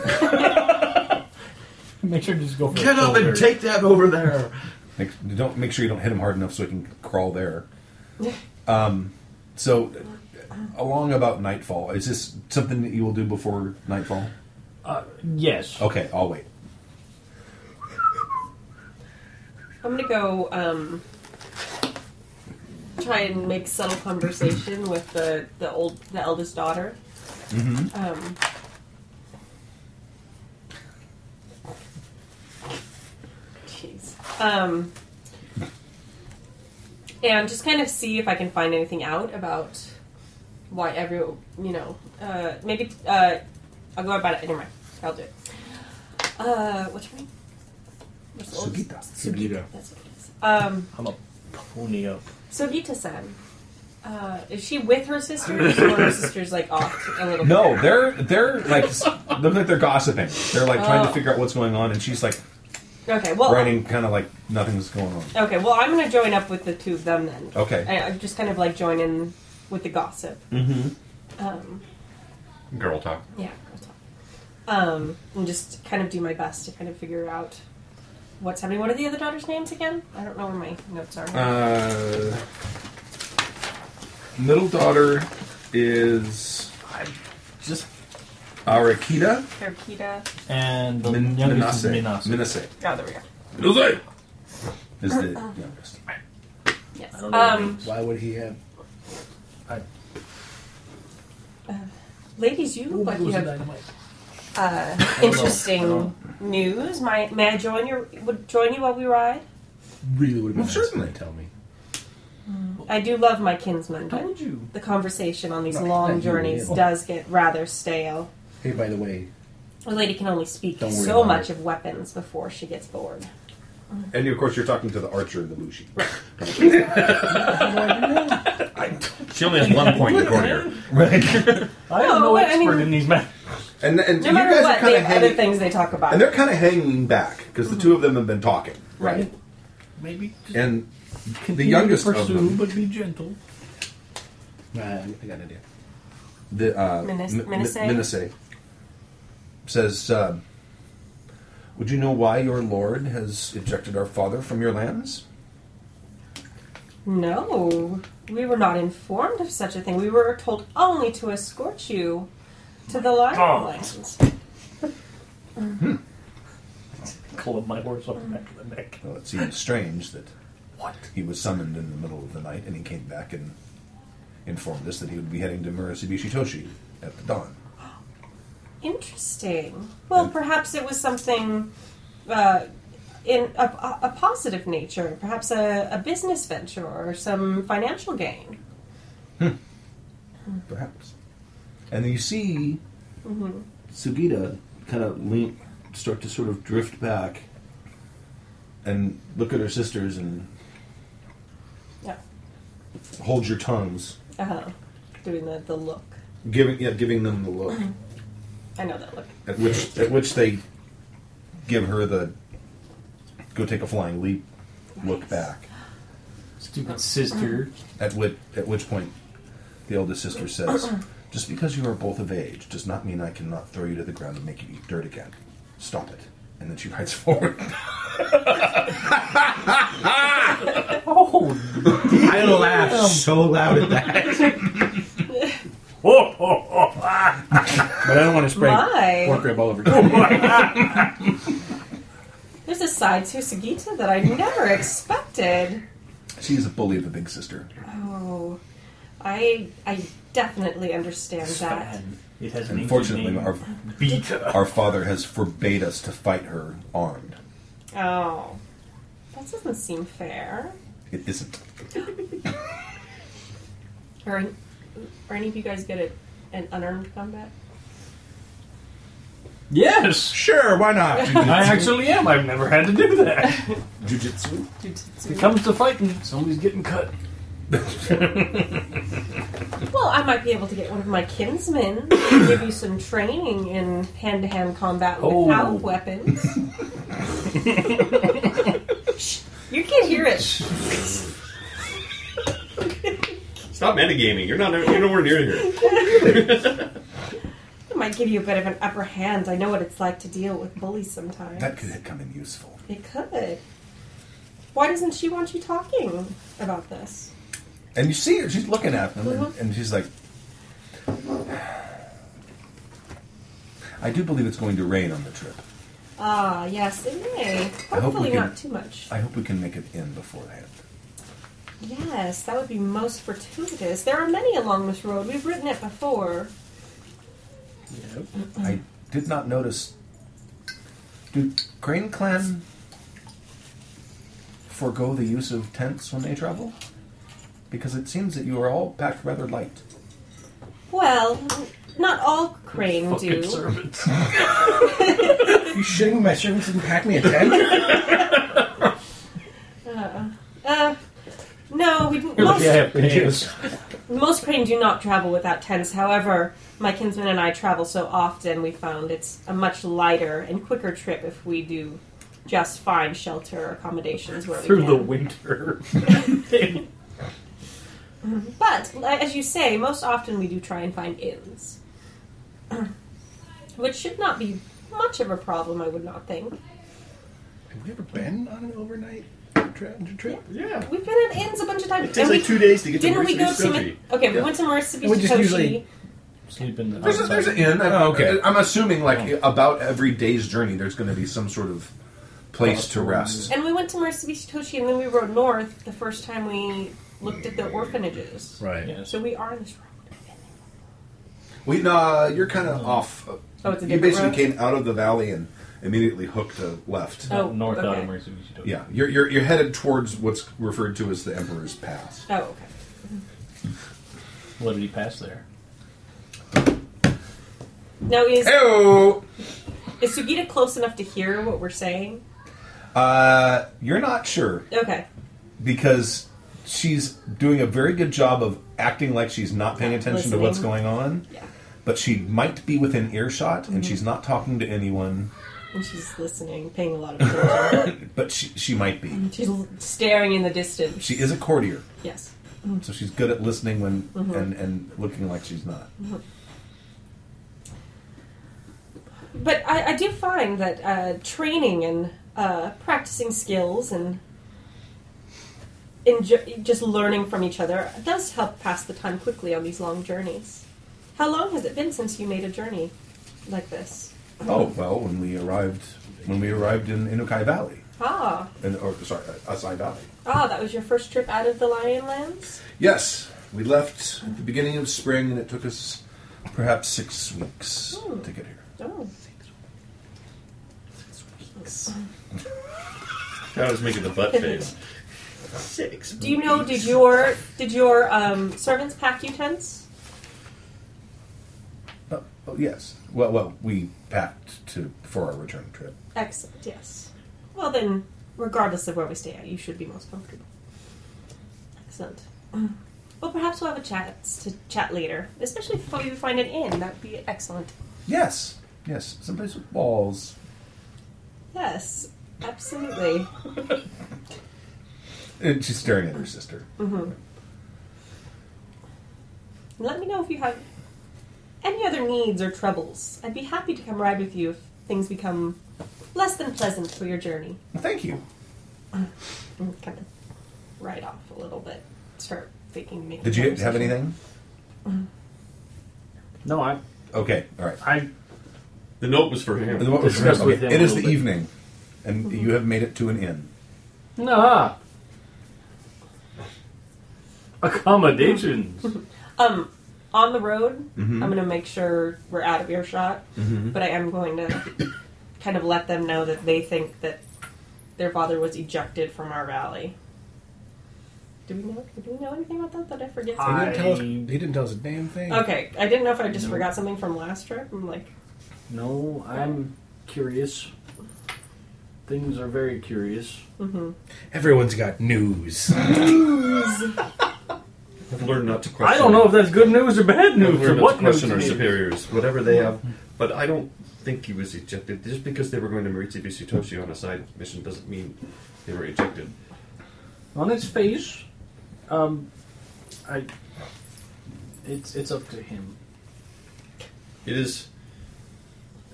[SPEAKER 4] Make sure to just go for
[SPEAKER 3] Get
[SPEAKER 4] a
[SPEAKER 3] up and
[SPEAKER 4] shoulder.
[SPEAKER 3] take that over there.
[SPEAKER 1] Make, don't make sure you don't hit him hard enough so he can crawl there. Um, so uh, along about nightfall, is this something that you will do before nightfall?
[SPEAKER 4] Yes.
[SPEAKER 1] Okay, I'll wait.
[SPEAKER 5] I'm gonna go um, try and make subtle conversation with the the old the eldest daughter. Um, Jeez. Um, and just kind of see if I can find anything out about why every you know uh, maybe uh, I'll go about it. Never mind, I'll do it. Uh, what's her name? What's the old-
[SPEAKER 1] Sugita.
[SPEAKER 5] Sugita. That's what it is. Um,
[SPEAKER 4] I'm a pony up.
[SPEAKER 5] Sugita-san. Uh, is she with her sisters, or her sisters like off a little?
[SPEAKER 1] No, they're they're like s- they're like they're gossiping. They're like trying to
[SPEAKER 5] Oh.
[SPEAKER 1] figure out what's going on, and she's like
[SPEAKER 5] bit? Okay, well,
[SPEAKER 1] writing kind of like nothing's going on.
[SPEAKER 5] okay, well, I'm gonna join up with the two of them then.
[SPEAKER 1] Okay.
[SPEAKER 5] I, I just kind of like join in with the gossip. Mm-hmm. Um,
[SPEAKER 3] Girl talk.
[SPEAKER 5] Yeah, girl talk. Um, and just kind of do my best to kind of figure out what's happening. What are the other daughters' names again? I don't know where my notes are.
[SPEAKER 6] Uh, middle daughter is
[SPEAKER 4] Just
[SPEAKER 6] Arakita
[SPEAKER 5] Perkita.
[SPEAKER 4] and the
[SPEAKER 6] Min-
[SPEAKER 4] youngest
[SPEAKER 6] Minase.
[SPEAKER 4] is Minase.
[SPEAKER 6] Minase.
[SPEAKER 5] Oh, there we go.
[SPEAKER 6] Minase
[SPEAKER 1] Is the
[SPEAKER 5] Uh-uh.
[SPEAKER 1] youngest.
[SPEAKER 5] Yes.
[SPEAKER 4] don't know the
[SPEAKER 5] Um,
[SPEAKER 4] names.
[SPEAKER 2] Why would he have?
[SPEAKER 5] ladies, you look like you have
[SPEAKER 4] dynamite.
[SPEAKER 5] uh, interesting news. My, may I join your would join you while we ride?
[SPEAKER 2] Really would have been
[SPEAKER 1] Well,
[SPEAKER 2] nice if
[SPEAKER 1] certainly.
[SPEAKER 2] they Tell me.
[SPEAKER 5] I do love my kinsman,
[SPEAKER 4] How
[SPEAKER 5] but
[SPEAKER 4] would you?
[SPEAKER 5] the conversation on these
[SPEAKER 2] Right, that
[SPEAKER 5] long
[SPEAKER 2] you
[SPEAKER 5] journeys
[SPEAKER 2] will.
[SPEAKER 5] does get rather stale.
[SPEAKER 2] Hey, by the way,
[SPEAKER 5] A lady can only speak
[SPEAKER 2] Don't worry
[SPEAKER 5] so
[SPEAKER 2] about
[SPEAKER 5] much of weapons before she gets bored.
[SPEAKER 6] And of course, you're talking to the archer and the Lushi.
[SPEAKER 3] She only has one point to go here.
[SPEAKER 4] I am
[SPEAKER 5] No,
[SPEAKER 4] no
[SPEAKER 5] but I
[SPEAKER 4] expert
[SPEAKER 5] mean-
[SPEAKER 4] in these matters.
[SPEAKER 6] And, and
[SPEAKER 5] No
[SPEAKER 6] you
[SPEAKER 5] matter
[SPEAKER 6] guys are
[SPEAKER 5] what,
[SPEAKER 6] kind
[SPEAKER 5] they
[SPEAKER 6] of
[SPEAKER 5] have other
[SPEAKER 6] hanging,
[SPEAKER 5] things they talk about.
[SPEAKER 6] and they're kind of hanging back because the two of them have been talking,
[SPEAKER 5] right.
[SPEAKER 4] Maybe just
[SPEAKER 6] and the
[SPEAKER 4] continue to
[SPEAKER 6] youngest of
[SPEAKER 4] pursue,
[SPEAKER 6] them,
[SPEAKER 4] but be gentle.
[SPEAKER 2] uh, I got an idea.
[SPEAKER 6] the uh,
[SPEAKER 5] Minas-
[SPEAKER 6] Mi- Mi-
[SPEAKER 5] Minase?
[SPEAKER 6] Minase, says, uh, "Would you know why your lord has ejected our father from your lands?"
[SPEAKER 5] No, we were not informed of such a thing. We were told only to escort you to the lion lands.
[SPEAKER 4] Club my horse off the back of the neck.
[SPEAKER 1] Well, it seems strange that he was summoned in the middle of the night, and he came back and informed us that he would be heading to Murasubishi Toshi at the dawn.
[SPEAKER 5] Interesting. Well, perhaps it was something uh, in a, a, a positive nature, perhaps a, a business venture or some financial gain.
[SPEAKER 1] perhaps. And you see,
[SPEAKER 7] Sugita kind of lean, start to sort of drift back
[SPEAKER 1] and look at her sisters and
[SPEAKER 5] Yeah.
[SPEAKER 1] hold your tongues,
[SPEAKER 5] Uh huh. Doing the, the look.
[SPEAKER 1] giving yeah, giving them the look.
[SPEAKER 5] I know that look.
[SPEAKER 1] at which at which they give her the go take a flying leap, look back.
[SPEAKER 4] Stupid sister.
[SPEAKER 1] At which at which point, the eldest sister says, "Just because you are both of age does not mean I cannot throw you to the ground and make you eat dirt again. Stop it." And then she rides forward.
[SPEAKER 4] Oh,
[SPEAKER 2] I laughed so loud at that,
[SPEAKER 4] oh, oh, oh.
[SPEAKER 2] but I don't want to spray
[SPEAKER 5] My.
[SPEAKER 2] pork rib all over. you.
[SPEAKER 5] There's a side to Sugita that I never expected.
[SPEAKER 1] she is a bully of the big sister.
[SPEAKER 5] Oh, I I definitely understand that.
[SPEAKER 4] Fan. It has an
[SPEAKER 1] Unfortunately, our
[SPEAKER 4] Unfortunately, beat.
[SPEAKER 1] our father has forbade us to fight her armed.
[SPEAKER 5] Oh, that doesn't seem fair.
[SPEAKER 1] It isn't.
[SPEAKER 5] Are are any of you guys good at an unarmed combat?
[SPEAKER 4] Yes,
[SPEAKER 1] Sure, why not?
[SPEAKER 4] I actually am. I've never had to do that.
[SPEAKER 6] Jujitsu.
[SPEAKER 4] If it comes to fighting, somebody's getting cut.
[SPEAKER 5] Well, I might be able to get one of my kinsmen to give you some training in hand-to-hand combat
[SPEAKER 4] Oh.
[SPEAKER 5] without weapons. Shh, you can't hear it.
[SPEAKER 3] Stop metagaming. You're not. You're nowhere near here.
[SPEAKER 5] It might give you a bit of an upper hand. I know what it's like to deal with bullies sometimes.
[SPEAKER 1] that could have come in useful.
[SPEAKER 5] It could. Why doesn't she want you talking about this?
[SPEAKER 1] And you see her, she's looking at them, and,
[SPEAKER 5] Mhm.
[SPEAKER 1] and she's like, I do believe it's going to rain on the trip.
[SPEAKER 5] Ah, yes, it may.
[SPEAKER 1] I hope we
[SPEAKER 5] Hopefully
[SPEAKER 1] can-
[SPEAKER 5] not too much.
[SPEAKER 1] I hope we can make it in beforehand.
[SPEAKER 5] Yes, that would be most fortuitous. There are many along this road. We've written it before.
[SPEAKER 1] I did not notice. Do Crane Clan forego the use of tents when they travel? Because it seems that you are all packed rather light.
[SPEAKER 5] Well, not all crane do.
[SPEAKER 4] Fucking servants.
[SPEAKER 2] You shitting my servants didn't pack me a tent?
[SPEAKER 5] Uh, no, we didn't.
[SPEAKER 4] You're lucky I
[SPEAKER 5] Most,
[SPEAKER 4] have pants.
[SPEAKER 5] most crane do not travel without tents. However, my kinsman and I travel so often, we found it's a much lighter and quicker trip if we do just find shelter or accommodations where we
[SPEAKER 4] Through the
[SPEAKER 5] can.
[SPEAKER 4] winter.
[SPEAKER 5] But li- as you say, most often we do try and find inns, which should not be much of a problem, I would not think.
[SPEAKER 2] Have we ever been on an overnight tra- trip?
[SPEAKER 8] Yeah.
[SPEAKER 5] We've been at inns a bunch of times.
[SPEAKER 8] It takes like two days to get to
[SPEAKER 5] Didn't we go
[SPEAKER 8] Mauritius.
[SPEAKER 5] to? Mi- okay, we
[SPEAKER 8] Yeah.
[SPEAKER 5] went to Marissa
[SPEAKER 2] And we just
[SPEAKER 5] Beach,
[SPEAKER 2] usually-
[SPEAKER 4] Sleep in the
[SPEAKER 6] There's, a,
[SPEAKER 1] Um,
[SPEAKER 4] outside.
[SPEAKER 6] there's an inn. I-
[SPEAKER 2] Oh, okay.
[SPEAKER 6] I'm assuming like about every day's journey, there's going to be some sort of place to rest.
[SPEAKER 5] and we went to Marissa Beach, Toshi, and then we rode north the first time we looked at the orphanages.
[SPEAKER 2] Right.
[SPEAKER 4] Yes.
[SPEAKER 5] So we are in this road.
[SPEAKER 6] We nah, you're kind of off.
[SPEAKER 5] Oh, it's a
[SPEAKER 6] you
[SPEAKER 5] different
[SPEAKER 6] basically
[SPEAKER 5] road?
[SPEAKER 6] came out of the valley and immediately hooked a left.
[SPEAKER 5] Oh,
[SPEAKER 4] north out
[SPEAKER 5] okay.
[SPEAKER 4] of Mercy Beach.
[SPEAKER 6] Yeah, you're, you're you're headed towards what's referred to as the Emperor's Pass.
[SPEAKER 5] Oh, okay.
[SPEAKER 4] What did he pass there?
[SPEAKER 5] Now is
[SPEAKER 6] Oh,
[SPEAKER 5] is Sugita close enough to hear what we're saying?
[SPEAKER 1] Uh, you're not sure
[SPEAKER 5] Okay.
[SPEAKER 1] because she's doing a very good job of acting like she's not paying attention
[SPEAKER 5] Listening.
[SPEAKER 1] to what's going on,
[SPEAKER 5] Yeah. Mm-hmm.
[SPEAKER 1] but she might be within earshot and she's not talking to anyone,
[SPEAKER 5] And she's listening, paying a lot of attention.
[SPEAKER 1] but she, she might be.
[SPEAKER 5] she's l- staring in the distance.
[SPEAKER 1] She is a courtier,
[SPEAKER 5] Yes.
[SPEAKER 1] so she's good at listening when
[SPEAKER 5] Mm-hmm.
[SPEAKER 1] and, and looking like she's not.
[SPEAKER 5] But I, I do find that uh, training and uh, practicing skills and enjo- just learning from each other does help pass the time quickly on these long journeys. How long has it been since you made a journey like this?
[SPEAKER 1] Oh well, when we arrived when we arrived in Inukai Valley,
[SPEAKER 5] Ah,
[SPEAKER 1] and or sorry, uh, Asai Valley.
[SPEAKER 5] ah, that was your first trip out of the Lion Lands?
[SPEAKER 6] Yes, we left at the beginning of spring, and it took us
[SPEAKER 1] Perhaps six weeks
[SPEAKER 5] Hmm.
[SPEAKER 1] to get here.
[SPEAKER 5] Oh.
[SPEAKER 8] I was making the butt face. Six.
[SPEAKER 5] Do you know? Did your did your um, servants pack you tents?
[SPEAKER 1] Oh, oh, yes. Well, well, we packed to for our return trip.
[SPEAKER 5] Excellent. Yes. Well then, regardless of where we stay at, you should be most comfortable. Excellent. Well, perhaps we'll have a chat to chat later, especially before you find an inn. That would be excellent.
[SPEAKER 1] Yes, yes, someplace with walls.
[SPEAKER 5] Yes, absolutely.
[SPEAKER 1] And Uh, she's staring at her sister.
[SPEAKER 5] Let me know if you have any other needs or troubles. I'd be happy to come ride with you if things become less than pleasant for your journey.
[SPEAKER 1] Well, thank you.
[SPEAKER 5] And kind of ride off a little bit. Start thinking. making
[SPEAKER 1] Did you have
[SPEAKER 5] conversation.
[SPEAKER 1] anything?
[SPEAKER 3] No, I.
[SPEAKER 1] Okay, all right.
[SPEAKER 3] I.
[SPEAKER 8] The note was for him.
[SPEAKER 1] And what was-
[SPEAKER 4] Discuss with
[SPEAKER 1] okay,
[SPEAKER 4] him
[SPEAKER 1] it
[SPEAKER 4] a
[SPEAKER 1] is the
[SPEAKER 4] little bit.
[SPEAKER 1] evening, and you have made it to an inn.
[SPEAKER 4] Nah. Accommodations.
[SPEAKER 5] Um, on the road, I'm going to make sure we're out of earshot, but I am going to kind of let them know that they think that their father was ejected from our valley. Do we know? Do we know anything about that? That I forget.
[SPEAKER 2] He
[SPEAKER 5] something?
[SPEAKER 2] didn't, tell us, he didn't tell us a damn thing.
[SPEAKER 5] Okay, I didn't know if I just
[SPEAKER 4] No.
[SPEAKER 5] forgot something from last trip. I'm like,
[SPEAKER 4] no, I'm curious. Things are very curious.
[SPEAKER 2] Everyone's got news.
[SPEAKER 8] I've learned not to question.
[SPEAKER 4] I don't know if that's good news or bad
[SPEAKER 8] I've
[SPEAKER 4] news or
[SPEAKER 8] learned not
[SPEAKER 4] what
[SPEAKER 8] to
[SPEAKER 4] news.
[SPEAKER 8] question
[SPEAKER 4] it
[SPEAKER 8] our
[SPEAKER 4] is.
[SPEAKER 8] superiors, whatever they have. But I don't think he was ejected. Just because they were going to Maritsubishi Toshi on a side mission doesn't mean they were ejected.
[SPEAKER 4] On its face, um, I. It's it's up to him.
[SPEAKER 8] It is.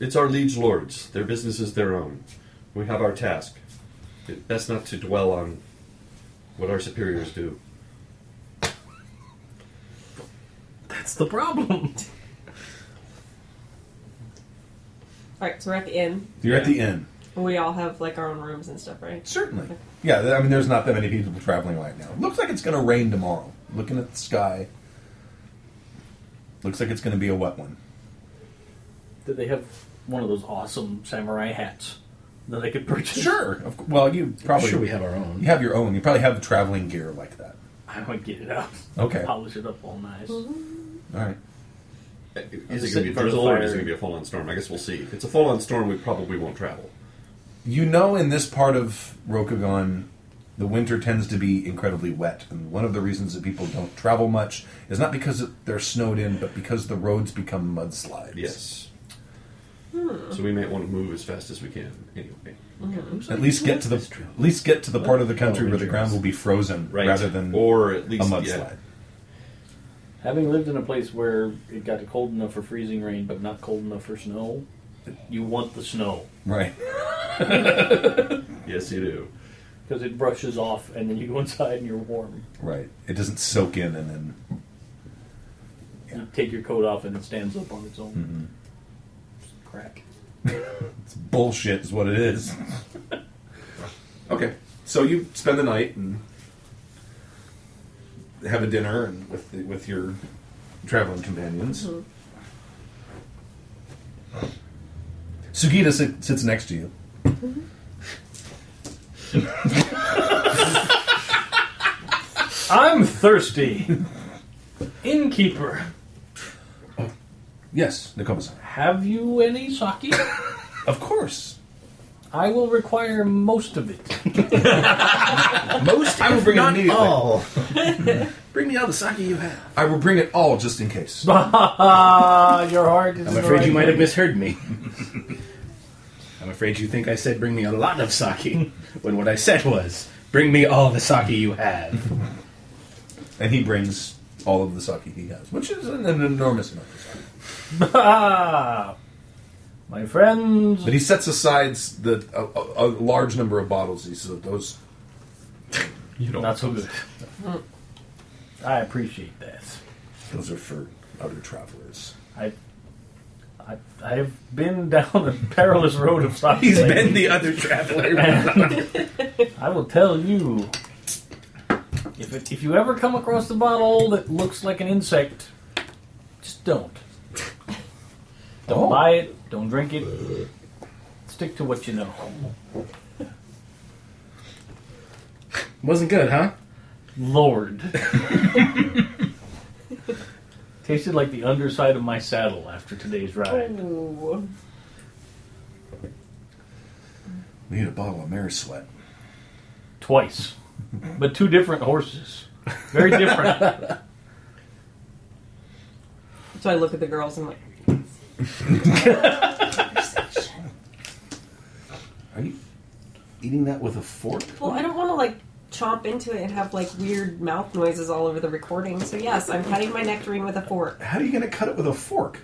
[SPEAKER 8] It's our liege lords. Their business is their own. We have our task. It, best not to dwell on what our superiors do.
[SPEAKER 4] That's the problem.
[SPEAKER 5] all right, so we're at the inn.
[SPEAKER 1] You're at the inn.
[SPEAKER 5] We all have like our own rooms and stuff, right?
[SPEAKER 1] Certainly. Yeah, th- I mean, there's not that many people traveling right now. Looks like it's going to rain tomorrow. Looking at the sky, looks like it's going to be a wet one.
[SPEAKER 4] Did they have one of those awesome samurai hats that I could purchase?
[SPEAKER 1] Sure. Of, cou- well, you probably
[SPEAKER 2] sure we have our own.
[SPEAKER 1] You have your own. You probably have traveling gear like that.
[SPEAKER 4] I would get it out.
[SPEAKER 1] Okay.
[SPEAKER 4] Polish it up all nice.
[SPEAKER 1] All right.
[SPEAKER 8] Uh, Is
[SPEAKER 4] just
[SPEAKER 8] it going to be
[SPEAKER 4] sitting in front of
[SPEAKER 8] drizzle
[SPEAKER 4] the
[SPEAKER 8] or is it
[SPEAKER 4] fire.
[SPEAKER 8] going to be a full on storm? I guess we'll see. If it's a full on storm, we probably won't travel.
[SPEAKER 1] You know, in this part of Rokugan, the winter tends to be incredibly wet, and one of the reasons that people don't travel much is not because it- they're snowed in, but because the roads become mudslides.
[SPEAKER 8] Yes. So we might want to move as fast as we can. Anyway,
[SPEAKER 1] At least get to the at least get to the part of the country where the ground will be frozen
[SPEAKER 8] right?
[SPEAKER 1] rather than
[SPEAKER 8] or at
[SPEAKER 1] a
[SPEAKER 8] least
[SPEAKER 1] mudslide.
[SPEAKER 8] yeah.
[SPEAKER 4] Having lived in a place where it got cold enough for freezing rain, but not cold enough for snow, you want the snow
[SPEAKER 1] Right.
[SPEAKER 8] Yes, you do.
[SPEAKER 4] because it brushes off, and then you go inside and you're warm.
[SPEAKER 1] Right. It doesn't soak in and then
[SPEAKER 4] You take your coat off, and it stands up on its own. Crack.
[SPEAKER 1] it's bullshit is what it is.
[SPEAKER 6] Okay, so you spend the night and have a dinner and with the, with your traveling companions.
[SPEAKER 1] Mm-hmm. Sugita sit, sits next to you.
[SPEAKER 4] I'm thirsty. Innkeeper,
[SPEAKER 1] Yes, Nakoma-san.
[SPEAKER 4] have you any sake?
[SPEAKER 1] Of course.
[SPEAKER 4] I will require most of it.
[SPEAKER 1] Most I will bring it immediately.
[SPEAKER 2] Oh,
[SPEAKER 1] Bring me all the sake you have. I will bring it all just in case.
[SPEAKER 4] Ah, your heart is.
[SPEAKER 2] I'm
[SPEAKER 4] the
[SPEAKER 2] afraid
[SPEAKER 4] right
[SPEAKER 2] you might have
[SPEAKER 4] place.
[SPEAKER 2] misheard me. I'm afraid you think I said bring me a lot of sake when what I said was bring me all the sake you have.
[SPEAKER 1] And he brings all of the sake he has, which is an, an enormous amount of sake.
[SPEAKER 4] Ah, my friends.
[SPEAKER 1] But he sets aside s- the, a, a, a large number of bottles. He says, those.
[SPEAKER 8] You don't.
[SPEAKER 4] Not so good. I appreciate that.
[SPEAKER 1] Those are for other travelers.
[SPEAKER 4] I, I, I've been down the perilous road of sake.
[SPEAKER 2] He's been the other traveler.
[SPEAKER 4] I will tell you. If, it, if you ever come across the bottle that looks like an insect, just don't. Don't
[SPEAKER 1] Oh.
[SPEAKER 4] buy it. Don't drink it. Stick to what you know.
[SPEAKER 2] Wasn't good, huh?
[SPEAKER 4] Lord. Tasted like the underside of my saddle after today's ride.
[SPEAKER 5] Ooh.
[SPEAKER 1] We need a bottle of mare sweat.
[SPEAKER 4] Twice. But two different horses. Very different.
[SPEAKER 5] So I look at the girls and I'm like,
[SPEAKER 7] Are you eating that with a fork?
[SPEAKER 5] well, I don't want to like chomp into it and have like weird mouth noises all over the recording. So yes, I'm cutting my nectarine with a fork.
[SPEAKER 1] How are you going to cut it with a fork?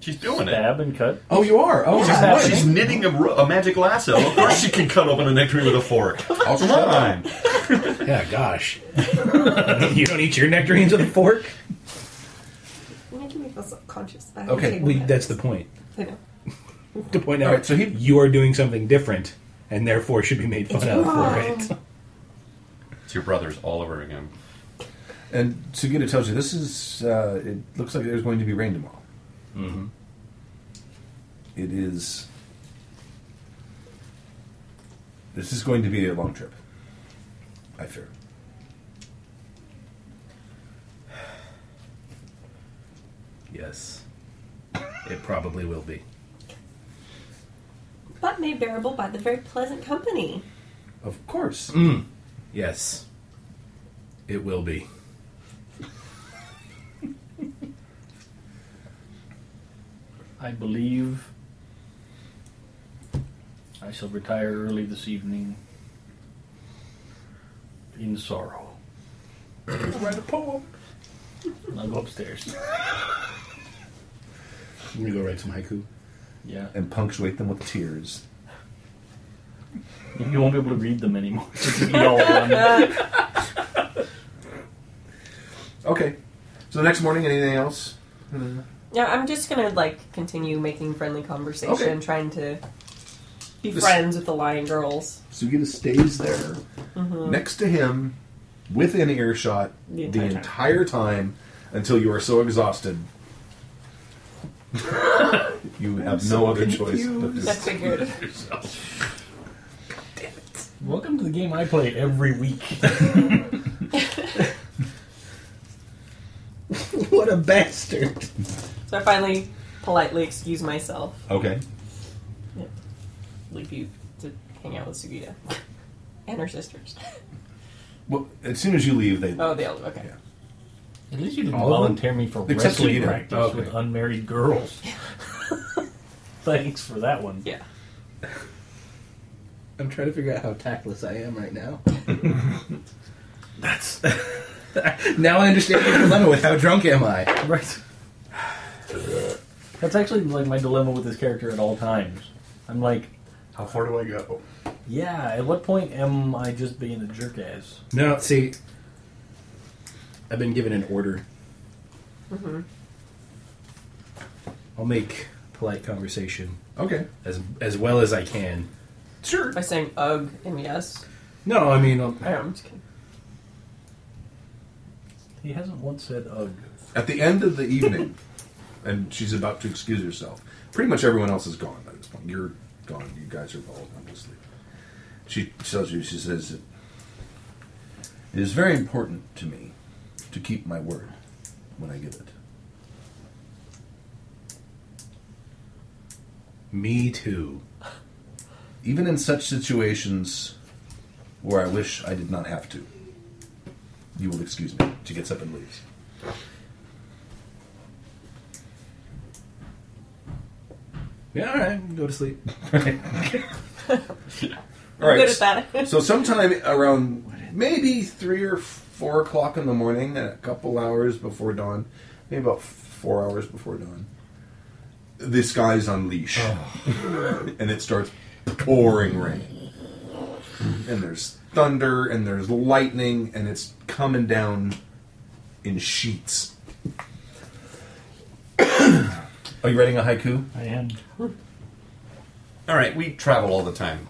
[SPEAKER 8] She's doing it.
[SPEAKER 4] Stab and cut.
[SPEAKER 1] Oh, you are. Oh,
[SPEAKER 4] Yeah.
[SPEAKER 1] right.
[SPEAKER 8] She's knitting a, ro- a magic lasso. Of course, she can cut open a nectarine with a fork.
[SPEAKER 1] I'll shut up.
[SPEAKER 2] Yeah, gosh. you don't eat your nectarines with a fork?
[SPEAKER 5] You're making me feel self-conscious. about
[SPEAKER 1] Okay,
[SPEAKER 5] taking
[SPEAKER 2] We,
[SPEAKER 5] that.
[SPEAKER 2] that's the point.
[SPEAKER 5] I know.
[SPEAKER 2] To point out,
[SPEAKER 1] All right, so he-
[SPEAKER 2] you are doing something different, and therefore should be made fun of for
[SPEAKER 5] wrong.
[SPEAKER 2] it.
[SPEAKER 3] It's your brother's all over again.
[SPEAKER 1] And Sugita tells you this is. Uh, it looks like there's going to be rain tomorrow. Mm-hmm. is. This is going to be a long trip. I fear.
[SPEAKER 2] Yes, it probably will be.
[SPEAKER 5] But made bearable by the very pleasant company.
[SPEAKER 1] Of course.
[SPEAKER 2] Mm. Yes, it will be.
[SPEAKER 4] I believe I shall retire early this evening in sorrow.
[SPEAKER 1] Write a poem.
[SPEAKER 4] And I'll go upstairs.
[SPEAKER 2] I'm gonna go write some haiku.
[SPEAKER 4] Yeah.
[SPEAKER 1] And punctuate them with tears.
[SPEAKER 4] You won't be able to read them anymore. It'll be all done.
[SPEAKER 6] Okay, so the next morning, anything else?
[SPEAKER 5] Yeah, I'm just gonna like continue making friendly conversation,
[SPEAKER 6] Okay.
[SPEAKER 5] trying to be
[SPEAKER 6] This-
[SPEAKER 5] friends with the lion girls.
[SPEAKER 1] Sugita stays there, next to him, within earshot,
[SPEAKER 5] The
[SPEAKER 1] Mm-hmm. the
[SPEAKER 5] entire
[SPEAKER 1] entire,
[SPEAKER 5] time.
[SPEAKER 1] time until you are so exhausted. you have no other choice but to
[SPEAKER 5] I figured.
[SPEAKER 4] Welcome to the game I play every week.
[SPEAKER 2] what a bastard!
[SPEAKER 5] So I finally politely excuse myself,
[SPEAKER 1] Okay.
[SPEAKER 5] leave you to hang out with Sugita and her sisters.
[SPEAKER 1] Well, as soon as you leave, they.
[SPEAKER 5] Oh, they all do. Okay.
[SPEAKER 4] At least you didn't
[SPEAKER 2] All of them?
[SPEAKER 4] volunteer me for
[SPEAKER 1] Except
[SPEAKER 4] wrestling
[SPEAKER 1] Lita.
[SPEAKER 4] practice
[SPEAKER 2] Okay.
[SPEAKER 4] with unmarried girls. Thanks for that one.
[SPEAKER 5] Yeah.
[SPEAKER 7] I'm trying to figure out how tactless I am right now.
[SPEAKER 2] That's
[SPEAKER 7] Now I understand your dilemma with how drunk am I?
[SPEAKER 4] Right. That's actually like my dilemma with this character at all times. I'm like,
[SPEAKER 3] How far do I go?
[SPEAKER 4] yeah, at what point am I just being a jerk ass?
[SPEAKER 2] no. See, I've been given an order.
[SPEAKER 7] Mm-hmm.
[SPEAKER 2] I'll make polite conversation
[SPEAKER 1] Okay.
[SPEAKER 2] as as well as I can.
[SPEAKER 1] Sure.
[SPEAKER 5] By saying ugh and yes.
[SPEAKER 2] No, I mean, uh, I'll,
[SPEAKER 5] I know, I'm just kidding.
[SPEAKER 4] He hasn't once said ugh.
[SPEAKER 6] At the end of the evening, and she's about to excuse herself. Pretty much everyone else is gone by this point. You're gone. You guys are all gone to sleep. She tells you. She says, "It is very important to me to keep my word when I give it."
[SPEAKER 2] me too.
[SPEAKER 6] even in such situations where I wish I did not have to. You will excuse me. She gets up and leaves.
[SPEAKER 2] Yeah, all right, go to sleep.
[SPEAKER 6] All
[SPEAKER 5] I'm
[SPEAKER 6] right.
[SPEAKER 5] good at that.
[SPEAKER 6] So sometime around maybe three or four o'clock in the morning, a couple hours before dawn, maybe about four hours before dawn, the skies unleash, and it starts pouring rain. And there's thunder, and there's lightning, and it's coming down in sheets.
[SPEAKER 1] Are you writing a haiku?
[SPEAKER 4] I am.
[SPEAKER 3] All right, we travel all the time.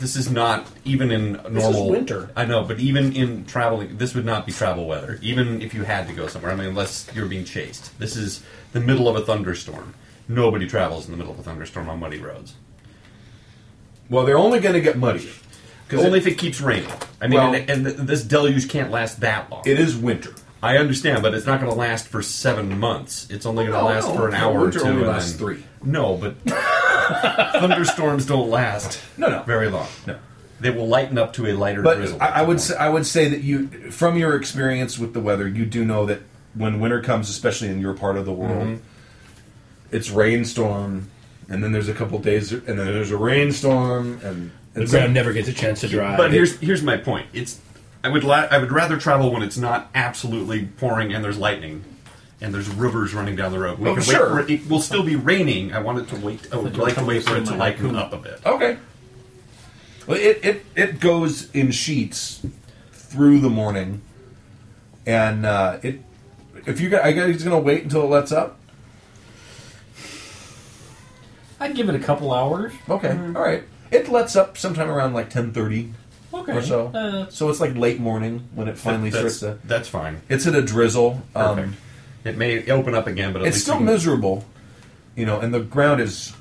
[SPEAKER 3] This is not even in normal
[SPEAKER 1] winter.
[SPEAKER 3] I know, but even in traveling, this would not be travel weather. Even if you had to go somewhere, I mean, unless you're being chased. This is the middle of a thunderstorm. Nobody travels in the middle of a thunderstorm on muddy roads.
[SPEAKER 6] Well, they're only going to get muddier. Because
[SPEAKER 3] Only if it keeps raining. I mean,
[SPEAKER 6] Well-
[SPEAKER 3] and, and th- this deluge can't last that long.
[SPEAKER 6] it is winter.
[SPEAKER 3] I understand, but it's not going to last for seven months. It's only going to
[SPEAKER 6] No,
[SPEAKER 3] last
[SPEAKER 6] no,
[SPEAKER 3] for an
[SPEAKER 6] no,
[SPEAKER 3] hour or
[SPEAKER 6] winter
[SPEAKER 3] two.
[SPEAKER 6] only
[SPEAKER 3] and
[SPEAKER 6] lasts
[SPEAKER 3] then-
[SPEAKER 6] three.
[SPEAKER 3] No, but thunderstorms don't last.
[SPEAKER 6] No, no.
[SPEAKER 3] very long.
[SPEAKER 6] No.
[SPEAKER 3] they will lighten up to a lighter drizzle.
[SPEAKER 1] But I, I
[SPEAKER 3] at
[SPEAKER 1] would
[SPEAKER 3] some
[SPEAKER 1] say,
[SPEAKER 3] point.
[SPEAKER 1] I would say that you, from your experience with the weather, you do know that when winter comes, especially in your part of the world,
[SPEAKER 2] Mm-hmm.
[SPEAKER 1] it's rainstorm, and then there's a couple days, and then there's a rainstorm, and,
[SPEAKER 2] The
[SPEAKER 1] and
[SPEAKER 2] ground never gets a chance to
[SPEAKER 1] uh,
[SPEAKER 2] dry.
[SPEAKER 3] But here's here's my point. It's I would la- I would rather travel when it's not absolutely pouring and there's lightning and there's rivers running down the road. We
[SPEAKER 1] Oh,
[SPEAKER 3] can
[SPEAKER 1] sure.
[SPEAKER 3] wait for it. it will still be raining. I want it to wait. I would like to wait for it to lighten up a bit.
[SPEAKER 1] Okay. Well, it, it, it goes in sheets through the morning, and uh, it if you guys, I guess it's gonna wait until it lets up.
[SPEAKER 4] I'd give it a couple hours.
[SPEAKER 1] Okay,
[SPEAKER 2] Mm-hmm.
[SPEAKER 1] all right. It lets up sometime around like ten thirty
[SPEAKER 4] Okay.
[SPEAKER 1] Oh, or so.
[SPEAKER 4] Uh,
[SPEAKER 1] so it's like late morning when it finally
[SPEAKER 3] that's,
[SPEAKER 1] starts to.
[SPEAKER 3] that's fine.
[SPEAKER 1] It's at a drizzle.
[SPEAKER 3] Perfect.
[SPEAKER 1] Um,
[SPEAKER 3] it may open up again, but at
[SPEAKER 1] it's
[SPEAKER 3] least
[SPEAKER 1] still
[SPEAKER 3] we can-
[SPEAKER 1] miserable, you know, and the ground is.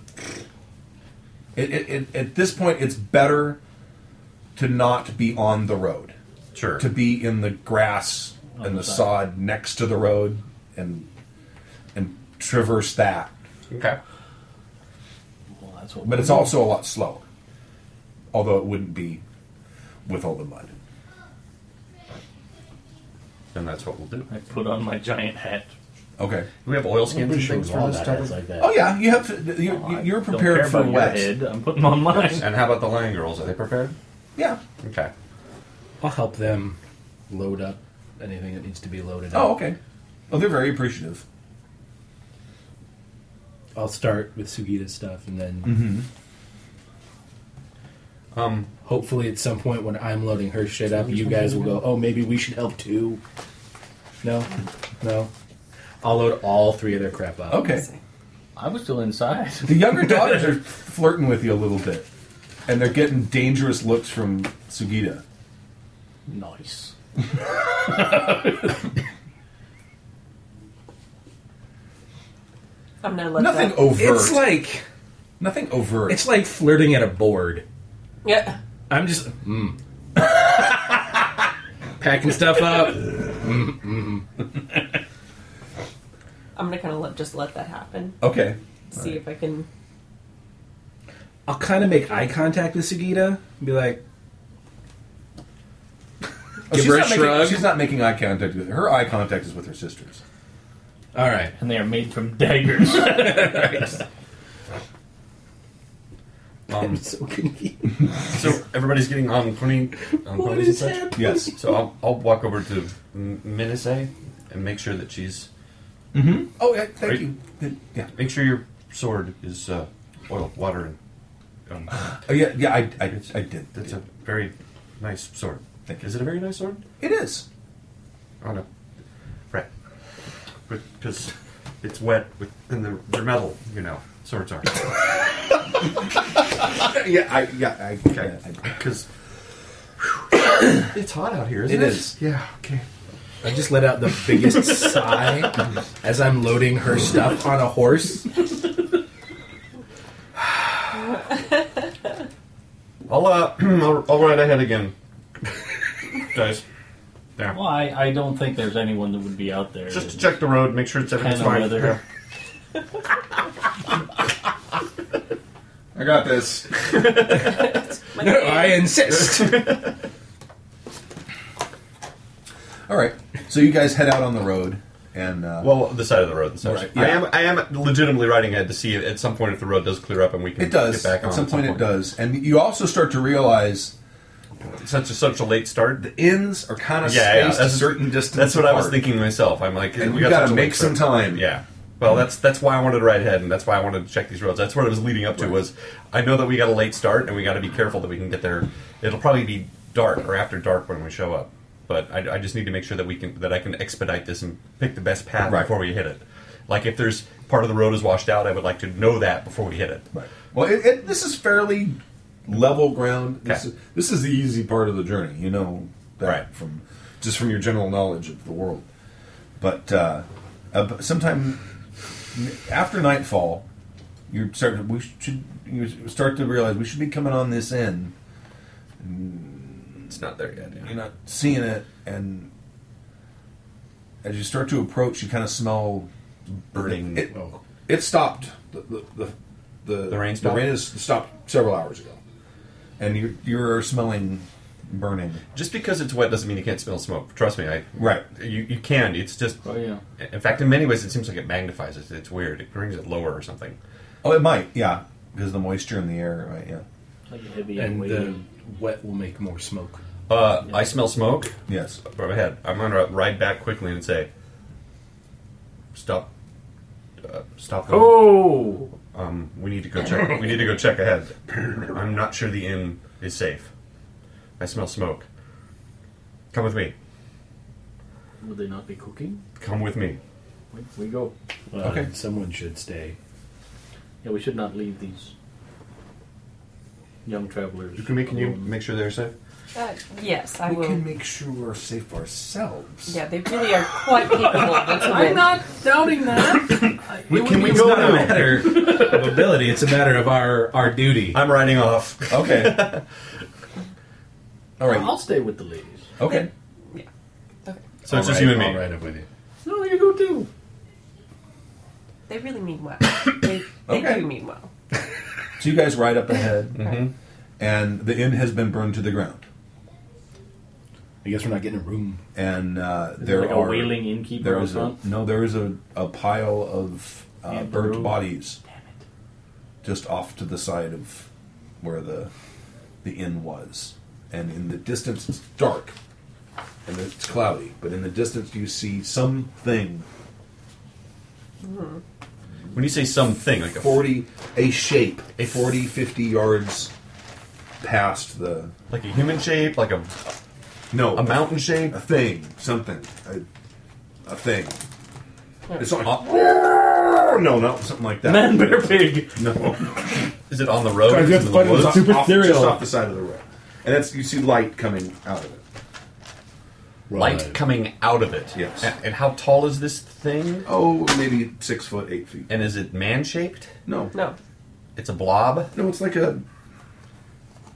[SPEAKER 1] It, it, it, at this point, it's better to not be on the road.
[SPEAKER 3] Sure.
[SPEAKER 1] to be in the grass and the,
[SPEAKER 4] the side.
[SPEAKER 1] sod next to the road and and traverse that.
[SPEAKER 3] Okay.
[SPEAKER 4] well, that's what.
[SPEAKER 1] But it's also a lot slower. Although it wouldn't be with all the mud.
[SPEAKER 3] Then that's what we'll do.
[SPEAKER 4] I put on my giant hat.
[SPEAKER 1] Okay.
[SPEAKER 3] We have oilskins and things for this type of
[SPEAKER 7] like that.
[SPEAKER 1] Oh yeah, you have to, you're,
[SPEAKER 4] Oh, I
[SPEAKER 1] you're
[SPEAKER 4] don't
[SPEAKER 1] prepared
[SPEAKER 4] care
[SPEAKER 1] for
[SPEAKER 4] about
[SPEAKER 1] wet.
[SPEAKER 4] Your head. I'm putting on mine.
[SPEAKER 3] And how about the lion girls? Are they prepared?
[SPEAKER 1] Yeah.
[SPEAKER 3] Okay.
[SPEAKER 2] I'll help them load up anything that needs to be loaded.
[SPEAKER 1] Oh,
[SPEAKER 2] up.
[SPEAKER 1] okay. Oh, they're very appreciative.
[SPEAKER 2] I'll start with Sugita's stuff, and then
[SPEAKER 3] Um,
[SPEAKER 2] hopefully at some point when I'm loading her shit up, you guys will go, oh, maybe we should help too. No, no. I'll load all three of their crap up.
[SPEAKER 1] Okay.
[SPEAKER 4] I was still inside.
[SPEAKER 1] The younger daughters are flirting with you a little bit. And they're getting dangerous looks from Sugita.
[SPEAKER 4] nice.
[SPEAKER 5] I'm gonna let
[SPEAKER 1] Nothing
[SPEAKER 5] that.
[SPEAKER 1] overt.
[SPEAKER 2] It's like
[SPEAKER 1] nothing overt.
[SPEAKER 2] it's like flirting at a board.
[SPEAKER 5] Yeah.
[SPEAKER 2] I'm just mm. packing stuff up. Mm, mm.
[SPEAKER 5] I'm gonna kind of let, just let that happen.
[SPEAKER 1] Okay.
[SPEAKER 5] See if I can.
[SPEAKER 2] I'll kind of make eye contact with Sugita and be like,
[SPEAKER 1] Oh,
[SPEAKER 6] Give
[SPEAKER 1] she's,
[SPEAKER 6] her a
[SPEAKER 1] not
[SPEAKER 6] shrug.
[SPEAKER 1] Making, she's not making eye contact with her. Eye contact is with her sisters.
[SPEAKER 2] all right.
[SPEAKER 4] And they are made from daggers.
[SPEAKER 3] Um,
[SPEAKER 7] so confused.
[SPEAKER 3] so everybody's getting on pony, on
[SPEAKER 7] What
[SPEAKER 3] ponies
[SPEAKER 7] is
[SPEAKER 3] and such.
[SPEAKER 7] happening?
[SPEAKER 1] Yes.
[SPEAKER 3] So I'll, I'll walk over to M- Minise and make sure that she's
[SPEAKER 1] Oh, yeah, thank
[SPEAKER 3] Right.
[SPEAKER 1] you. Yeah.
[SPEAKER 3] make sure your sword is uh, oil, water, and um,
[SPEAKER 1] Oh, yeah, yeah. I, I, I did.
[SPEAKER 3] that's a very nice sword.
[SPEAKER 1] Thank you.
[SPEAKER 3] Is it a very nice sword?
[SPEAKER 1] It is.
[SPEAKER 3] Oh no, right? Because it's wet with, and they're, they're metal, you know. Swords are
[SPEAKER 1] Yeah, I, yeah, I,
[SPEAKER 3] okay.
[SPEAKER 1] yeah, I-
[SPEAKER 3] Because it's hot out here,
[SPEAKER 1] it
[SPEAKER 3] isn't it?
[SPEAKER 1] is.
[SPEAKER 3] Yeah. Okay.
[SPEAKER 2] I just let out the biggest sigh as I'm loading her stuff on a horse.
[SPEAKER 3] I'll uh, I'll, I'll ride ahead again, guys. Yeah.
[SPEAKER 4] well, I, I don't think there's anyone that would be out there.
[SPEAKER 3] Just to check the road, make sure it's everything's
[SPEAKER 4] Kinda
[SPEAKER 3] fine.
[SPEAKER 4] weather.
[SPEAKER 1] I got this.
[SPEAKER 5] My
[SPEAKER 2] No, I insist.
[SPEAKER 1] All right. So you guys head out on the road, and uh,
[SPEAKER 3] Well, the side of the road. The side
[SPEAKER 1] Right,
[SPEAKER 3] of the- I
[SPEAKER 1] yeah.
[SPEAKER 3] am I am legitimately riding ahead to see if at some point if the road does clear up and we can
[SPEAKER 1] it does.
[SPEAKER 3] get back on.
[SPEAKER 1] At some point, it does, and you also start to realize
[SPEAKER 3] Such a such a late start.
[SPEAKER 1] the ends are kind of
[SPEAKER 3] Yeah, yeah,
[SPEAKER 1] spaced a
[SPEAKER 3] that's-
[SPEAKER 1] certain distance.
[SPEAKER 3] That's what I was
[SPEAKER 1] apart.
[SPEAKER 3] thinking myself. I'm like,
[SPEAKER 1] And
[SPEAKER 3] we
[SPEAKER 1] you
[SPEAKER 3] got,
[SPEAKER 1] gotta
[SPEAKER 3] such a
[SPEAKER 1] make
[SPEAKER 3] late
[SPEAKER 1] some
[SPEAKER 3] start.
[SPEAKER 1] time.
[SPEAKER 3] Yeah. Well, that's that's why I wanted to ride ahead, and that's why I wanted to check these roads. That's what it was leading up to. Was I know that we got a late start, and we got to be careful that we can get there. It'll probably be dark or after dark when we show up. But I, I just need to make sure that we can that I can expedite this and pick the best path
[SPEAKER 1] Right.
[SPEAKER 3] before we hit it. Like if there's part of the road is washed out, I would like to know that before we hit it.
[SPEAKER 1] Right. Well, it, it, this is fairly level ground. This,
[SPEAKER 3] Okay.
[SPEAKER 1] is, this is the easy part of the journey. You know that
[SPEAKER 3] Right.
[SPEAKER 1] from just from your general knowledge of the world. But uh, ab- sometime n- after nightfall, you start. To, we should you start to realize we should be coming on this end.
[SPEAKER 3] It's not there yet. yeah.
[SPEAKER 1] You're not seeing it, and as you start to approach, you kind of smell
[SPEAKER 3] Burning. Oh.
[SPEAKER 1] It, it stopped. The the, the, the,
[SPEAKER 3] The rain stopped?
[SPEAKER 1] The rain has stopped several hours ago, and you're you're smelling burning.
[SPEAKER 3] Just because it's wet doesn't mean you can't smell smoke. Trust me, I
[SPEAKER 1] Right.
[SPEAKER 3] You you can. It's just.
[SPEAKER 4] Oh, yeah.
[SPEAKER 3] In fact, in many ways, it seems like it magnifies it. It's weird. It brings it lower or something.
[SPEAKER 1] Oh, it might. Yeah, because the moisture in the air. Right. Yeah.
[SPEAKER 4] Like a heavy
[SPEAKER 2] and
[SPEAKER 4] weight.
[SPEAKER 2] the wet will make more smoke.
[SPEAKER 3] Uh, I smell smoke.
[SPEAKER 1] Yes.
[SPEAKER 3] Go ahead. I'm gonna ride back quickly and say, stop. Uh, stop.
[SPEAKER 4] Oh!
[SPEAKER 3] Um, we need to go check. we need to go check ahead. I'm not sure the inn is safe. I smell smoke. Come with me.
[SPEAKER 4] Would they not be cooking?
[SPEAKER 3] Come with me.
[SPEAKER 4] We, we go.
[SPEAKER 2] Well, okay. Uh, Someone should stay.
[SPEAKER 4] Yeah, we should not leave these young travelers.
[SPEAKER 3] You can make can you
[SPEAKER 4] alone.
[SPEAKER 3] make sure they're safe.
[SPEAKER 5] Uh, yes, I
[SPEAKER 1] we
[SPEAKER 5] will.
[SPEAKER 1] can make sure we're safe ourselves.
[SPEAKER 5] Yeah, they really are quite capable. That's a win.
[SPEAKER 4] I'm not doubting that. I- it would be-
[SPEAKER 3] go
[SPEAKER 2] It's not a
[SPEAKER 3] now?
[SPEAKER 2] matter of ability. It's a matter of our our duty.
[SPEAKER 3] I'm riding off.
[SPEAKER 1] Okay. All right.
[SPEAKER 4] I'll stay with the ladies.
[SPEAKER 1] Okay.
[SPEAKER 3] So it's just you and me.
[SPEAKER 2] All right, I'm with you.
[SPEAKER 4] No, you go too.
[SPEAKER 5] They really mean well. They, they
[SPEAKER 1] Okay. Mm-hmm.
[SPEAKER 5] do mean well.
[SPEAKER 1] So you guys ride up ahead,
[SPEAKER 5] Right.
[SPEAKER 1] and the inn has been burned to the ground,
[SPEAKER 2] I guess we're not getting a room.
[SPEAKER 1] and uh, there
[SPEAKER 4] There like
[SPEAKER 1] are
[SPEAKER 4] a wailing innkeeper
[SPEAKER 1] there
[SPEAKER 4] or
[SPEAKER 1] is a,
[SPEAKER 4] something.
[SPEAKER 1] no there is a, a pile of uh,
[SPEAKER 4] And
[SPEAKER 1] burnt
[SPEAKER 4] brew.
[SPEAKER 1] bodies
[SPEAKER 4] Damn it.
[SPEAKER 1] just off to the side of where the the inn was, and in the distance it's dark and it's cloudy, but in the distance you see something
[SPEAKER 3] When you say something, like a
[SPEAKER 1] forty a shape a 40, 50 yards past the
[SPEAKER 3] like a human shape, like a
[SPEAKER 1] no
[SPEAKER 3] a mountain shape.
[SPEAKER 1] a thing something a, a thing. It's not like, no, no, something like that.
[SPEAKER 4] Man, bear, pig.
[SPEAKER 1] No.
[SPEAKER 3] Is it on the road?
[SPEAKER 1] Guys,
[SPEAKER 3] Is
[SPEAKER 1] you
[SPEAKER 3] it
[SPEAKER 1] have to
[SPEAKER 3] in the
[SPEAKER 1] find it. It's
[SPEAKER 3] woods?
[SPEAKER 1] off-
[SPEAKER 2] Super
[SPEAKER 1] off-
[SPEAKER 2] cereal.
[SPEAKER 1] Just off the side of the road, and that's you see light coming out of it.
[SPEAKER 3] Light coming out of it.
[SPEAKER 1] Yes.
[SPEAKER 3] A- And how tall is this thing?
[SPEAKER 1] Oh, maybe six foot, eight feet.
[SPEAKER 3] And is it man shaped?
[SPEAKER 1] No,
[SPEAKER 5] No.
[SPEAKER 3] It's a blob.
[SPEAKER 1] no, it's like a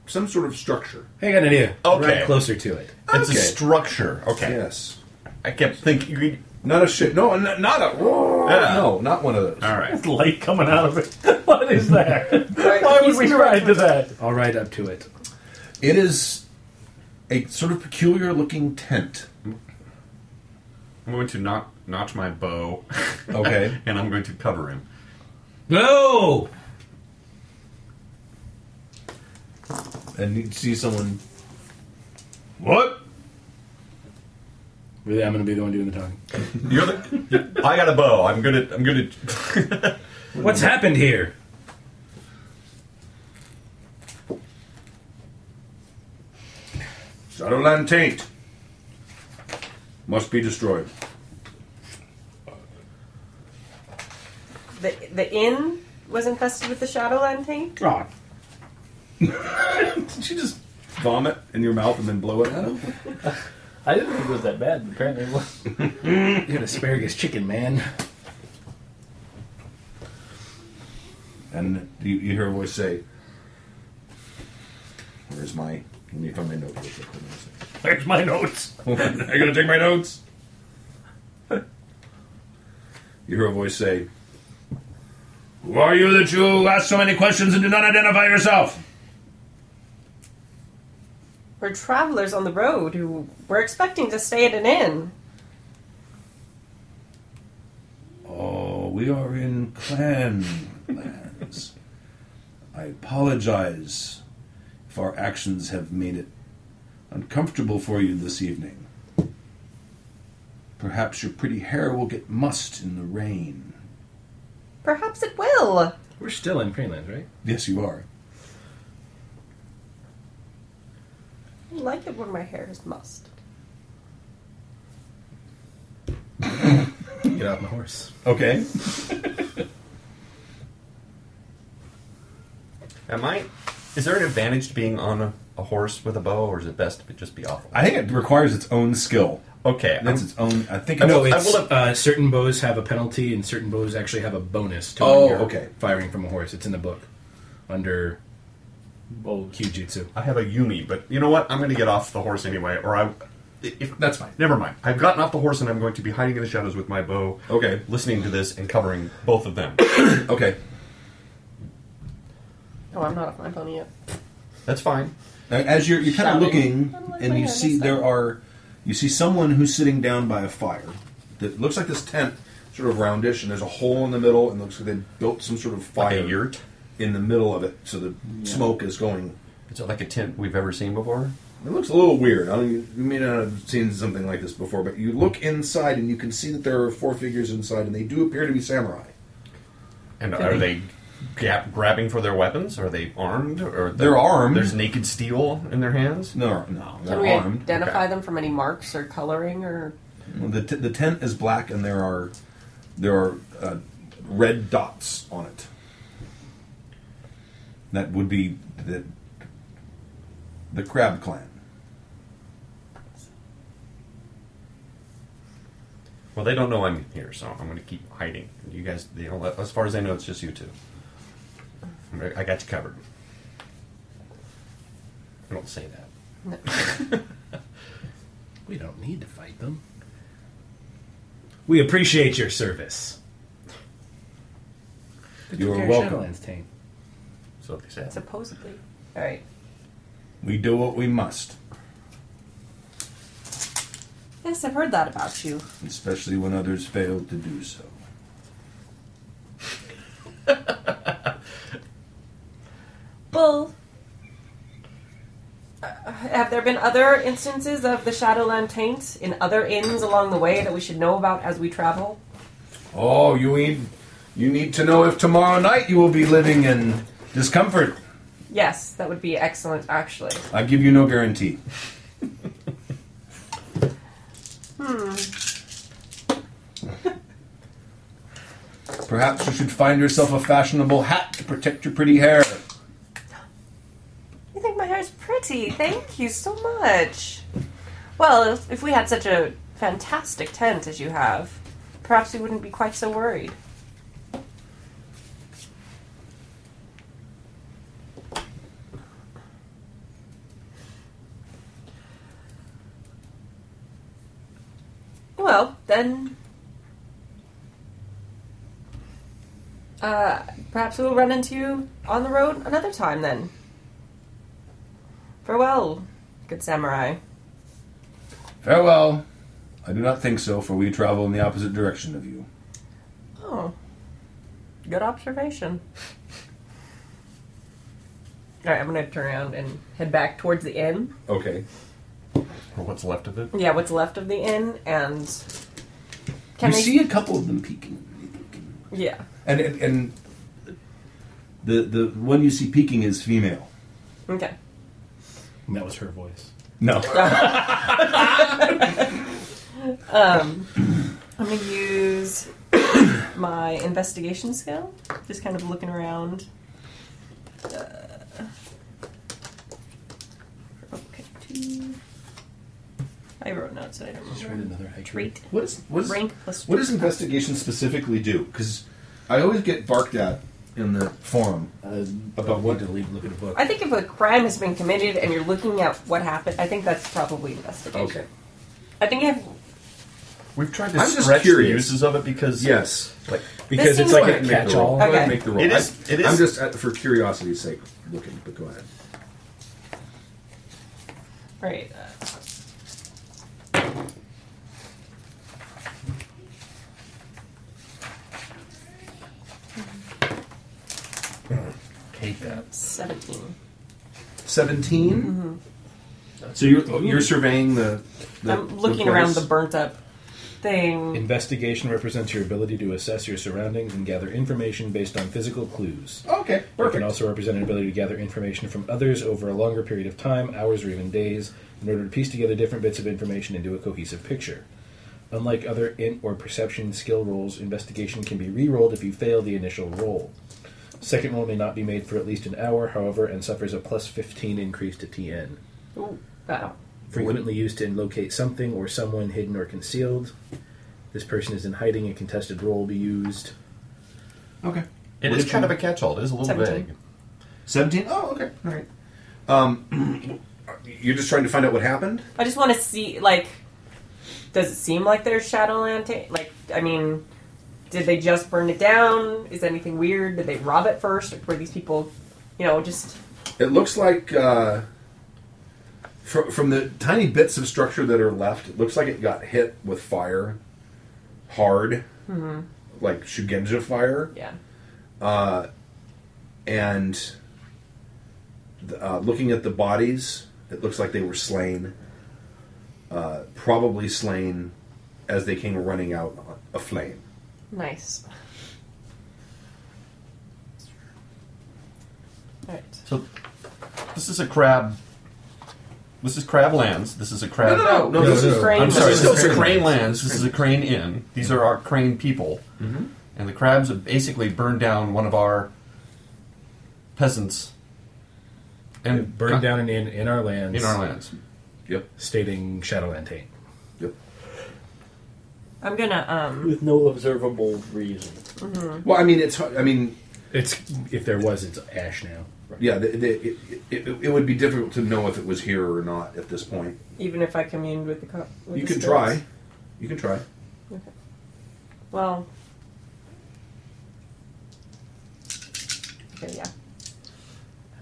[SPEAKER 1] some sort of structure.
[SPEAKER 2] Hey, I got an idea.
[SPEAKER 3] Okay.
[SPEAKER 2] Right closer to it.
[SPEAKER 3] It's a
[SPEAKER 1] Okay.
[SPEAKER 3] structure. Okay.
[SPEAKER 1] Yes,
[SPEAKER 3] I kept thinking.
[SPEAKER 1] Not a shit. No, n- not a.
[SPEAKER 3] Yeah.
[SPEAKER 1] No, not one of those.
[SPEAKER 3] All right.
[SPEAKER 4] Light coming out of it. What is that? Why would
[SPEAKER 5] he's
[SPEAKER 4] we
[SPEAKER 5] correct.
[SPEAKER 4] try to that?
[SPEAKER 2] I'll ride up to it.
[SPEAKER 1] It is a sort of peculiar looking tent.
[SPEAKER 3] I'm going to not notch my bow.
[SPEAKER 1] Okay.
[SPEAKER 3] and I'm going to cover him.
[SPEAKER 2] No.
[SPEAKER 1] and you see someone.
[SPEAKER 3] What?
[SPEAKER 2] Really, I'm going to be the one doing the talking.
[SPEAKER 3] You're the, I got a bow. I'm gonna. I'm gonna.
[SPEAKER 2] What's happened here?
[SPEAKER 6] Shadowland taint must be destroyed.
[SPEAKER 5] The, the inn was infested with the Shadowland taint?
[SPEAKER 1] Ah. Did you just vomit in your mouth and then blow it out?
[SPEAKER 4] I didn't think it was that bad. but Apparently, it was.
[SPEAKER 2] You got asparagus chicken, man.
[SPEAKER 1] And you, you hear a voice say, "Where's my?" Let me find my notebook.
[SPEAKER 4] There's my notes.
[SPEAKER 1] Are you gonna take my notes? you hear a voice say,
[SPEAKER 6] Who are you that you ask so many questions and do not identify yourself?
[SPEAKER 5] We're travelers on the road who were expecting to stay at an inn.
[SPEAKER 1] "Oh, we are in clan lands. I apologize if our actions have made it uncomfortable for you this evening. Perhaps your pretty hair will get mussed in the rain."
[SPEAKER 5] Perhaps it will.
[SPEAKER 2] We're still in Greenland, right?
[SPEAKER 1] Yes, you are.
[SPEAKER 5] I like it when my hair is mussed.
[SPEAKER 2] Get off my horse.
[SPEAKER 1] Okay.
[SPEAKER 3] Am I? Is there an advantage to being on a, a horse with a bow, or is it best to just be off?
[SPEAKER 1] I think it requires its own skill.
[SPEAKER 3] Okay. I'm-
[SPEAKER 1] That's its own. I think.
[SPEAKER 2] No,
[SPEAKER 3] I
[SPEAKER 1] it's,
[SPEAKER 2] it's
[SPEAKER 3] will have-
[SPEAKER 2] uh, certain bows have a penalty, and certain bows actually have a bonus. To
[SPEAKER 1] Oh,
[SPEAKER 2] when you're
[SPEAKER 1] okay.
[SPEAKER 2] Firing from a horse, it's in the book under Kyujutsu.
[SPEAKER 3] I have a Yumi, but you know what? I'm going to get off the horse anyway, or I. If,
[SPEAKER 1] That's fine.
[SPEAKER 3] Never mind. I've gotten off the horse, and I'm going to be hiding in the shadows with my bow.
[SPEAKER 1] Okay.
[SPEAKER 3] Listening to this and covering both of them.
[SPEAKER 1] Okay.
[SPEAKER 5] Oh, I'm not off my pony yet.
[SPEAKER 3] That's fine.
[SPEAKER 1] Now, Uh, as you're you're kind of
[SPEAKER 5] Shouting.
[SPEAKER 1] looking,
[SPEAKER 5] I'm like,
[SPEAKER 1] and
[SPEAKER 5] wait,
[SPEAKER 1] you
[SPEAKER 5] I
[SPEAKER 1] see
[SPEAKER 5] missed that.
[SPEAKER 1] there are, you see someone who's sitting down by a fire. That looks like this tent, sort of roundish, and there's a hole in the middle, and looks like they built some sort of
[SPEAKER 3] Like
[SPEAKER 1] fire
[SPEAKER 3] a yurt.
[SPEAKER 1] in the middle of it, so the smoke is going.
[SPEAKER 3] Is it like a tent we've ever seen before?
[SPEAKER 1] It looks a little weird. I mean, you may not have seen something like this before, but you look inside, and you can see that there are four figures inside, and they do appear to be samurai.
[SPEAKER 3] And are they gap grabbing for their weapons? Are they armed? Or
[SPEAKER 1] They're armed.
[SPEAKER 3] There's naked steel in their hands.
[SPEAKER 1] No, no,
[SPEAKER 5] Can
[SPEAKER 1] they're
[SPEAKER 5] we
[SPEAKER 1] armed.
[SPEAKER 5] identify them from any marks or coloring or.
[SPEAKER 1] The, t- the tent is black, and there are there are uh, red dots on it. That would be the the crab clan.
[SPEAKER 3] Well, they don't know I'm here, so I'm going to keep hiding. You guys, they don't let, as far as I know, it's just you two. I'm gonna- I got you covered. I don't say that.
[SPEAKER 2] We don't need to fight them. We appreciate your service.
[SPEAKER 1] You are welcome.
[SPEAKER 2] Shadowlands taint.
[SPEAKER 3] So they say.
[SPEAKER 5] Supposedly. Alright.
[SPEAKER 1] We do what we must,
[SPEAKER 5] Yes, I've heard that about you.
[SPEAKER 1] especially when others fail to do so.
[SPEAKER 5] Well. uh, Have there been other instances of the Shadowland taint in other inns along the way that we should know about as we travel?
[SPEAKER 1] Oh, you need you need to know if tomorrow night you will be living in discomfort.
[SPEAKER 5] Yes, that would be excellent, actually.
[SPEAKER 1] I give you no guarantee. Hmm. Perhaps you should find yourself a fashionable hat to protect your pretty hair.
[SPEAKER 5] You think my hair's pretty? Thank you so much. Well, if, if we had such a fantastic tent as you have, perhaps we wouldn't be quite so worried. Well, then Uh, perhaps we'll run into you on the road another time then. Farewell, good samurai.
[SPEAKER 1] Farewell. I do not think so, for we travel in the opposite direction of you.
[SPEAKER 5] Oh, good observation. All right, I'm gonna turn around and head back towards the inn.
[SPEAKER 1] Okay.
[SPEAKER 3] Or what's left of it?
[SPEAKER 5] Yeah, what's left of the inn, and can
[SPEAKER 1] you
[SPEAKER 5] I
[SPEAKER 1] see a couple of them peeking.
[SPEAKER 5] Yeah.
[SPEAKER 1] And, and, and the, the one you see peeking is female.
[SPEAKER 5] Okay.
[SPEAKER 2] And that was her voice.
[SPEAKER 1] No.
[SPEAKER 5] I'm gonna use my investigation skill. Just kind of looking around. Uh, okay, two. I wrote notes that I don't remember.
[SPEAKER 2] another
[SPEAKER 5] Trait.
[SPEAKER 1] What is what is
[SPEAKER 5] Rank plus
[SPEAKER 1] what does investigation specifically do? Because I always get barked at in the forum about what
[SPEAKER 2] Uh, to leave. Look at a book.
[SPEAKER 5] I think if a crime has been committed and you're looking at what happened, I think that's probably investigation.
[SPEAKER 1] Okay.
[SPEAKER 5] I think if
[SPEAKER 3] We've tried to
[SPEAKER 1] I'm just
[SPEAKER 3] stretch the
[SPEAKER 1] curious.
[SPEAKER 3] uses of it because
[SPEAKER 1] Yes, like
[SPEAKER 2] Because it's
[SPEAKER 5] seems
[SPEAKER 2] like,
[SPEAKER 5] like-
[SPEAKER 2] a catch-all.
[SPEAKER 5] Okay.
[SPEAKER 1] make the roll.
[SPEAKER 3] It is-
[SPEAKER 1] I,
[SPEAKER 3] it is-
[SPEAKER 1] I'm just uh, for curiosity's sake looking, but go ahead.
[SPEAKER 5] right. uh,
[SPEAKER 2] Hate that.
[SPEAKER 5] Seventeen.
[SPEAKER 1] 17 Mm-hmm. So you're oh, you're surveying the. the
[SPEAKER 5] I'm looking around
[SPEAKER 1] place?
[SPEAKER 5] the burnt up thing.
[SPEAKER 2] Investigation represents your ability to assess your surroundings and gather information based on physical clues.
[SPEAKER 1] Okay,
[SPEAKER 2] It can
[SPEAKER 1] perfect.
[SPEAKER 2] also represent an ability to gather information from others over a longer period of time, hours, or even days, in order to piece together different bits of information into a cohesive picture. Unlike other int or perception skill rolls, investigation can be re-rolled if you fail the initial roll. Second roll may not be made for at least an hour, however, and suffers a plus 15 increase to TN.
[SPEAKER 5] Ooh, wow.
[SPEAKER 2] Frequently used to locate something or someone hidden or concealed. This person is in hiding. A contested roll will be used.
[SPEAKER 1] Okay.
[SPEAKER 3] it is kind of a catch-all. It is a little
[SPEAKER 5] Seventeen.
[SPEAKER 3] vague.
[SPEAKER 1] 17? Oh, okay. All right. Um, you're just trying to find out what happened?
[SPEAKER 5] I just want to see, like, does it seem like there's Shadowland? Ta- like, I mean, did they just burn it down? Is anything weird? Did they rob it first? Like, were these people, you know, just
[SPEAKER 1] It looks like uh, fr- from the tiny bits of structure that are left, it looks like it got hit with fire hard, like Shugenja fire,
[SPEAKER 5] yeah?
[SPEAKER 1] and th- uh, looking at the bodies, it looks like they were slain. Uh, probably slain as they came running out on- aflame.
[SPEAKER 5] Nice. All right.
[SPEAKER 3] So this is a crab. This is crab lands. This is a crab.
[SPEAKER 5] no, no,
[SPEAKER 1] this is
[SPEAKER 5] Crane
[SPEAKER 3] I'm sorry.
[SPEAKER 5] Lands.
[SPEAKER 3] This is a crane lands. This is a crane inn. These are our crane people, and the crabs have basically burned down one of our peasants and
[SPEAKER 2] Burned down and in, in our lands.
[SPEAKER 3] in our lands.
[SPEAKER 1] Yep.
[SPEAKER 2] Stating Shadowland Taint.
[SPEAKER 1] Yep.
[SPEAKER 5] I'm gonna um.
[SPEAKER 10] with no observable reason.
[SPEAKER 1] Well, I mean, it's. hard- I mean,
[SPEAKER 2] It's if there was, it's ash now.
[SPEAKER 1] yeah. The, the, it, it, it would be difficult to know if it was here or not at this point.
[SPEAKER 5] Even if I communed with the co- with
[SPEAKER 1] You
[SPEAKER 5] the
[SPEAKER 1] can
[SPEAKER 5] spirits.
[SPEAKER 1] try. You can try.
[SPEAKER 5] Well. Okay, yeah.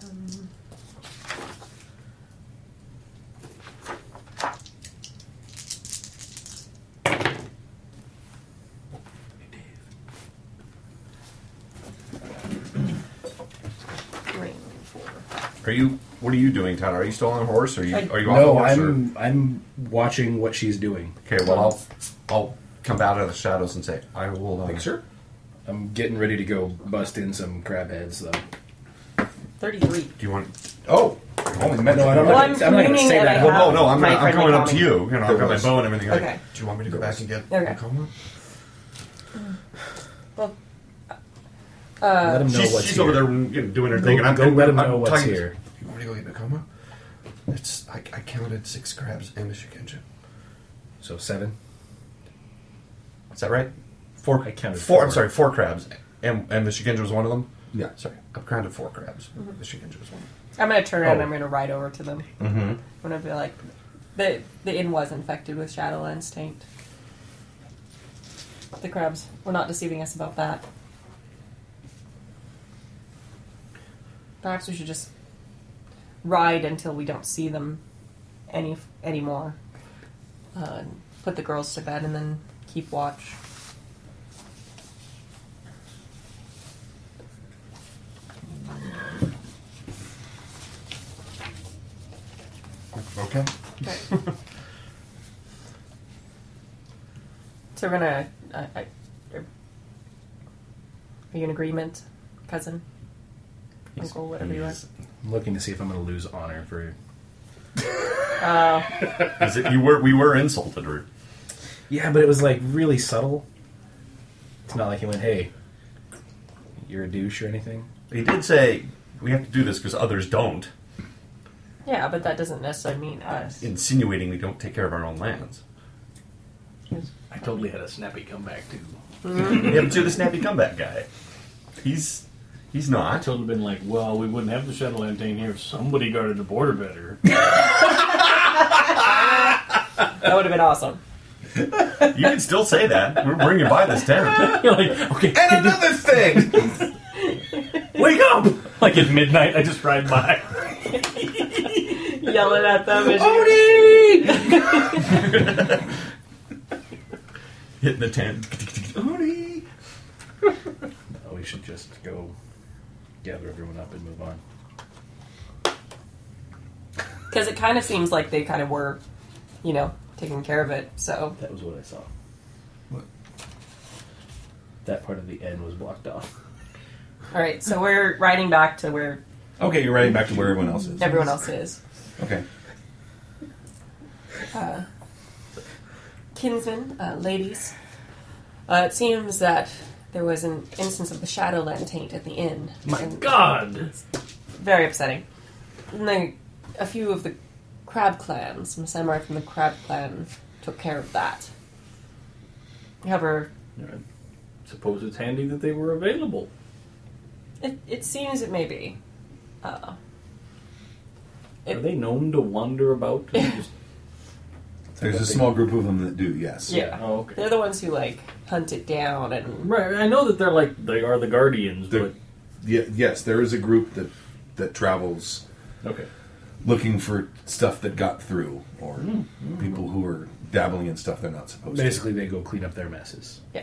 [SPEAKER 5] Um, Green four.
[SPEAKER 3] Are you? What are you doing, Tyler? Are you still on a horse? Or are you?
[SPEAKER 5] I-
[SPEAKER 3] Are you off the
[SPEAKER 2] No,
[SPEAKER 3] horse? or-
[SPEAKER 2] I'm I'm watching what she's doing.
[SPEAKER 3] Okay. Well, I'll I'll come out of the shadows and say I will. Uh,
[SPEAKER 1] Sure.
[SPEAKER 2] I'm getting ready to go bust in some crab heads, though.
[SPEAKER 5] Thirty-three.
[SPEAKER 3] Do you want? Oh.
[SPEAKER 1] Only meant
[SPEAKER 2] No, I don't
[SPEAKER 5] Well,
[SPEAKER 2] like-
[SPEAKER 5] I'm
[SPEAKER 2] I'm not gonna
[SPEAKER 5] communing
[SPEAKER 2] say
[SPEAKER 5] that I
[SPEAKER 2] that.
[SPEAKER 5] have
[SPEAKER 2] Well,
[SPEAKER 3] Oh no, I'm,
[SPEAKER 5] my
[SPEAKER 3] gonna, I'm
[SPEAKER 5] friendly
[SPEAKER 3] going up to
[SPEAKER 5] comment.
[SPEAKER 3] you. You know, I've got my
[SPEAKER 1] was.
[SPEAKER 3] bow and everything. Like,
[SPEAKER 5] Okay.
[SPEAKER 3] Do you want me to go back and get?
[SPEAKER 5] Okay.
[SPEAKER 3] Nakoma?"
[SPEAKER 2] let him know
[SPEAKER 3] she's
[SPEAKER 2] what's
[SPEAKER 3] she's
[SPEAKER 2] here.
[SPEAKER 3] over there you know, doing her
[SPEAKER 2] Go,
[SPEAKER 3] thing, and I'm
[SPEAKER 2] go let him
[SPEAKER 3] I'm
[SPEAKER 2] know what's
[SPEAKER 3] talking-
[SPEAKER 2] here.
[SPEAKER 3] You want me to go get Nakoma? It's I, I counted six crabs and a shikenja.
[SPEAKER 2] So seven.
[SPEAKER 3] Is that right? Four.
[SPEAKER 2] I counted
[SPEAKER 3] four. I'm
[SPEAKER 2] four.
[SPEAKER 3] sorry, four crabs, and and the shikenja was one of them.
[SPEAKER 1] Yeah.
[SPEAKER 3] Sorry, I counted four crabs.
[SPEAKER 5] Mm-hmm.
[SPEAKER 3] The shikenja was one.
[SPEAKER 5] I'm gonna turn around.
[SPEAKER 3] Oh.
[SPEAKER 5] and I'm gonna ride over to them. Mm-hmm. I'm gonna be like, the the inn was infected with Shadowlands taint. The crabs were not deceiving us about that. Perhaps we should just ride until we don't see them any anymore. Uh, and put the girls to bed and then keep watch.
[SPEAKER 3] Okay.
[SPEAKER 5] So we're gonna. Uh, I, are you in agreement, cousin? Uncle, whatever you are.
[SPEAKER 2] I'm looking to see if I'm going to lose honor for.
[SPEAKER 3] Is it, you were we were insulted, or
[SPEAKER 2] Yeah, but it was like really subtle. It's not like he went, "Hey, you're a douche" or anything.
[SPEAKER 3] he did say we have to do this because others don't,
[SPEAKER 5] Yeah, but that doesn't necessarily mean us.
[SPEAKER 3] insinuating we don't take care of our own lands.
[SPEAKER 4] I totally had a snappy comeback too.
[SPEAKER 3] yeah, but you're the snappy comeback guy. He's he's
[SPEAKER 4] I
[SPEAKER 3] not.
[SPEAKER 4] told him been like, well, we wouldn't have the shuttle entertain here if somebody guarded the border better.
[SPEAKER 5] That would have been awesome.
[SPEAKER 3] You can still say that. We're bringing by this town.
[SPEAKER 4] You're like, okay,
[SPEAKER 1] And another thing.
[SPEAKER 4] wake up! Like at midnight, I just ride by.
[SPEAKER 5] Yelling at them. As you,
[SPEAKER 1] Odie!
[SPEAKER 3] Hitting the tent.
[SPEAKER 1] Odie!
[SPEAKER 2] Oh, we should just go gather everyone up and move on.
[SPEAKER 5] Because it kind of seems like they kind of were, you know, taking care of it. So
[SPEAKER 10] That was what I saw.
[SPEAKER 1] What?
[SPEAKER 10] That part of the end was blocked off.
[SPEAKER 5] all right, so we're riding back to where
[SPEAKER 1] Okay, you're riding back to where everyone else is.
[SPEAKER 5] everyone else is.
[SPEAKER 1] Okay.
[SPEAKER 5] Kinsmen, uh, ladies, uh, it seems that there was an instance of the Shadowland taint at the inn.
[SPEAKER 4] My
[SPEAKER 5] And-
[SPEAKER 4] God!
[SPEAKER 5] very upsetting. And then a few of the crab clans, some samurai from the crab clan, took care of that. However,
[SPEAKER 4] Suppose it's handy that they were available.
[SPEAKER 5] it, it seems it may be. Uh,
[SPEAKER 4] Are they known to wander about? And just,
[SPEAKER 1] There's a small group of them that do, yes.
[SPEAKER 5] yeah.
[SPEAKER 4] oh, okay.
[SPEAKER 5] They're the ones who, like, hunt it down and.
[SPEAKER 4] Right, I know that they're like they are the guardians,
[SPEAKER 1] They're- Ye- yes, there is a group that that travels
[SPEAKER 4] but okay.
[SPEAKER 1] looking for stuff that got through or
[SPEAKER 5] Mm,
[SPEAKER 1] people who are dabbling in stuff they're not supposed
[SPEAKER 2] Basically, they go clean up their messes.
[SPEAKER 4] Yeah.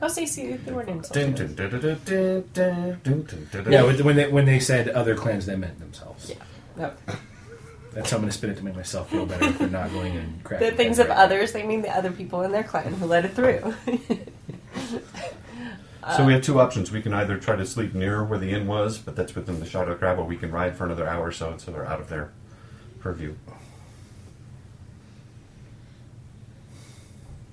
[SPEAKER 5] Oh, see, see, they weren't
[SPEAKER 3] Dun,
[SPEAKER 5] insulted.
[SPEAKER 3] dun, dun, dun, dun, dun, dun, dun, dun.
[SPEAKER 2] Yeah, when they when they said other clans, they meant themselves.
[SPEAKER 5] Yeah. No.
[SPEAKER 2] That's how I'm going to spin it to make myself feel better for not going and crap.
[SPEAKER 5] The things of others, they mean the other people in their clan who let it through.
[SPEAKER 3] So we have two options. We can either try to sleep near where the inn was, but that's within the shadow crab, or we can ride for another hour or so until they're out of their purview.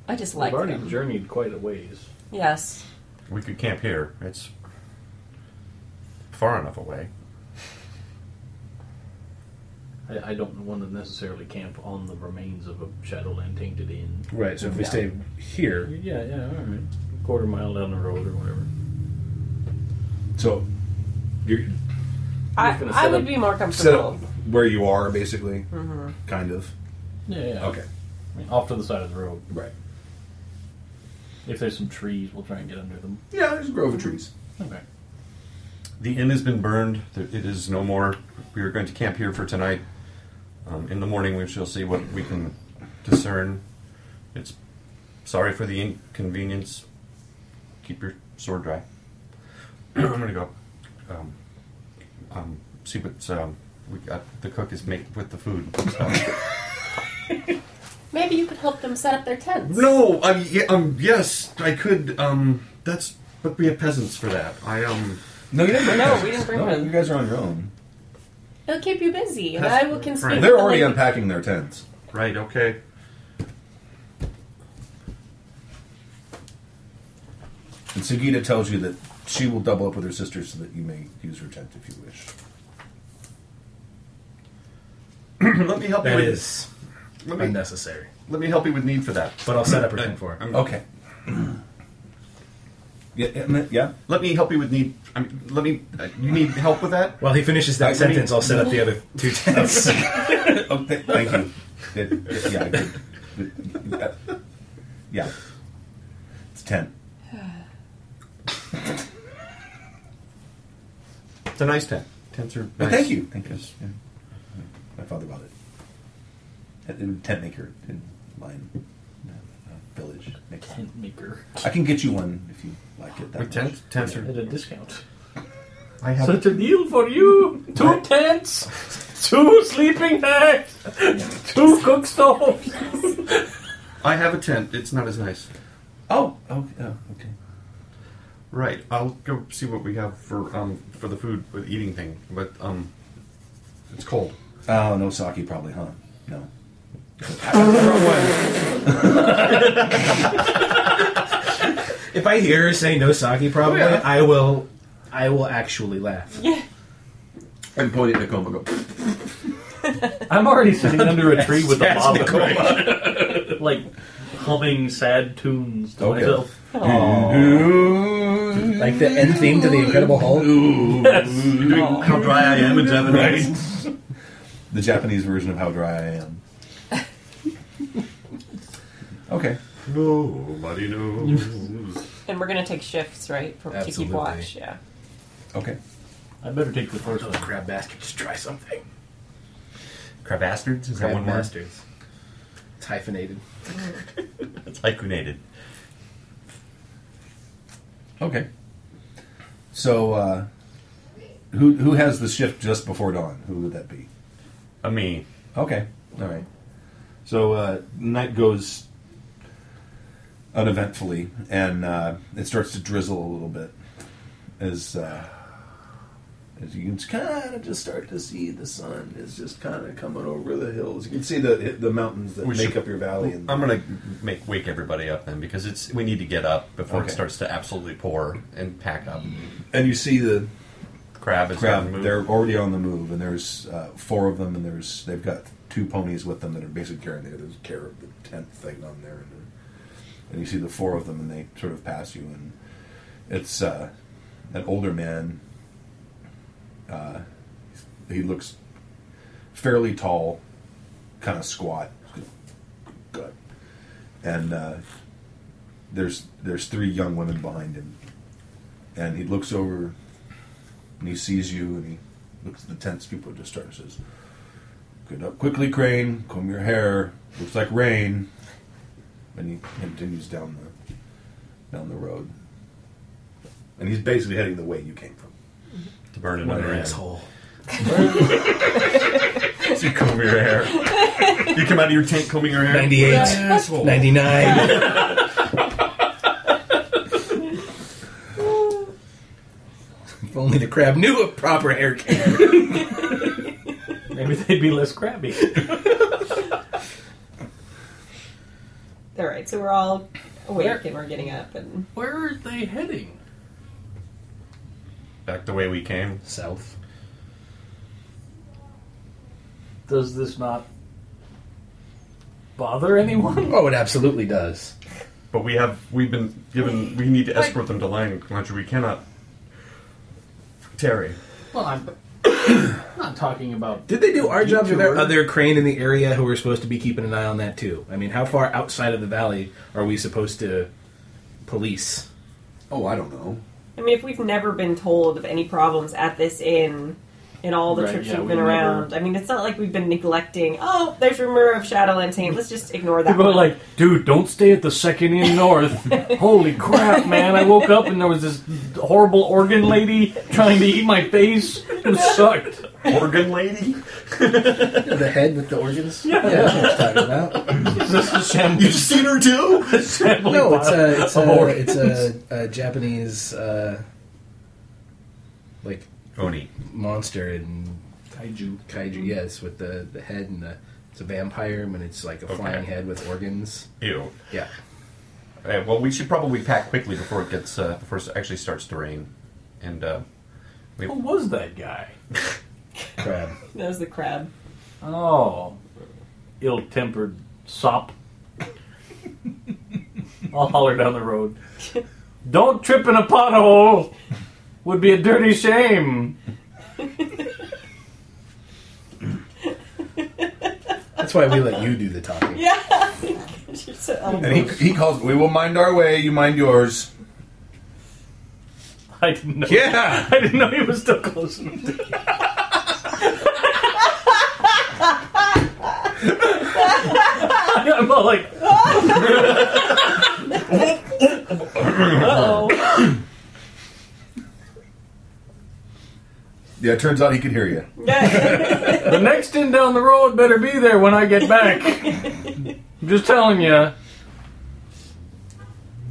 [SPEAKER 5] I just
[SPEAKER 4] We've
[SPEAKER 5] like
[SPEAKER 4] already
[SPEAKER 5] them.
[SPEAKER 4] journeyed quite a ways.
[SPEAKER 5] Yes.
[SPEAKER 3] We could camp here. It's far enough away.
[SPEAKER 4] I, I don't want to necessarily camp on the remains of a Shadowland tainted inn.
[SPEAKER 2] Right. So if we stay here,
[SPEAKER 4] Yeah, yeah, all right. Quarter mile down the road or whatever.
[SPEAKER 1] to. So you're
[SPEAKER 5] I,
[SPEAKER 4] just gonna
[SPEAKER 5] I
[SPEAKER 4] set
[SPEAKER 5] would
[SPEAKER 4] up-
[SPEAKER 5] be more
[SPEAKER 1] set up
[SPEAKER 5] comfortable.
[SPEAKER 1] where you are, basically.
[SPEAKER 5] Mm-hmm.
[SPEAKER 1] Kind of.
[SPEAKER 4] Yeah, yeah.
[SPEAKER 1] Okay.
[SPEAKER 4] I mean, off to the side of the road.
[SPEAKER 1] Right.
[SPEAKER 4] If there's some trees, we'll try and get under them.
[SPEAKER 1] Yeah, there's a grove of trees.
[SPEAKER 4] Okay.
[SPEAKER 3] The inn has been burned. There- It is no more. We are going to camp here for tonight. Um, in the morning, we shall see what we can discern. It's sorry for the inconvenience. Keep your sword dry. I'm going to go um, um, see what um, we got. The cook is making with the food. and stuff.
[SPEAKER 5] Maybe you could help them set up their tents.
[SPEAKER 3] no, um, yeah, um, yes, I could. Um, that's but we have peasants for that. I um.
[SPEAKER 1] No, you didn't bring
[SPEAKER 5] No,
[SPEAKER 1] them.
[SPEAKER 5] we didn't bring
[SPEAKER 1] No,
[SPEAKER 5] them.
[SPEAKER 1] You guys are on your own.
[SPEAKER 5] It'll keep you busy, and I will can speak.
[SPEAKER 3] Right.
[SPEAKER 5] to
[SPEAKER 1] They're
[SPEAKER 5] the
[SPEAKER 1] already
[SPEAKER 5] lady.
[SPEAKER 1] unpacking their tents.
[SPEAKER 3] Right, okay.
[SPEAKER 1] And Sugita tells you that she will double up with her sister so that you may use her tent if you wish.
[SPEAKER 3] let me help you
[SPEAKER 2] that
[SPEAKER 3] with
[SPEAKER 2] is
[SPEAKER 3] Let me,
[SPEAKER 2] unnecessary.
[SPEAKER 3] let me help you with need for that.
[SPEAKER 2] But I'll set up a thing for it.
[SPEAKER 3] I'm-
[SPEAKER 1] Okay. yeah, yeah, ma- yeah.
[SPEAKER 3] Let me help you with need. I mean, let me. Uh, you need help with that?
[SPEAKER 2] While he finishes that
[SPEAKER 1] Like, let me-
[SPEAKER 2] sentence, I'll set up the other two tents.
[SPEAKER 1] Okay, thank you. It- it- yeah, I did. It- it- yeah. It's ten.
[SPEAKER 3] It's a nice tent.
[SPEAKER 8] Tents are.
[SPEAKER 1] But
[SPEAKER 8] nice.
[SPEAKER 1] thank you. Thank you.
[SPEAKER 8] Yes.
[SPEAKER 1] Yeah. My father bought it. At- in Tent maker in mine uh, village. Makes-
[SPEAKER 4] Tent maker
[SPEAKER 1] I can get you one if you like it. That
[SPEAKER 8] Wait, tent,
[SPEAKER 1] much.
[SPEAKER 8] tents are.
[SPEAKER 4] at a discount.
[SPEAKER 8] I have.
[SPEAKER 4] Such a deal for you! Two tents, two sleeping bags, two cook stoves.
[SPEAKER 8] I have a tent. It's not as nice.
[SPEAKER 1] Oh, okay. Oh, okay.
[SPEAKER 8] Right. I'll go see what we have for um for the food with eating thing. But um, it's cold.
[SPEAKER 1] Oh, no sake probably, huh? No.
[SPEAKER 2] If I hear her say no sake, probably
[SPEAKER 8] Oh, yeah.
[SPEAKER 2] I will. I will actually laugh.
[SPEAKER 6] And point at Nakoma. Go.
[SPEAKER 4] I'm already sitting under a tree with a
[SPEAKER 2] That's
[SPEAKER 4] bottle, like humming sad tunes to
[SPEAKER 1] Okay.
[SPEAKER 4] myself.
[SPEAKER 2] Like the end theme to the Incredible Hulk.
[SPEAKER 4] Yes.
[SPEAKER 1] How dry I am in Japanese. the Japanese version of how dry I am. Okay.
[SPEAKER 8] Nobody knows.
[SPEAKER 5] And we're gonna take shifts, right? For to keep
[SPEAKER 2] Absolutely.
[SPEAKER 5] watch. Yeah.
[SPEAKER 1] Okay.
[SPEAKER 4] I better take the first one.
[SPEAKER 2] Grab bastard, just try something.
[SPEAKER 3] Crab bastards? Is that
[SPEAKER 2] Grab
[SPEAKER 3] one word?
[SPEAKER 2] bastards. It's hyphenated.
[SPEAKER 3] It's hyphenated.
[SPEAKER 1] Okay. So, uh, who who has the shift just before dawn? Who would that be?
[SPEAKER 3] A me.
[SPEAKER 1] Okay. All right. So uh, night goes uneventfully, and uh, it starts to drizzle a little bit as uh,
[SPEAKER 7] As you can kind of just start to see the sun is just kind of coming over the hills. You can see the the mountains that
[SPEAKER 1] We
[SPEAKER 7] make
[SPEAKER 1] should-
[SPEAKER 7] up your valley. And
[SPEAKER 3] I'm gonna make wake everybody up then because it's we need to get up before
[SPEAKER 1] Okay.
[SPEAKER 3] it starts to absolutely pour and pack up.
[SPEAKER 1] and you see the
[SPEAKER 3] Crab is
[SPEAKER 1] crowd.
[SPEAKER 3] starting to move.
[SPEAKER 1] They're already on the move, and there's uh, four of them, and there's they've got two ponies with them that are basically carrying the there's care of the tenth thing on there, and, uh, and you see the four of them, and they sort of pass you, and it's uh, an older man. Uh, he looks fairly tall, kind of squat, good, and uh, there's there's three young women behind him, and he looks over and he sees you and he looks at the tents people just start and says get up quickly crane comb your hair looks like rain and he continues down the down the road and he's basically heading the way you came from
[SPEAKER 3] to burn another end.
[SPEAKER 2] Asshole.
[SPEAKER 3] you comb your hair. you come out of your tent combing your hair.
[SPEAKER 2] 98.
[SPEAKER 3] Asshole.
[SPEAKER 2] 99. if only the crab knew of proper hair care.
[SPEAKER 4] Maybe they'd be less crabby.
[SPEAKER 5] All right. So we're all awake and we're getting up and
[SPEAKER 4] Where are they heading?
[SPEAKER 3] Back the way we came.
[SPEAKER 2] South.
[SPEAKER 4] Does this not bother anyone?
[SPEAKER 2] Oh, it absolutely does.
[SPEAKER 3] But we have we've been given we need to escort them to Lion Country. We cannot Terry.
[SPEAKER 4] Well, I'm not talking about.
[SPEAKER 2] Did they do our jobs? Or there other crane in the area who were supposed to be keeping an eye on that too? I mean, how far outside of the valley are we supposed to police?
[SPEAKER 6] Oh, I don't know.
[SPEAKER 5] I mean, if we've never been told of any problems at this inn in all the
[SPEAKER 4] Right,
[SPEAKER 5] trips
[SPEAKER 4] yeah,
[SPEAKER 5] we've
[SPEAKER 4] we
[SPEAKER 5] been
[SPEAKER 4] never-
[SPEAKER 5] around, I mean, it's not like we've been neglecting. Oh, there's rumor of Shadowlands taint. Let's just ignore that.
[SPEAKER 4] People are
[SPEAKER 5] one."
[SPEAKER 4] like, dude, don't stay at the second inn north. Holy crap, man. I woke up and there was this horrible organ lady trying to eat my face. It sucked.
[SPEAKER 3] Organ lady?
[SPEAKER 2] The head with the organs.
[SPEAKER 4] Yeah.
[SPEAKER 2] that's what I'm talking about.
[SPEAKER 4] Is this a sham-
[SPEAKER 3] You've seen her too?
[SPEAKER 4] shambling
[SPEAKER 2] No, it's
[SPEAKER 4] bottom
[SPEAKER 2] a it's
[SPEAKER 4] of
[SPEAKER 2] a
[SPEAKER 4] organ?
[SPEAKER 2] it's a, a Japanese uh, like
[SPEAKER 3] Oni.
[SPEAKER 2] monster in kaiju Mm-hmm. kaiju. Yes, with the the head and the it's a vampire and it's like a flying head with organs.
[SPEAKER 3] Ew.
[SPEAKER 2] Yeah.
[SPEAKER 3] Alright, well we should probably pack quickly before it gets uh, before it actually starts to rain. And uh,
[SPEAKER 4] Who was that guy?
[SPEAKER 2] Crab.
[SPEAKER 5] that was the crab.
[SPEAKER 4] Oh, ill tempered sop. I'll holler down the road. Don't trip in a pothole! Would be a dirty shame.
[SPEAKER 2] That's why we let you do the talking.
[SPEAKER 5] Yeah. You're so oh,
[SPEAKER 1] and he,
[SPEAKER 5] elegant.
[SPEAKER 1] he calls we will mind our way you mind yours
[SPEAKER 4] I didn't know.
[SPEAKER 1] yeah
[SPEAKER 4] I didn't know he was still close enough. I'm all like,
[SPEAKER 5] oh.
[SPEAKER 11] Yeah, it turns out he could hear you.
[SPEAKER 4] the next inn down the road better be there when I get back. I'm just telling you.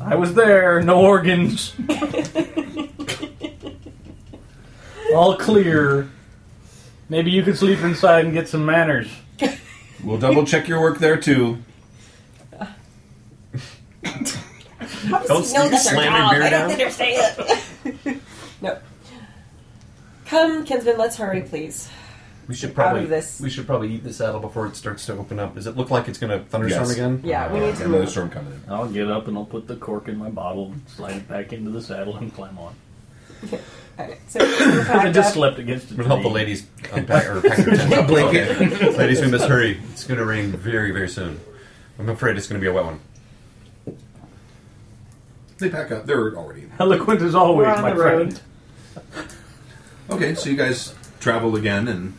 [SPEAKER 4] I was there, no organs. All clear. Maybe you could sleep inside and get some manners.
[SPEAKER 11] We'll double check your work there too.
[SPEAKER 3] Don't
[SPEAKER 5] No,
[SPEAKER 3] sleep
[SPEAKER 5] that's our
[SPEAKER 3] slamming
[SPEAKER 5] job.
[SPEAKER 3] beer
[SPEAKER 5] I don't
[SPEAKER 3] down.
[SPEAKER 5] understand. no. Come, Kinsman, let's hurry, please.
[SPEAKER 3] We should
[SPEAKER 5] Out of
[SPEAKER 3] probably
[SPEAKER 5] this.
[SPEAKER 3] we should probably eat this saddle before it starts to open up. Does it look like it's going to thunderstorm
[SPEAKER 11] Yes.
[SPEAKER 3] again?
[SPEAKER 5] Yeah, we need to
[SPEAKER 11] Another
[SPEAKER 5] move.
[SPEAKER 11] storm coming in.
[SPEAKER 4] I'll get up and I'll put the cork in my bottle, slide it back into the saddle, and climb on.
[SPEAKER 5] Alright, so we're
[SPEAKER 4] I
[SPEAKER 5] packed
[SPEAKER 4] just
[SPEAKER 5] up.
[SPEAKER 4] slept against it.
[SPEAKER 3] Would help the ladies unpack or pack their tent.
[SPEAKER 11] Blanket.
[SPEAKER 3] ladies, we must hurry. It's going to rain very very soon. I'm afraid it's going to be a wet one.
[SPEAKER 1] They pack up. They're already in.
[SPEAKER 4] Eloquent as always,
[SPEAKER 5] We're on
[SPEAKER 4] my
[SPEAKER 5] the road.
[SPEAKER 4] friend.
[SPEAKER 1] Okay, so you guys travel again and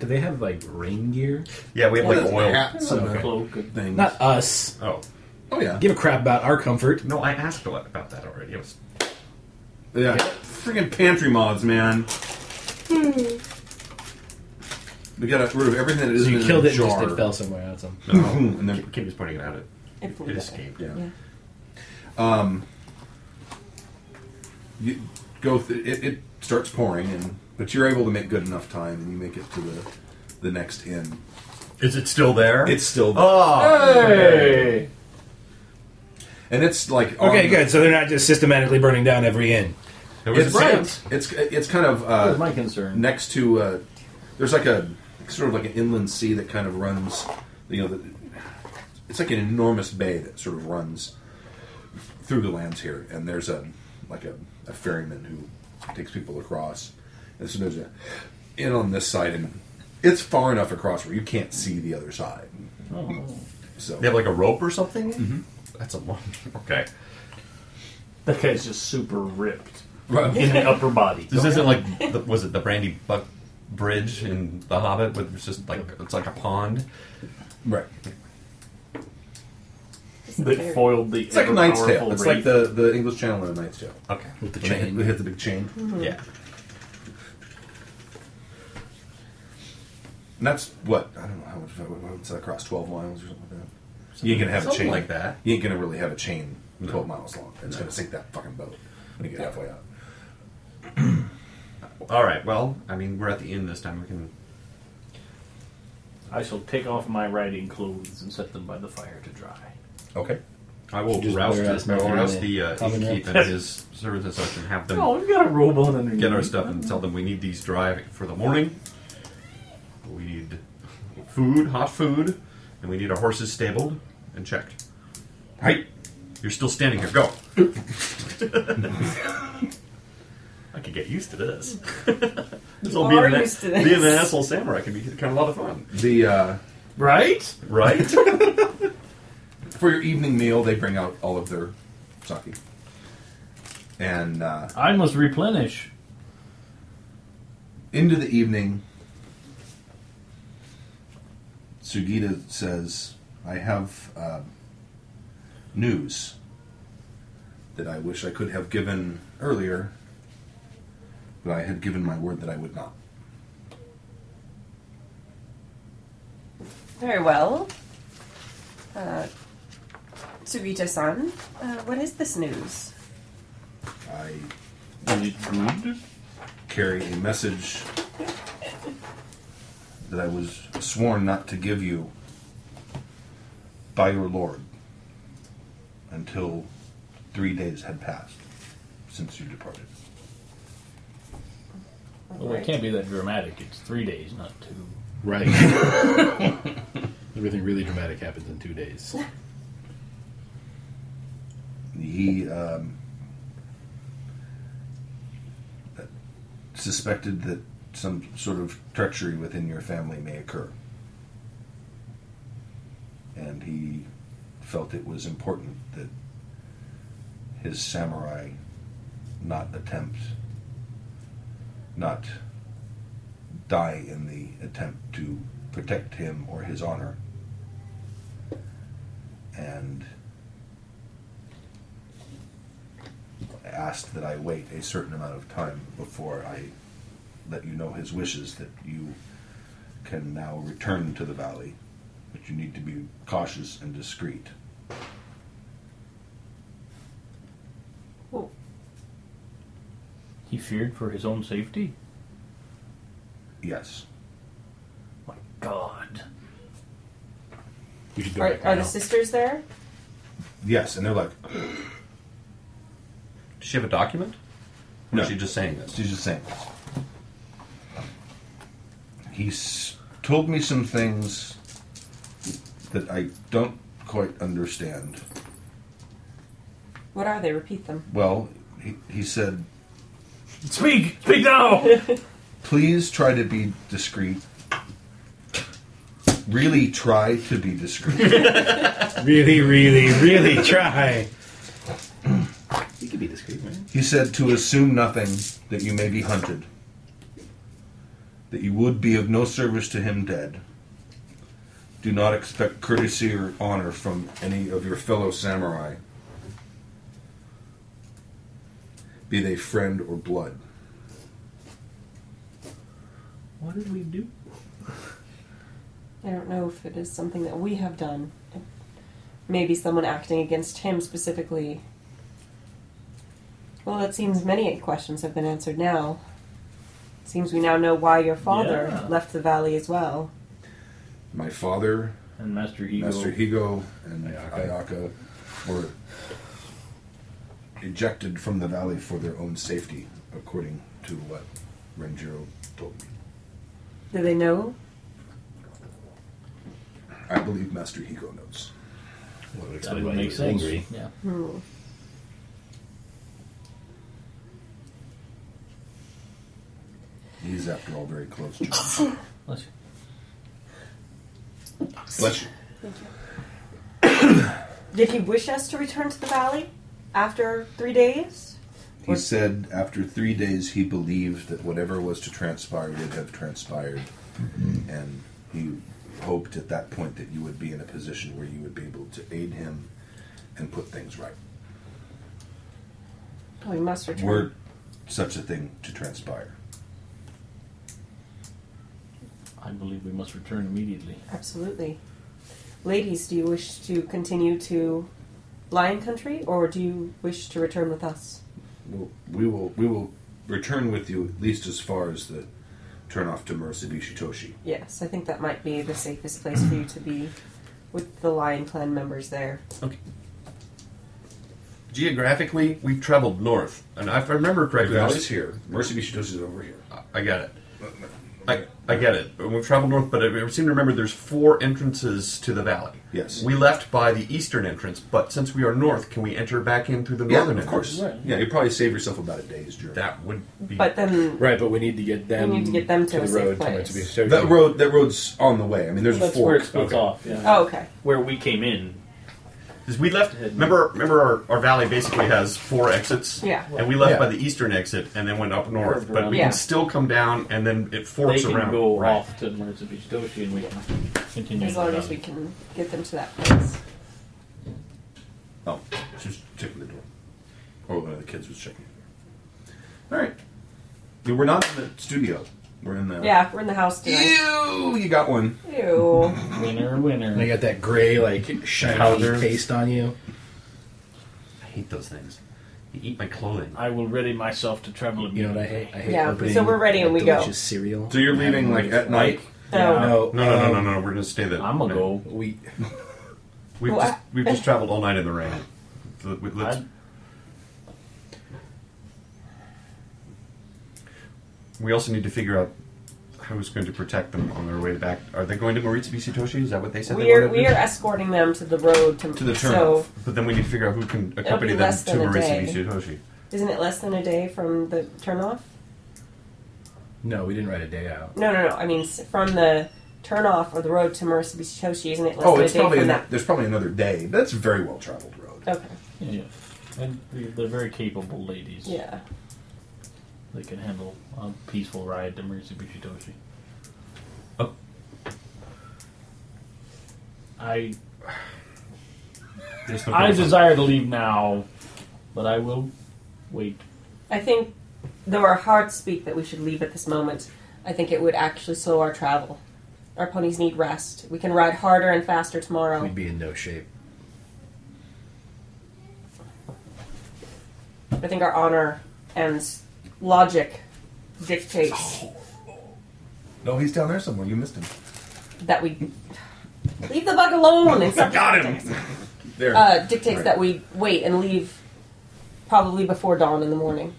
[SPEAKER 2] Do they have like rain gear?
[SPEAKER 3] Yeah, we have like
[SPEAKER 1] Well,
[SPEAKER 3] oil.
[SPEAKER 1] hats and
[SPEAKER 4] A
[SPEAKER 1] the
[SPEAKER 4] cloak and-
[SPEAKER 1] things.
[SPEAKER 2] Not us.
[SPEAKER 3] Oh
[SPEAKER 1] oh yeah,
[SPEAKER 2] Give a crap about our comfort.
[SPEAKER 3] no, I asked a lot about that already. It was
[SPEAKER 1] yeah. Freaking pantry mods, man. We got rid of everything that
[SPEAKER 2] So
[SPEAKER 1] isn't
[SPEAKER 2] you
[SPEAKER 1] in
[SPEAKER 2] killed
[SPEAKER 1] a
[SPEAKER 2] it and just
[SPEAKER 1] jar.
[SPEAKER 2] it fell somewhere. That's all.
[SPEAKER 3] no.
[SPEAKER 1] And then-
[SPEAKER 3] Kim- Kim was pointing it out. It,
[SPEAKER 5] It flew
[SPEAKER 3] it
[SPEAKER 5] back.
[SPEAKER 3] escaped.
[SPEAKER 1] Yeah. Um, you go. Th- it, it starts pouring, and but you're able to make good enough time, and you make it to the the next inn.
[SPEAKER 3] Is it still there?
[SPEAKER 1] It's still there,
[SPEAKER 3] oh.
[SPEAKER 4] Hey!
[SPEAKER 1] and it's like on
[SPEAKER 2] Okay,
[SPEAKER 1] the-
[SPEAKER 2] good. So they're not just systematically burning down every inn.
[SPEAKER 3] There was
[SPEAKER 1] It's
[SPEAKER 3] a
[SPEAKER 1] right.
[SPEAKER 3] sand-
[SPEAKER 1] It's it's, it's kind of
[SPEAKER 4] That
[SPEAKER 1] uh,
[SPEAKER 4] was my concern.
[SPEAKER 1] next to uh, there's like a sort of like an inland sea that kind of runs you know the, it's like an enormous bay that sort of runs through the lands here and there's a like a, a ferryman who takes people across and so there's a inn on this side and it's far enough across where you can't see the other side so
[SPEAKER 3] They have like a rope or something. Mm-hmm. That's a long. Okay.
[SPEAKER 4] That guy's just super ripped
[SPEAKER 1] Right.
[SPEAKER 4] in the upper body.
[SPEAKER 3] This isn't like the, was it the Brandy Buck Bridge in The Hobbit, where it's just like it's like a pond.
[SPEAKER 1] right
[SPEAKER 5] It's
[SPEAKER 4] that
[SPEAKER 5] very-
[SPEAKER 4] foiled the
[SPEAKER 1] it's like a knight's tale
[SPEAKER 4] ever-powerful
[SPEAKER 1] it's like
[SPEAKER 4] wraith.
[SPEAKER 1] the, the english channel in a knight's tale
[SPEAKER 3] Okay.
[SPEAKER 2] The
[SPEAKER 1] When they hit-
[SPEAKER 2] chain.
[SPEAKER 1] they hit the big chain
[SPEAKER 3] Yeah.
[SPEAKER 1] And that's what I don't know how much what's that across twelve miles or something like that. you ain't gonna have a
[SPEAKER 3] Something
[SPEAKER 1] chain
[SPEAKER 3] like that.
[SPEAKER 1] You ain't gonna really have a chain twelve miles long. It's gonna sink that fucking boat when you get halfway out.
[SPEAKER 3] All right. Well, I mean, we're at the inn this time. We can.
[SPEAKER 4] I shall take off my riding clothes and set them by the fire to dry.
[SPEAKER 1] Okay.
[SPEAKER 3] I will
[SPEAKER 2] Just
[SPEAKER 3] rouse,
[SPEAKER 2] wear
[SPEAKER 3] this,
[SPEAKER 2] out
[SPEAKER 3] I will
[SPEAKER 2] nothing
[SPEAKER 3] rouse
[SPEAKER 2] in
[SPEAKER 3] the
[SPEAKER 2] the
[SPEAKER 3] uh,
[SPEAKER 2] common
[SPEAKER 3] innkeep and his servants and such, and have them
[SPEAKER 4] Oh, we've got a robe on underneath.
[SPEAKER 3] get our stuff and tell them we need these dry for the morning. We need food, hot food, and we need our horses stabled and checked. Right? You're still standing here. Go. I could get used to this. this will be
[SPEAKER 5] are
[SPEAKER 3] an,
[SPEAKER 5] used to
[SPEAKER 3] being an
[SPEAKER 5] this.
[SPEAKER 3] asshole samurai can be kind of a lot of fun,
[SPEAKER 1] The uh,
[SPEAKER 4] Right?
[SPEAKER 3] right?
[SPEAKER 1] for your evening meal, they bring out all of their sake, and uh,
[SPEAKER 4] I must replenish.
[SPEAKER 1] into the evening, Sugita says, "I have uh, news that I wish I could have given earlier, but I had given my word that I would not."
[SPEAKER 5] Very well. Uh, Sugita san, uh, what is this news?
[SPEAKER 1] I
[SPEAKER 4] Is it good?
[SPEAKER 1] carry a message that I was sworn not to give you by your lord until three days had passed since you departed.
[SPEAKER 4] Well, it can't be that dramatic. It's three days, not two.
[SPEAKER 2] Right. Everything really dramatic happens in two days.
[SPEAKER 1] He um, suspected that some sort of treachery within your family may occur. And he felt it was important that his samurai not attempt, not die in the attempt to protect him or his honor asked that I wait a certain amount of time before I let you know his wishes that you can now return to the valley, but you need to be cautious and discreet.
[SPEAKER 3] Oh.
[SPEAKER 4] He feared for his own safety?
[SPEAKER 1] Yes.
[SPEAKER 4] My god.
[SPEAKER 12] We should go
[SPEAKER 5] Are,
[SPEAKER 12] back
[SPEAKER 5] are
[SPEAKER 12] now.
[SPEAKER 5] the sisters there?
[SPEAKER 1] Yes, and they're like,
[SPEAKER 3] Does she have a document? Or
[SPEAKER 1] No.
[SPEAKER 3] is she just saying this?
[SPEAKER 1] She's just saying this. He's told me some things that I don't quite understand.
[SPEAKER 5] What are they? Repeat them.
[SPEAKER 1] Well, he, he said,
[SPEAKER 4] Speak! Speak now!
[SPEAKER 1] please try to be discreet. Really try to be discreet.
[SPEAKER 2] Really, really, really try.
[SPEAKER 13] You could be discreet, man.
[SPEAKER 1] he said to assume nothing, that you may be hunted, that you would be of no service to him dead. Do not expect courtesy or honor from
[SPEAKER 12] any of your fellow samurai, be they friend or blood.
[SPEAKER 4] what did we do?
[SPEAKER 5] I don't know if it is something that we have done. Maybe someone acting against him specifically. Well, it seems many questions have been answered now. It seems we now know why your father
[SPEAKER 4] Yeah.
[SPEAKER 5] left the valley as well.
[SPEAKER 12] My father,
[SPEAKER 4] And Master Higo.
[SPEAKER 12] Master Higo, and
[SPEAKER 1] Ayaka.
[SPEAKER 12] Ayaka were ejected from the valley for their own safety, according to what Renjiro told me.
[SPEAKER 5] Do they know?
[SPEAKER 12] I believe Master Higo knows.
[SPEAKER 13] Well, it
[SPEAKER 4] That
[SPEAKER 13] explains
[SPEAKER 4] would
[SPEAKER 13] why he
[SPEAKER 4] make
[SPEAKER 13] was
[SPEAKER 4] sense.
[SPEAKER 13] angry.
[SPEAKER 4] Yeah.
[SPEAKER 5] Hmm.
[SPEAKER 1] He's, after all, very close to him.
[SPEAKER 4] Bless you.
[SPEAKER 12] Bless you.
[SPEAKER 5] Did he wish us to return to the valley after three days?
[SPEAKER 1] He said after three days he believed that whatever was to transpire would have transpired,
[SPEAKER 12] Mm-hmm.
[SPEAKER 1] and he hoped at that point that you would be in a position where you would be able to aid him and put things right.
[SPEAKER 5] Oh, we must return.
[SPEAKER 1] Were such a thing to transpire.
[SPEAKER 4] I believe we must return immediately.
[SPEAKER 5] Absolutely. Ladies, do you wish to continue to Lion Country, or do you wish to return with us?
[SPEAKER 12] We'll, we will we will return with you at least as far as the turn off to Murasabishi Toshi.
[SPEAKER 5] Yes, I think that might be the safest place for you to be with the Lion Clan members there.
[SPEAKER 3] Geographically, we've traveled north. And if I remember
[SPEAKER 12] The
[SPEAKER 3] correctly,
[SPEAKER 12] valley's here. Murasabishi Toshi is over here.
[SPEAKER 3] I get it. I, I get it. We've traveled north, but I seem to remember there's four entrances to the valley.
[SPEAKER 12] Yes.
[SPEAKER 3] We left by the eastern entrance, but since we are north, can we enter back in through the
[SPEAKER 12] Yeah,
[SPEAKER 3] northern
[SPEAKER 12] of course.
[SPEAKER 3] entrance?
[SPEAKER 12] Yeah, you probably save yourself about a day's journey.
[SPEAKER 3] That would be.
[SPEAKER 5] But then,
[SPEAKER 2] Right, but we need to get them.
[SPEAKER 5] need to get them to a
[SPEAKER 2] the
[SPEAKER 5] safe
[SPEAKER 2] road.
[SPEAKER 5] place.
[SPEAKER 2] To be
[SPEAKER 12] That road, that road's on the way. I mean, there's
[SPEAKER 13] That's
[SPEAKER 12] a fork.
[SPEAKER 13] where it splits off. Yeah.
[SPEAKER 5] oh, okay.
[SPEAKER 4] Where we came in.
[SPEAKER 3] 'Cause we left. Remember, remember our, our valley basically has four exits.
[SPEAKER 5] Yeah.
[SPEAKER 3] And we left
[SPEAKER 12] Yeah.
[SPEAKER 3] by the eastern exit and then went up north.
[SPEAKER 13] Curved
[SPEAKER 3] But
[SPEAKER 13] around.
[SPEAKER 3] we
[SPEAKER 5] Yeah.
[SPEAKER 3] can still come down and then it
[SPEAKER 4] They
[SPEAKER 3] forks
[SPEAKER 4] can
[SPEAKER 3] around.
[SPEAKER 4] go
[SPEAKER 3] Right.
[SPEAKER 4] off to Marzabishitoshi and we can continue.
[SPEAKER 5] As long
[SPEAKER 4] on.
[SPEAKER 5] as we can get them to that place.
[SPEAKER 12] Oh, she was checking the door. Or one of the kids was checking the door. All right. I mean, We're not in the studio. We're in the.
[SPEAKER 5] Yeah, we're in the house tonight.
[SPEAKER 12] Ew, you got one.
[SPEAKER 5] Ew.
[SPEAKER 4] Winner, winner.
[SPEAKER 2] And they got that gray, like shiny
[SPEAKER 4] Powder.
[SPEAKER 2] paste on you.
[SPEAKER 3] I hate those things. They eat my clothing.
[SPEAKER 4] I will ready myself to travel
[SPEAKER 2] You know what I
[SPEAKER 4] immediately.
[SPEAKER 2] hate? I hate
[SPEAKER 5] Yeah,
[SPEAKER 2] opening
[SPEAKER 5] so we're ready and we go. Oh.
[SPEAKER 2] delicious cereal.
[SPEAKER 12] So you're leaving like at night?
[SPEAKER 5] So,
[SPEAKER 2] No,
[SPEAKER 3] No, no, no, no,
[SPEAKER 2] um,
[SPEAKER 3] no, no. We're gonna stay there.
[SPEAKER 4] I'm gonna go.
[SPEAKER 2] We
[SPEAKER 3] We've
[SPEAKER 5] Well,
[SPEAKER 3] just
[SPEAKER 5] I-
[SPEAKER 3] we've just traveled all night in the rain. So we- let's-
[SPEAKER 4] I-
[SPEAKER 3] we also need to figure out who's going to protect them on their way back. Are they going to Maritsubishi Toshi? Is that what they said? they
[SPEAKER 5] We're
[SPEAKER 3] wanted
[SPEAKER 5] we are
[SPEAKER 3] to do?
[SPEAKER 5] escorting them to the road to,
[SPEAKER 12] To the turn
[SPEAKER 5] So
[SPEAKER 12] off.
[SPEAKER 3] But then we need to figure out who can accompany them
[SPEAKER 5] less
[SPEAKER 3] to
[SPEAKER 5] than a day.
[SPEAKER 3] Maritsubishi Toshi.
[SPEAKER 5] isn't it less than a day from the turnoff?
[SPEAKER 2] no, we didn't write a day out.
[SPEAKER 5] No, no, no. I mean s- from the turnoff of the road to Murasabishitoshi, isn't it less
[SPEAKER 12] Oh,
[SPEAKER 5] than a
[SPEAKER 12] it's
[SPEAKER 5] day
[SPEAKER 12] probably
[SPEAKER 5] from
[SPEAKER 12] an,
[SPEAKER 5] that?
[SPEAKER 12] there's probably another day. That's a very well traveled road.
[SPEAKER 5] Okay.
[SPEAKER 4] Yeah. And they- they're very capable ladies.
[SPEAKER 5] Yeah.
[SPEAKER 4] They can handle a peaceful ride to Murasubishitoshi.
[SPEAKER 3] Oh.
[SPEAKER 4] I
[SPEAKER 3] There's no
[SPEAKER 4] I
[SPEAKER 3] problem.
[SPEAKER 4] desire to leave now, but I will Wait.
[SPEAKER 5] I think, though our hearts speak that we should leave at this moment, I think it would actually slow our travel. Our ponies need rest. We can ride harder and faster tomorrow.
[SPEAKER 2] We'd be in no shape.
[SPEAKER 5] I think our honor and logic dictates
[SPEAKER 3] Oh.
[SPEAKER 14] No, he's down there somewhere. You missed him.
[SPEAKER 5] that we leave the bug alone. It's got him.
[SPEAKER 14] There.
[SPEAKER 5] Uh, dictates that we wait and leave probably before dawn in the morning.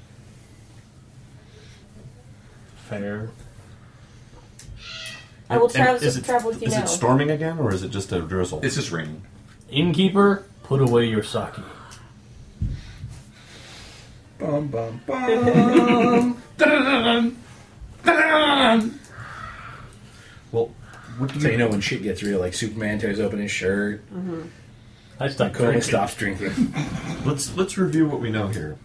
[SPEAKER 15] Fair.
[SPEAKER 5] I will
[SPEAKER 3] And
[SPEAKER 5] travel,
[SPEAKER 3] is it-
[SPEAKER 5] travel with you
[SPEAKER 3] Is
[SPEAKER 5] now.
[SPEAKER 3] it storming again, or is it just a drizzle?
[SPEAKER 14] It's just raining.
[SPEAKER 4] Innkeeper, put away your sake.
[SPEAKER 14] Bum bum bum. Da-da-da-dum. Da-da-da-dum.
[SPEAKER 3] well, what do
[SPEAKER 2] So you
[SPEAKER 3] you
[SPEAKER 2] know when shit gets real, like Superman tears open his shirt,
[SPEAKER 5] Mm-hmm.
[SPEAKER 4] I stopped
[SPEAKER 2] Coma
[SPEAKER 4] drinking.
[SPEAKER 2] stops drinking.
[SPEAKER 3] Let's let's review what we know here.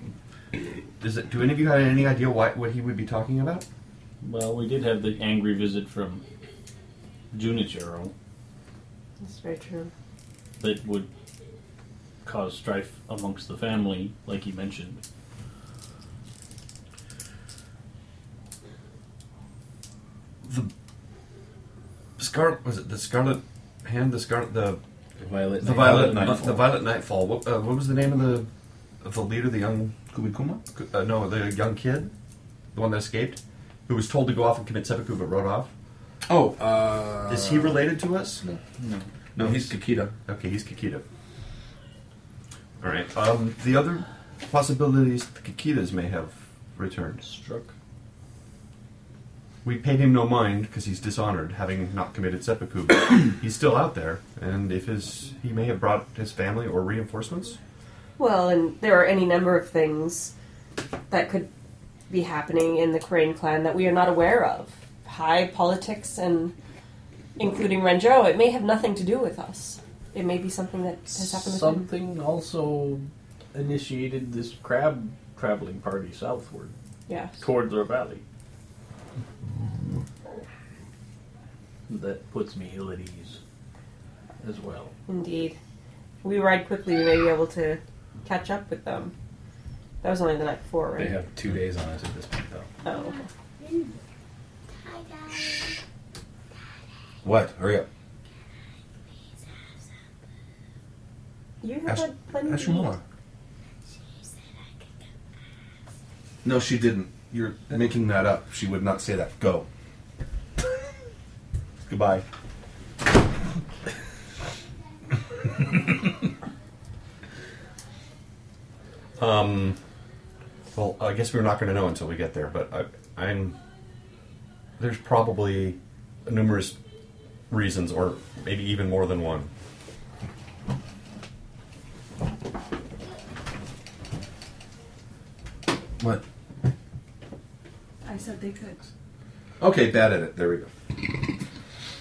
[SPEAKER 3] Does it, do any of you have any idea why, what he would be talking about?
[SPEAKER 4] Well, we did have the angry visit from Junichiro
[SPEAKER 5] That's very true.
[SPEAKER 4] that would cause strife amongst the family, like he mentioned.
[SPEAKER 3] The scarlet was it the scarlet hand? The scarlet the
[SPEAKER 2] Violet.
[SPEAKER 3] the violet nightfall. the violet nightfall. What, uh, what was the name of the of the leader? The young
[SPEAKER 14] Kubikuma?
[SPEAKER 3] uh, no, the young kid, the one that escaped, who was told to go off and commit seppuku but rode off.
[SPEAKER 16] Oh, uh,
[SPEAKER 3] Is he related to us?
[SPEAKER 16] no, he's Kikita.
[SPEAKER 3] Okay, he's Kikita. All right. Um, the other possibilities the Kikitas may have returned. Struck. We paid him no mind because he's dishonored, having not committed seppuku. But he's still out there, and if his he may have brought his family or reinforcements.
[SPEAKER 5] Well, and there are any number of things that could be happening in the Crane clan that we are not aware of. High politics and including Renjiro, it may have nothing to do with us. It may be something that has happened with him.
[SPEAKER 15] Something also initiated this crab traveling party southward
[SPEAKER 5] Yeah.
[SPEAKER 15] towards our valley. That puts me ill at ease as well.
[SPEAKER 5] Indeed. If we ride quickly, we may be able to catch up with them. That was only the night before,
[SPEAKER 2] They
[SPEAKER 5] right?
[SPEAKER 2] have two days on us at this point, though.
[SPEAKER 5] Oh, okay.
[SPEAKER 1] What? Hurry up.
[SPEAKER 5] You have
[SPEAKER 1] Ash-
[SPEAKER 5] had plenty
[SPEAKER 1] Ask
[SPEAKER 5] to
[SPEAKER 1] your
[SPEAKER 5] eat.
[SPEAKER 1] mama. No, she didn't. You're making that up. She would not say that. Go.
[SPEAKER 14] Goodbye.
[SPEAKER 3] Um, well, I guess we're not going to know until we get there. But I, I'm there's probably numerous reasons, or maybe even more than one.
[SPEAKER 1] What?
[SPEAKER 9] I said they could.
[SPEAKER 1] Okay, bad at it. There we go.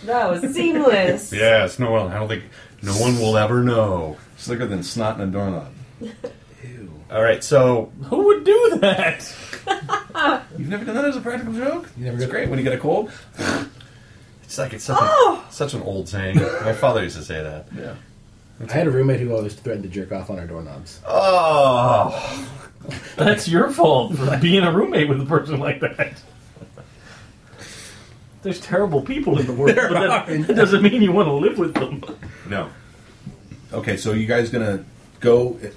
[SPEAKER 5] That was seamless.
[SPEAKER 3] Yes, no one. I don't think no one will ever know.
[SPEAKER 14] Slicker than snot in a doorknob.
[SPEAKER 3] All right, so
[SPEAKER 4] Who would do that?
[SPEAKER 14] You've never done that as a practical joke? You never it's great when you get a cold.
[SPEAKER 3] it's like it's such,
[SPEAKER 1] Oh!
[SPEAKER 3] a, such an old saying. My father used to say that.
[SPEAKER 14] Yeah.
[SPEAKER 2] I had a roommate who always threatened to jerk off on our doorknobs.
[SPEAKER 3] Oh,
[SPEAKER 4] That's your fault for being a roommate with a person like that. There's terrible people in the world, but that, that doesn't mean you want to live with them.
[SPEAKER 1] No.
[SPEAKER 14] Okay, so you guys gonna go it-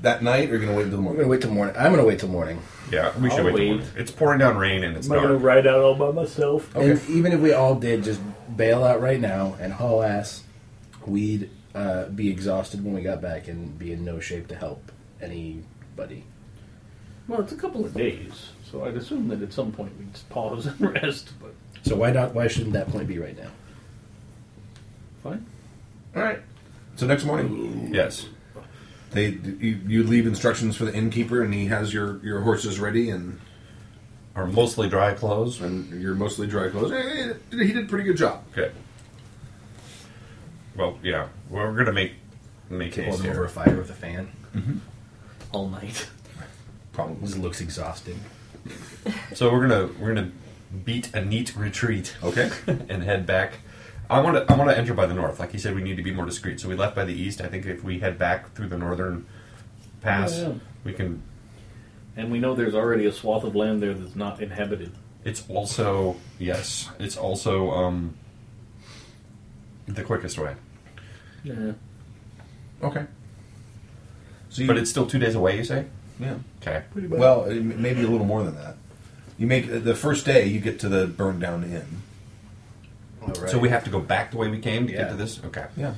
[SPEAKER 14] that night or you're gonna wait until the
[SPEAKER 2] I'm
[SPEAKER 14] morning?
[SPEAKER 2] gonna wait till morning. I'm gonna wait till morning.
[SPEAKER 3] yeah, we should
[SPEAKER 4] I'll
[SPEAKER 3] wait. till
[SPEAKER 4] wait.
[SPEAKER 3] morning. It's pouring down rain and it's
[SPEAKER 15] Am I gonna
[SPEAKER 3] dark.
[SPEAKER 15] ride out all by myself?
[SPEAKER 4] Oh,
[SPEAKER 2] And even if we all did just bail out right now and haul ass, we'd uh, be exhausted when we got back and be in no shape to help anybody.
[SPEAKER 15] Well, it's a couple of
[SPEAKER 4] Days. So I'd assume that at some point we'd pause and rest, but
[SPEAKER 2] So why not? Why shouldn't that point be right now?
[SPEAKER 15] fine.
[SPEAKER 14] All right.
[SPEAKER 1] So next morning,
[SPEAKER 3] Yes,
[SPEAKER 1] they you, you leave instructions for the innkeeper, and he has your, your horses ready, and
[SPEAKER 3] or mostly dry clothes.
[SPEAKER 1] and you're mostly dry clothes. Eh, eh, He did a pretty good job.
[SPEAKER 3] Okay. Well, yeah, we're gonna make make haste
[SPEAKER 2] Hold him over a
[SPEAKER 3] here.
[SPEAKER 2] fire with a fan.
[SPEAKER 4] all night.
[SPEAKER 2] Just looks exhausted.
[SPEAKER 3] So we're gonna we're gonna beat a neat retreat.
[SPEAKER 1] Okay.
[SPEAKER 3] and head back. I want to. I want to enter by the north. Like he said, we need to be more discreet. So we left by the east. I think if we head back through the northern pass,
[SPEAKER 15] Yeah, yeah.
[SPEAKER 3] we can
[SPEAKER 4] And we know there's already a swath of land there that's not inhabited.
[SPEAKER 3] It's also yes. It's also um, the quickest way,
[SPEAKER 4] Yeah.
[SPEAKER 1] Okay. So you,
[SPEAKER 3] but it's still two days away. You say?
[SPEAKER 1] yeah.
[SPEAKER 3] Okay.
[SPEAKER 1] Well, uh, m- maybe a little more than that. You make uh, the first day you get to the burned down inn.
[SPEAKER 3] So we have to go back the way we came to get
[SPEAKER 2] Yeah.
[SPEAKER 3] to this. Okay.
[SPEAKER 1] Yeah.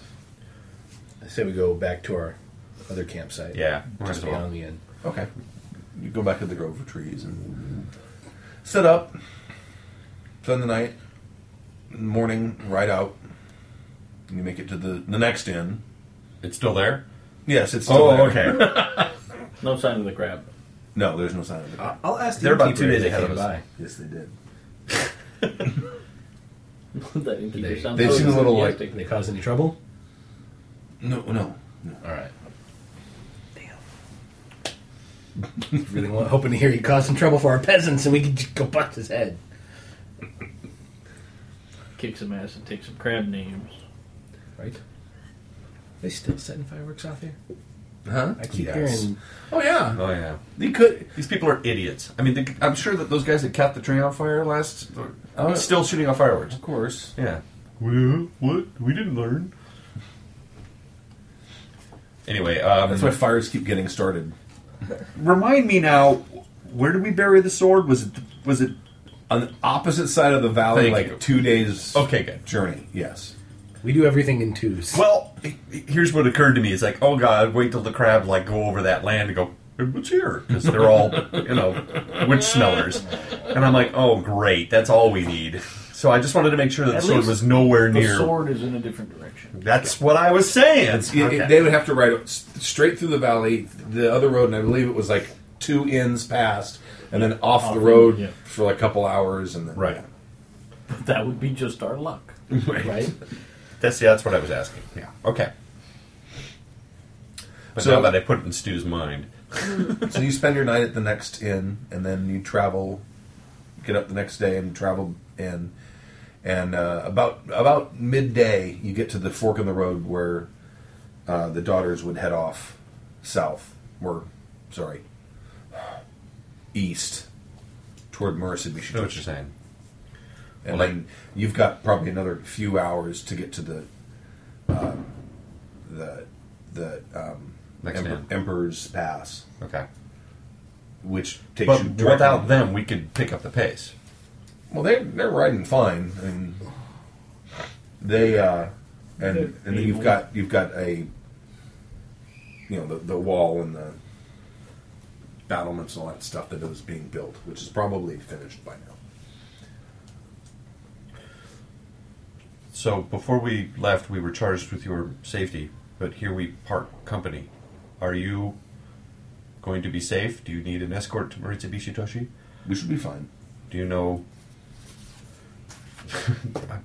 [SPEAKER 2] I say we go back to our other campsite.
[SPEAKER 3] Yeah. might
[SPEAKER 2] Just
[SPEAKER 3] as well.
[SPEAKER 2] beyond the inn.
[SPEAKER 1] Okay. You go back to the grove of trees and set up, spend the night, morning ride out. And you make it to the the next inn.
[SPEAKER 3] It's still there.
[SPEAKER 1] Yes, it's
[SPEAKER 2] Oh,
[SPEAKER 1] still there.
[SPEAKER 3] okay.
[SPEAKER 4] No sign of the crab.
[SPEAKER 1] No, there's no sign of it.
[SPEAKER 2] I'll ask.
[SPEAKER 3] They're about two days ahead of us.
[SPEAKER 1] Yes, they did.
[SPEAKER 4] that innkeeper
[SPEAKER 2] They-
[SPEAKER 4] sounds
[SPEAKER 1] they
[SPEAKER 4] so
[SPEAKER 1] seem a little like-
[SPEAKER 4] enthusiastic.
[SPEAKER 2] They cause any trouble?
[SPEAKER 1] No, no. no.
[SPEAKER 2] All right. Damn. really want, hoping to hear you cause some trouble for our peasants, and we could just go bust his head.
[SPEAKER 4] Kick some ass and take some crab names.
[SPEAKER 2] Right? They still setting fireworks off here?
[SPEAKER 1] Huh?
[SPEAKER 2] I keep
[SPEAKER 1] Yes.
[SPEAKER 2] hearing.
[SPEAKER 1] Oh yeah.
[SPEAKER 3] Oh yeah.
[SPEAKER 1] You could.
[SPEAKER 3] These people are idiots. I mean, the, I'm sure that those guys that caught the train on fire last
[SPEAKER 1] Oh.
[SPEAKER 3] still shooting off fireworks.
[SPEAKER 1] Of course.
[SPEAKER 3] Yeah. Well, what? We didn't learn. Anyway, um,
[SPEAKER 1] That's why fires keep getting started.
[SPEAKER 3] remind me now. Where did we bury the sword? Was it? Was it?
[SPEAKER 1] On the opposite side of the valley,
[SPEAKER 3] Thank
[SPEAKER 1] like
[SPEAKER 3] you.
[SPEAKER 1] two days
[SPEAKER 3] Okay, good.
[SPEAKER 1] journey. Yes.
[SPEAKER 2] We do everything in twos.
[SPEAKER 3] Well, he- he- here's what occurred to me: it's like, oh God, wait till the crab like go over that land and go, "Hey, what's here? Because they're all you know witch smellers, and I'm like, oh great, that's all we need. So I just wanted to make sure that
[SPEAKER 4] At
[SPEAKER 3] the sword
[SPEAKER 4] least
[SPEAKER 3] was nowhere
[SPEAKER 4] The
[SPEAKER 3] near.
[SPEAKER 4] sword is in a different direction.
[SPEAKER 3] That's what I was saying.
[SPEAKER 1] Yeah,
[SPEAKER 3] Okay.
[SPEAKER 1] They would have to ride s- straight through the valley, the other road, and I believe it was like two inns past, and then off, the road
[SPEAKER 4] yeah.
[SPEAKER 1] for like a couple hours, and then
[SPEAKER 3] Right.
[SPEAKER 4] But that would be just our luck.
[SPEAKER 2] right?
[SPEAKER 3] That's yeah, that's what I was asking. Yeah. Okay. But
[SPEAKER 1] So-
[SPEAKER 3] now that I put it in Stu's mind,
[SPEAKER 1] Yeah. so you spend your night at the next inn, and then you travel, get up the next day and travel in, and uh, about about midday you get to the fork in the road where uh, the daughters would head off south, or sorry, east toward Marissa
[SPEAKER 3] I know what you're saying.
[SPEAKER 1] and
[SPEAKER 3] Well,
[SPEAKER 1] then you've got probably another few hours to get to the uh, the the um,
[SPEAKER 3] Next
[SPEAKER 1] Emperor-
[SPEAKER 3] man.
[SPEAKER 1] Emperor's Pass,
[SPEAKER 3] Okay.
[SPEAKER 1] which takes
[SPEAKER 3] But
[SPEAKER 1] you directly-
[SPEAKER 3] without them, we could pick up the pace.
[SPEAKER 1] Well, they they're riding fine, and they uh, and and then you've got you've got a you know the the wall and the battlements and all that stuff that was being built, which is probably finished by now.
[SPEAKER 3] So before we left, we were charged with your safety, but here we part company. Are you going to be safe? Do you need an escort to Maritza Bishitoshi?
[SPEAKER 1] We should be fine.
[SPEAKER 3] Do you know?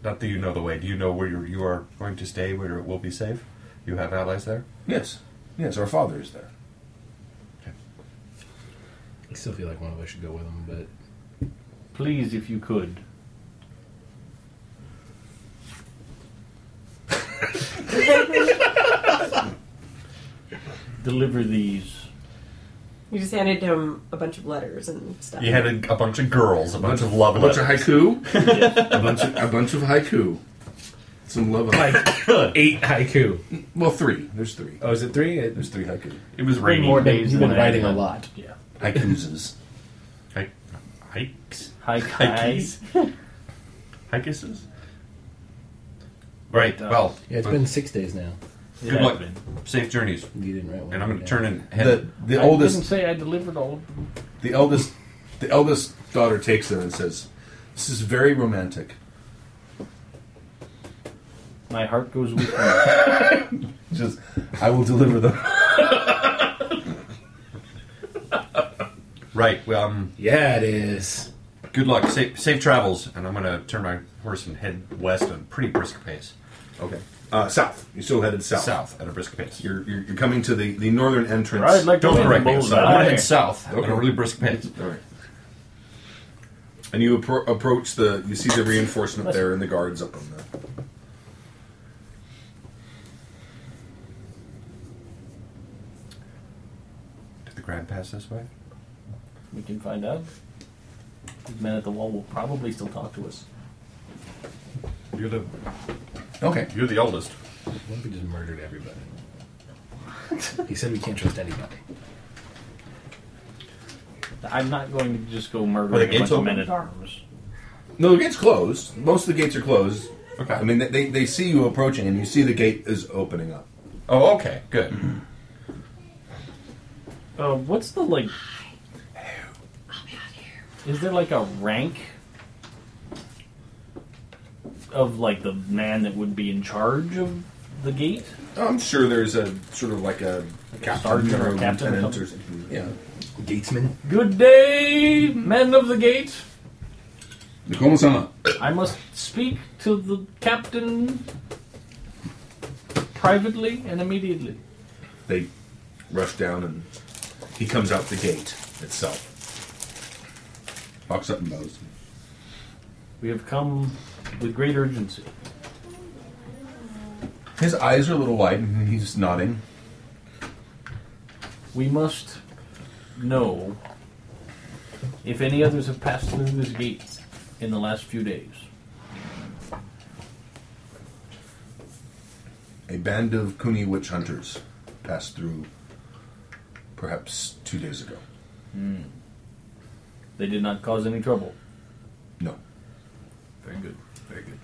[SPEAKER 3] Not that you know the way. Do you know where you're, you are going to stay, where it will be safe? You have allies there.
[SPEAKER 1] Yes, yes, our father is there.
[SPEAKER 2] I still feel like one of us should go with them, but
[SPEAKER 4] Please, if you could. Deliver these.
[SPEAKER 5] You just handed him a bunch of letters and stuff.
[SPEAKER 3] You had a, a bunch of girls, a bunch of love
[SPEAKER 6] a bunch of
[SPEAKER 3] letters.
[SPEAKER 6] haiku, a bunch of, a bunch of haiku, some love.
[SPEAKER 2] like eight haiku.
[SPEAKER 6] Well, three. There's three.
[SPEAKER 2] Oh, is it three? It-
[SPEAKER 6] There's three haiku.
[SPEAKER 3] It was
[SPEAKER 4] Been
[SPEAKER 3] raining.
[SPEAKER 4] more days
[SPEAKER 2] You've
[SPEAKER 4] than
[SPEAKER 2] been
[SPEAKER 4] I
[SPEAKER 2] writing a
[SPEAKER 4] had.
[SPEAKER 2] lot.
[SPEAKER 4] Yeah.
[SPEAKER 1] Haikuses.
[SPEAKER 3] Hi- hikes.
[SPEAKER 4] Hi, guys.
[SPEAKER 3] Hikes. Hikesses. Right.
[SPEAKER 4] Uh,
[SPEAKER 3] Well,
[SPEAKER 2] Yeah, it's been six days now.
[SPEAKER 4] It
[SPEAKER 3] Good luck.
[SPEAKER 4] happened.
[SPEAKER 3] safe journeys.
[SPEAKER 2] You didn't write one.
[SPEAKER 3] And I'm going to
[SPEAKER 2] down.
[SPEAKER 3] turn and head.
[SPEAKER 1] The the
[SPEAKER 4] I
[SPEAKER 1] oldest
[SPEAKER 4] didn't say I delivered all of them.
[SPEAKER 1] The eldest, the eldest daughter takes them and says, "This is very romantic."
[SPEAKER 4] My heart goes with you.
[SPEAKER 1] Just, I will deliver them.
[SPEAKER 3] right. Well, um,
[SPEAKER 2] Yeah, it is.
[SPEAKER 3] good luck. Safe, safe travels. And I'm going to turn my horse and head west at a pretty brisk pace.
[SPEAKER 1] Okay, uh, south. You're still headed south.
[SPEAKER 3] South at a brisk pace.
[SPEAKER 1] You're, you're, you're coming to the, the northern entrance.
[SPEAKER 4] Right, like
[SPEAKER 3] Don't correct me. So I'm going to
[SPEAKER 4] Bullseye.
[SPEAKER 3] head south at
[SPEAKER 1] Okay.
[SPEAKER 3] a really brisk pace.
[SPEAKER 1] All right. And you appro- approach the. You see the reinforcement there and the guards up on the.
[SPEAKER 3] Did the crab pass this way?
[SPEAKER 4] We can find out. These men at the wall will probably still talk to us.
[SPEAKER 3] You're the
[SPEAKER 1] Okay.
[SPEAKER 3] you're the eldest.
[SPEAKER 2] What if we just murdered everybody? he said we can't trust anybody.
[SPEAKER 4] I'm not going to just go murder
[SPEAKER 3] Are the
[SPEAKER 4] a
[SPEAKER 3] gates
[SPEAKER 4] bunch of
[SPEAKER 3] open?
[SPEAKER 4] men at arms.
[SPEAKER 1] No, the gate's closed. Most of the gates are closed. Okay. I mean, they, they see you approaching, and you see the gate is opening up.
[SPEAKER 3] Oh, okay, good.
[SPEAKER 4] Uh, what's the like? Is there like a rank of like the man that would be in charge of the gate?
[SPEAKER 1] I'm sure there's a sort of like a
[SPEAKER 4] Sergeant or a captain or
[SPEAKER 1] lieutenant or
[SPEAKER 4] something?
[SPEAKER 1] something. Yeah.
[SPEAKER 2] Gatesman.
[SPEAKER 4] Good day, men of the gate.
[SPEAKER 7] Como sama?
[SPEAKER 4] I must speak to the captain privately and immediately.
[SPEAKER 1] They rush down, and he comes out the gate itself.
[SPEAKER 7] Box up and bows.
[SPEAKER 4] We have come with great urgency.
[SPEAKER 1] His eyes are a little wide, and he's nodding.
[SPEAKER 4] We must know if any others have passed through this gate in the last few days.
[SPEAKER 1] A band of Kuni witch hunters passed through perhaps two days ago.
[SPEAKER 4] They did not cause any trouble.
[SPEAKER 1] No.
[SPEAKER 4] Very good. Very good.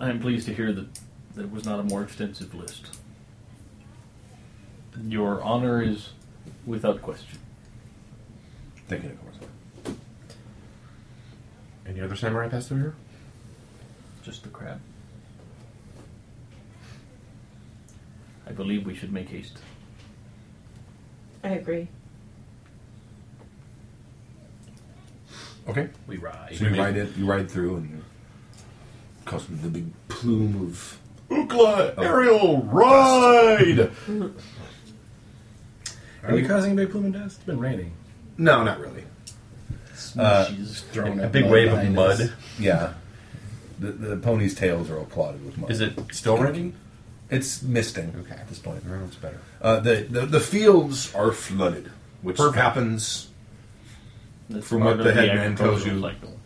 [SPEAKER 4] I am pleased to hear that there was not a more extensive list. Your honor is without question.
[SPEAKER 1] Thinking, of course.
[SPEAKER 3] Any other samurai passed through here?
[SPEAKER 4] Just the crab. I believe we should make haste.
[SPEAKER 5] I agree.
[SPEAKER 1] Okay.
[SPEAKER 2] We ride.
[SPEAKER 1] So you ride it. You ride through, and you cause the big plume of
[SPEAKER 3] Ukla, Ariel, Oh. ride!
[SPEAKER 2] Are we causing big plume and dust? It's been raining.
[SPEAKER 1] no, not really. Uh,
[SPEAKER 4] Smooshies.
[SPEAKER 2] Thrown
[SPEAKER 3] A big wave of mud.
[SPEAKER 1] Yeah. The, the ponies' tails are all clotted with mud.
[SPEAKER 3] Is it still raining?
[SPEAKER 1] It's misting
[SPEAKER 3] Okay.
[SPEAKER 1] at this point.
[SPEAKER 3] No, it's better.
[SPEAKER 1] Uh, the, the the fields are flooded, which
[SPEAKER 3] Perfect.
[SPEAKER 1] happens.
[SPEAKER 4] That's
[SPEAKER 1] From what
[SPEAKER 4] part of
[SPEAKER 1] the headman tells
[SPEAKER 4] agricultural
[SPEAKER 1] you.
[SPEAKER 4] cycle.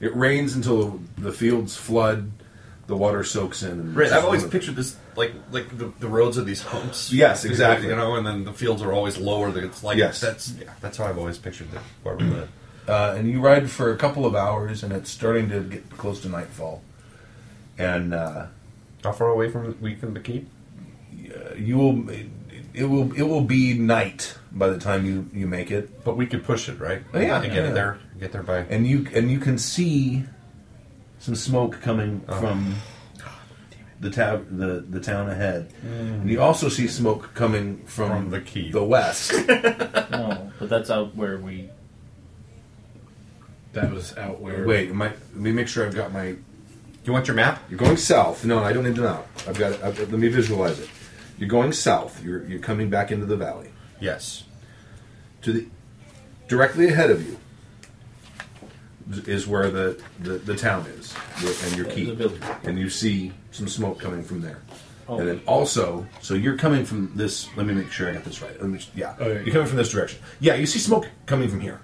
[SPEAKER 1] It rains until the fields flood, the water soaks in. And
[SPEAKER 3] Right, I've always pictured this like like the, the roads are these humps.
[SPEAKER 1] Yes, exactly.
[SPEAKER 3] You know, and then the fields are always lower. that It's like
[SPEAKER 1] Yes.
[SPEAKER 3] that's yeah, that's how I've always pictured it. Where we live.
[SPEAKER 1] Uh, and you ride for a couple of hours, and it's starting to get close to nightfall. And uh,
[SPEAKER 3] How far away from we from the keep?
[SPEAKER 1] you will it will it will be night by the time you you make it.
[SPEAKER 3] But we could push it, right?
[SPEAKER 1] Oh, yeah,
[SPEAKER 3] and
[SPEAKER 1] yeah,
[SPEAKER 3] get
[SPEAKER 1] yeah.
[SPEAKER 3] there, get there by.
[SPEAKER 1] and you and you can see some smoke coming
[SPEAKER 3] Oh.
[SPEAKER 1] from the tab the the town ahead. And you also see smoke coming from,
[SPEAKER 3] Mm. From the keep.
[SPEAKER 1] the west.
[SPEAKER 4] No, but that's out where we.
[SPEAKER 2] That was out where.
[SPEAKER 1] Wait, my, let me make sure I've got my.
[SPEAKER 3] You want your map?
[SPEAKER 1] You're going south. No, I don't need to know. I've got. It, I've, let me visualize it. You're going south. You're you're coming back into the valley.
[SPEAKER 3] Yes.
[SPEAKER 1] To the directly ahead of you is where the the, the town is where- and your keep.
[SPEAKER 4] The village.
[SPEAKER 1] and you see some smoke coming from there.
[SPEAKER 4] Oh.
[SPEAKER 1] And then also, so you're coming from this. Let me make sure I got this right. Let me, yeah,
[SPEAKER 2] Oh, yeah,
[SPEAKER 1] you're coming from this direction. Yeah, you see smoke coming from here.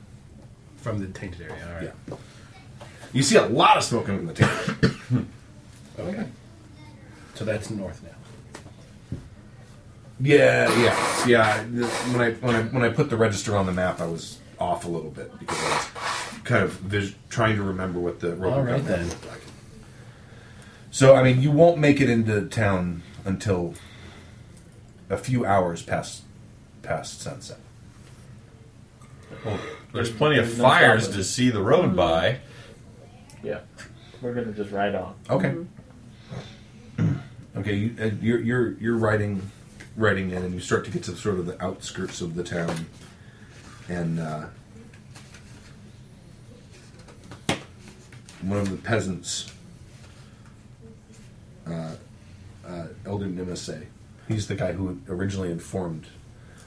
[SPEAKER 2] From the tainted area. All right.
[SPEAKER 1] Yeah, you see a lot of smoke coming from the tank.
[SPEAKER 2] Okay. So that's north now.
[SPEAKER 1] yeah, yeah, yeah. the- When I when I when I put the register on the map, I was off a little bit because I was kind of vis- trying to remember what the
[SPEAKER 2] All right,
[SPEAKER 1] gun map
[SPEAKER 2] then.
[SPEAKER 1] looked like. So I mean, you won't make it into town until a few hours past past sunset.
[SPEAKER 3] Well, there's plenty of
[SPEAKER 4] There's no
[SPEAKER 3] fires
[SPEAKER 4] problem.
[SPEAKER 3] to see the road
[SPEAKER 1] Mm-hmm.
[SPEAKER 3] by.
[SPEAKER 4] Yeah. We're going to just ride on.
[SPEAKER 1] Okay. Okay, you, uh, you're you're you're riding, riding in, and you start to get to sort of the outskirts of the town, and uh, one of the peasants, uh, uh, Elder Nimase, he's the guy who originally informed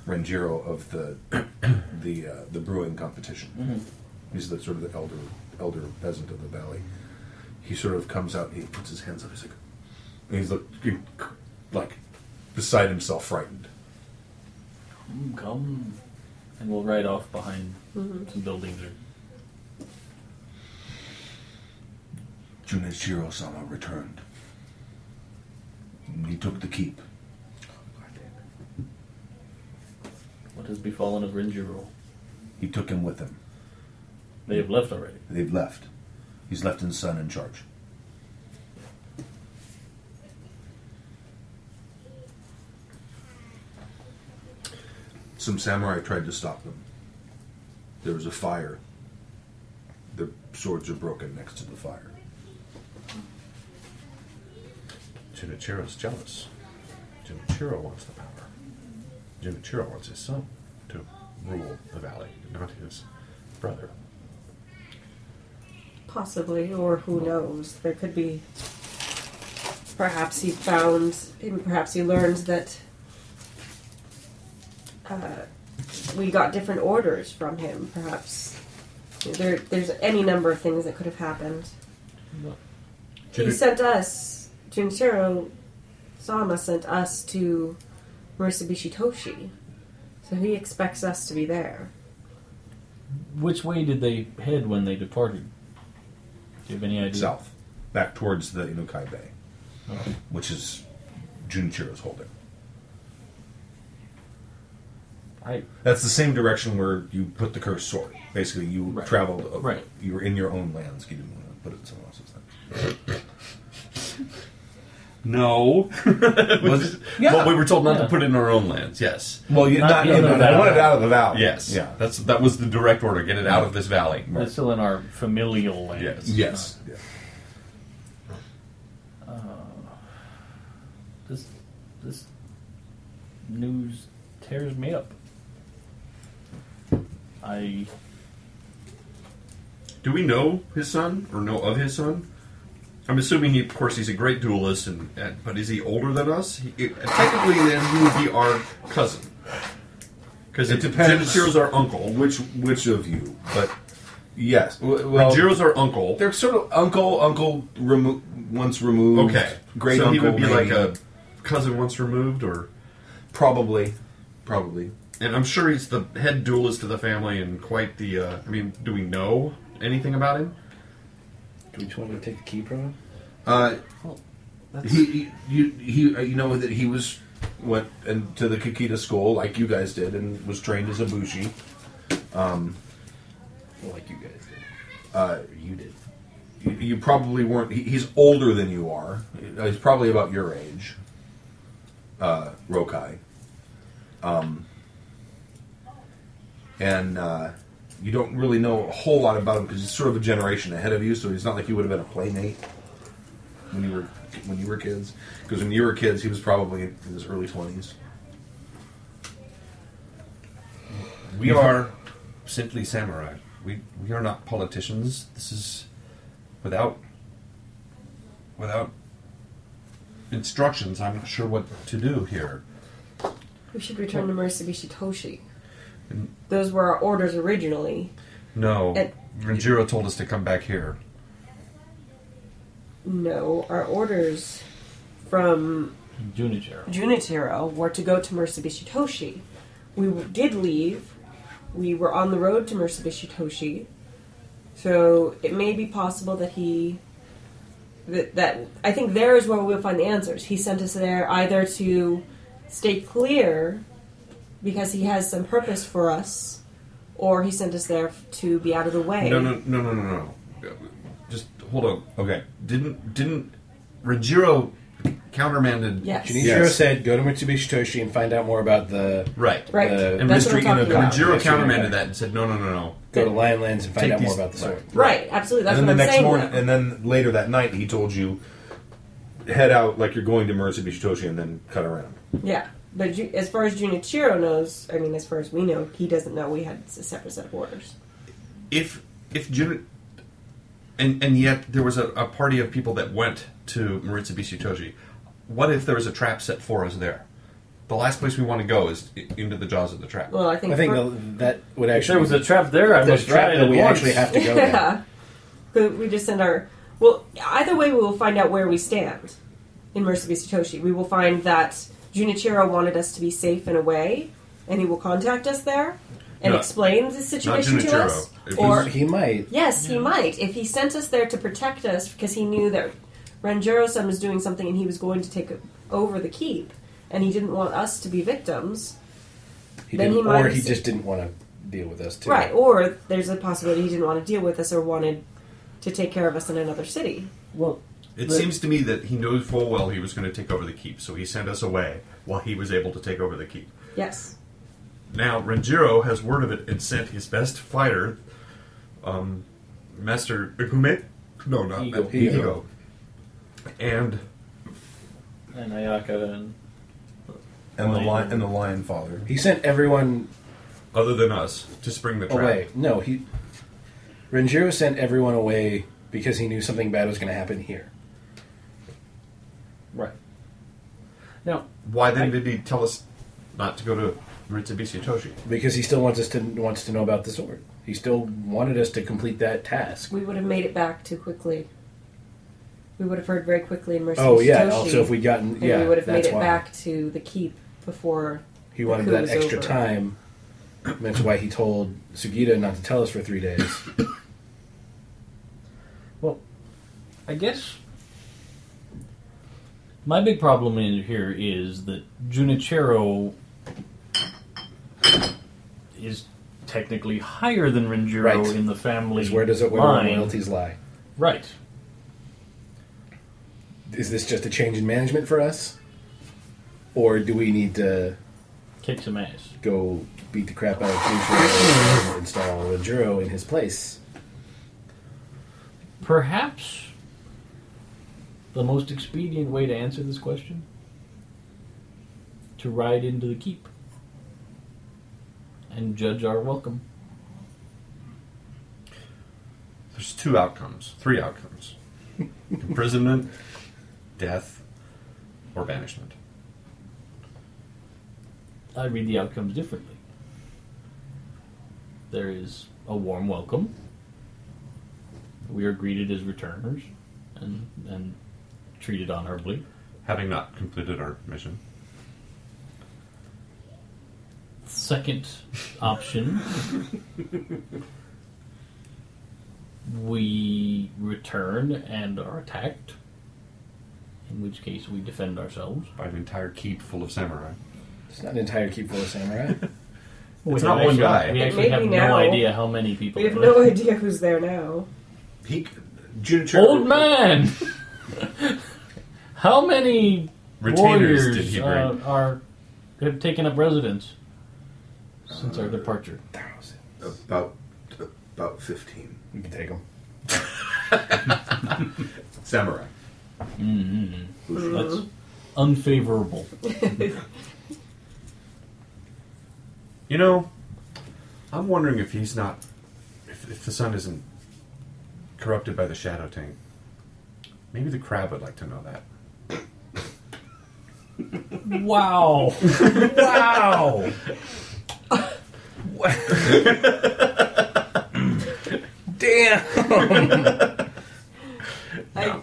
[SPEAKER 1] Ranjiro of the the uh, the brewing competition. He's the sort of the elder elder peasant of the valley he sort of comes out and he puts his hands up. He's like, and he's like, like beside himself, frightened.
[SPEAKER 4] Mm, Come, come. and we'll ride off behind some buildings or
[SPEAKER 1] Junichiro sama returned. He took the keep.
[SPEAKER 4] what has befallen of Rinjiro.
[SPEAKER 1] He took him with him.
[SPEAKER 4] They have left already.
[SPEAKER 1] They've left. He's left his son in charge. Some samurai tried to stop them. There was a fire. Their swords are broken next to the fire.
[SPEAKER 3] Junichiro's jealous. Junichiro wants the power. Junichiro wants his son to rule the valley, not his brother.
[SPEAKER 5] Possibly, or who knows? There could be. Perhaps he found, and perhaps he learns that uh, we got different orders from him. Perhaps there, there's any number of things that could have happened. He
[SPEAKER 3] Juni-
[SPEAKER 5] sent us, Junichiro Sama sent us to Murasubishi Toshi, so he expects us to be there.
[SPEAKER 4] Which way did they head when they departed? Do you have any idea?
[SPEAKER 1] South, back towards the Inukai Bay,
[SPEAKER 4] Okay.
[SPEAKER 1] which is Junichiro's holding.
[SPEAKER 4] I
[SPEAKER 1] That's the same direction where you put the cursed sword. Basically, you
[SPEAKER 4] Right.
[SPEAKER 1] traveled. uh,
[SPEAKER 4] Right.
[SPEAKER 1] You were in your own lands. You didn't want to put it in someone else's land.
[SPEAKER 3] No.
[SPEAKER 1] Was it? Yeah.
[SPEAKER 3] But we were told not
[SPEAKER 4] Yeah.
[SPEAKER 3] to put it in our own lands, yes.
[SPEAKER 1] Well, you
[SPEAKER 4] Not
[SPEAKER 1] not,
[SPEAKER 4] in
[SPEAKER 1] no,
[SPEAKER 4] the
[SPEAKER 1] no, no,
[SPEAKER 4] valley.
[SPEAKER 1] I want it out of the valley.
[SPEAKER 3] Yes.
[SPEAKER 1] Yeah.
[SPEAKER 3] That's that was the direct order. Get it out of this valley.
[SPEAKER 4] that's still in our familial land.
[SPEAKER 3] Yes.
[SPEAKER 1] yes. Yeah.
[SPEAKER 4] This this news tears me up. I
[SPEAKER 3] Do we know his son or know of his son? I'm assuming he, of course, he's a great duelist, and, and but is he older than us? He, it- technically, then he would be our cousin. Because it
[SPEAKER 1] depends.
[SPEAKER 3] Jiro's our uncle.
[SPEAKER 1] Which which of you? But yes. w- Well,
[SPEAKER 3] Jiro's our uncle.
[SPEAKER 1] they're sort of uncle uncle remo- once removed.
[SPEAKER 3] Okay,
[SPEAKER 1] Great
[SPEAKER 3] so
[SPEAKER 1] uncle.
[SPEAKER 3] he would be like
[SPEAKER 1] maybe.
[SPEAKER 3] a cousin once removed, or
[SPEAKER 1] probably probably.
[SPEAKER 3] and I'm sure he's the head duelist of the family and quite the. Uh, I mean, do we know anything about him?
[SPEAKER 2] Do we just want to take the key from him?
[SPEAKER 1] Uh, he, he you he uh, you know that he was went and to the Kikita school like you guys did and was trained as a Um, bushi.
[SPEAKER 2] Well, like you guys did.
[SPEAKER 1] Uh,
[SPEAKER 2] Or you did.
[SPEAKER 1] you, you probably weren't. He, he's older than you are. Uh, He's probably about your age. Uh, Rokai. Um, and uh, you don't really know a whole lot about him because he's sort of a generation ahead of you. So he's not like you would have been a playmate when you were when you were kids. Because when you were kids, he was probably in his early twenties.
[SPEAKER 3] We are simply samurai. We we are not politicians. This is without without instructions. I'm not sure what to do here.
[SPEAKER 5] We should return to Murasubishi Toshi. Those were our orders originally.
[SPEAKER 3] No,
[SPEAKER 5] And-
[SPEAKER 3] Renjiro told us to come back here.
[SPEAKER 5] No, our orders from
[SPEAKER 4] Junichiro.
[SPEAKER 5] Junichiro were to go to Murasubishi Toshi. We w- did leave. We were on the road to Murasubishi Toshi. So it may be possible that he. That, that I think there is where we'll find the answers. He sent us there either to stay clear because he has some purpose for us, or he sent us there f- to be out of the way.
[SPEAKER 3] No, no, no, no, no, no. Just hold on. Okay. Didn't didn't Renjiro countermanded?
[SPEAKER 5] Yes.
[SPEAKER 2] Junichiro said, go to Mitsubishi Toshi and find out more about the.
[SPEAKER 3] Right.
[SPEAKER 5] Right.
[SPEAKER 2] Uh,
[SPEAKER 5] That's what I'm
[SPEAKER 2] mystery in
[SPEAKER 5] talking
[SPEAKER 2] a
[SPEAKER 5] about.
[SPEAKER 2] country.
[SPEAKER 3] Renjiro countermanded that and said, no, no, no, no.
[SPEAKER 2] Go to Lionlands and find
[SPEAKER 3] Take
[SPEAKER 2] out more
[SPEAKER 3] these-
[SPEAKER 2] about the sword.
[SPEAKER 5] Right, absolutely. That's
[SPEAKER 1] and then
[SPEAKER 5] what
[SPEAKER 1] the
[SPEAKER 5] I'm
[SPEAKER 1] next
[SPEAKER 5] saying.
[SPEAKER 1] morning,
[SPEAKER 5] though.
[SPEAKER 1] and then later that night, he told you head out like you're going to Murasubishi Toshi and then cut around.
[SPEAKER 5] Yeah, but Ju- as far as Junichiro knows, I mean, as far as we know, he doesn't know we had a separate set of orders.
[SPEAKER 3] if if Jun and and yet there was a, a party of people that went to Maritsubishi Toji. What if there was a trap set for us there? The last place we want to go is i- into the jaws of the trap.
[SPEAKER 5] Well, I think
[SPEAKER 2] I think
[SPEAKER 5] fir-
[SPEAKER 2] the, that would
[SPEAKER 4] If there
[SPEAKER 2] actually.
[SPEAKER 4] was a trap there, I
[SPEAKER 2] there's
[SPEAKER 4] must
[SPEAKER 2] a
[SPEAKER 4] try
[SPEAKER 2] trap
[SPEAKER 4] it
[SPEAKER 2] that
[SPEAKER 4] at
[SPEAKER 2] we
[SPEAKER 4] once.
[SPEAKER 2] actually have to go there.
[SPEAKER 5] yeah, but we just send our. Well, either way, we will find out where we stand in Murasubishi Toshi. We will find that Junichiro wanted us to be safe and away, and he will contact us there, and
[SPEAKER 3] No.
[SPEAKER 5] explain the situation to
[SPEAKER 3] Junichiro.
[SPEAKER 5] us?
[SPEAKER 3] If
[SPEAKER 5] Or
[SPEAKER 2] he might.
[SPEAKER 5] yes, he might if he sent us there to protect us because he knew that Ranjiro-san was doing something and he was going to take over the keep, and he didn't want us to be victims.
[SPEAKER 2] He
[SPEAKER 5] Then
[SPEAKER 2] didn't,
[SPEAKER 5] he might
[SPEAKER 2] or
[SPEAKER 5] have
[SPEAKER 2] he
[SPEAKER 5] seen-
[SPEAKER 2] just didn't want to deal with us too.
[SPEAKER 5] Right, or there's a possibility he didn't want to deal with us or wanted to take care of us in another city.
[SPEAKER 10] Well,
[SPEAKER 3] It
[SPEAKER 10] But-
[SPEAKER 3] seems to me that he knows full well he was going to take over the keep, so he sent us away while he was able to take over the keep.
[SPEAKER 5] Yes.
[SPEAKER 3] Now, Renjiro has word of it and sent his best fighter, um, Master Ikume? No, not
[SPEAKER 10] Igo.
[SPEAKER 3] Igo. And
[SPEAKER 10] and Ayaka and
[SPEAKER 1] And the lion and the lion father.
[SPEAKER 2] He sent everyone
[SPEAKER 3] other than us to spring the trap.
[SPEAKER 2] away. No, he Renjiro sent everyone away because he knew something bad was going to happen here.
[SPEAKER 10] right. Now,
[SPEAKER 3] Why then did he tell us not to go to Mitsubishi Toshi?
[SPEAKER 2] Because he still wants us to wants to know about the sword. He still wanted us to complete that task.
[SPEAKER 5] We would have made it back too quickly. We would have heard very quickly in Mercy
[SPEAKER 2] Oh yeah.
[SPEAKER 5] Toshi,
[SPEAKER 2] Also, if we gotten
[SPEAKER 5] and
[SPEAKER 2] yeah,
[SPEAKER 5] we would have made
[SPEAKER 2] that's
[SPEAKER 5] it
[SPEAKER 2] why
[SPEAKER 5] back to the keep before.
[SPEAKER 2] he
[SPEAKER 5] the
[SPEAKER 2] wanted
[SPEAKER 5] coup
[SPEAKER 2] that
[SPEAKER 5] was
[SPEAKER 2] extra
[SPEAKER 5] over.
[SPEAKER 2] time. That's why he told Sugita not to tell us for three days.
[SPEAKER 4] Well, I guess my big problem in here is that Junichiro is technically higher than Renjiro
[SPEAKER 2] Right.
[SPEAKER 4] in the family
[SPEAKER 2] Is where does it where do
[SPEAKER 4] line.
[SPEAKER 2] royalties lie?
[SPEAKER 4] Right.
[SPEAKER 2] Is this just a change in management for us, or do we need to?
[SPEAKER 4] Kick some ass.
[SPEAKER 2] go beat the crap out of Jujiro and install Juro in his place.
[SPEAKER 4] Perhaps the most expedient way to answer this question to ride into the keep and judge our welcome.
[SPEAKER 3] There's two outcomes, three outcomes imprisonment, death, or banishment.
[SPEAKER 4] I read the outcomes differently. There is a warm welcome. We are greeted as returners and and treated honorably.
[SPEAKER 3] Having not completed our mission.
[SPEAKER 4] Second option we return and are attacked. In which case we defend ourselves.
[SPEAKER 3] by an entire keep full of samurai.
[SPEAKER 2] It's not an entire keep full of samurai.
[SPEAKER 3] It's
[SPEAKER 4] We
[SPEAKER 3] not
[SPEAKER 4] have
[SPEAKER 3] one
[SPEAKER 4] actually-
[SPEAKER 3] guy.
[SPEAKER 4] We
[SPEAKER 5] It
[SPEAKER 4] actually
[SPEAKER 5] may
[SPEAKER 4] have
[SPEAKER 5] be
[SPEAKER 4] no
[SPEAKER 5] now.
[SPEAKER 4] idea how many people
[SPEAKER 5] We have
[SPEAKER 4] are
[SPEAKER 5] no
[SPEAKER 4] left.
[SPEAKER 5] idea who's there now.
[SPEAKER 6] He, Junichiro,
[SPEAKER 4] Old man! how many
[SPEAKER 3] Retainers
[SPEAKER 4] warriors
[SPEAKER 3] did he bring?
[SPEAKER 4] uh, are have taken up residence since our departure.
[SPEAKER 7] About about fifteen.
[SPEAKER 2] We can take them.
[SPEAKER 3] samurai.
[SPEAKER 4] That's unfavorable.
[SPEAKER 3] You know, I'm wondering if he's not, if, if the sun isn't corrupted by the shadow tank. Maybe the crab would like to know that.
[SPEAKER 4] Wow! wow!
[SPEAKER 2] Damn!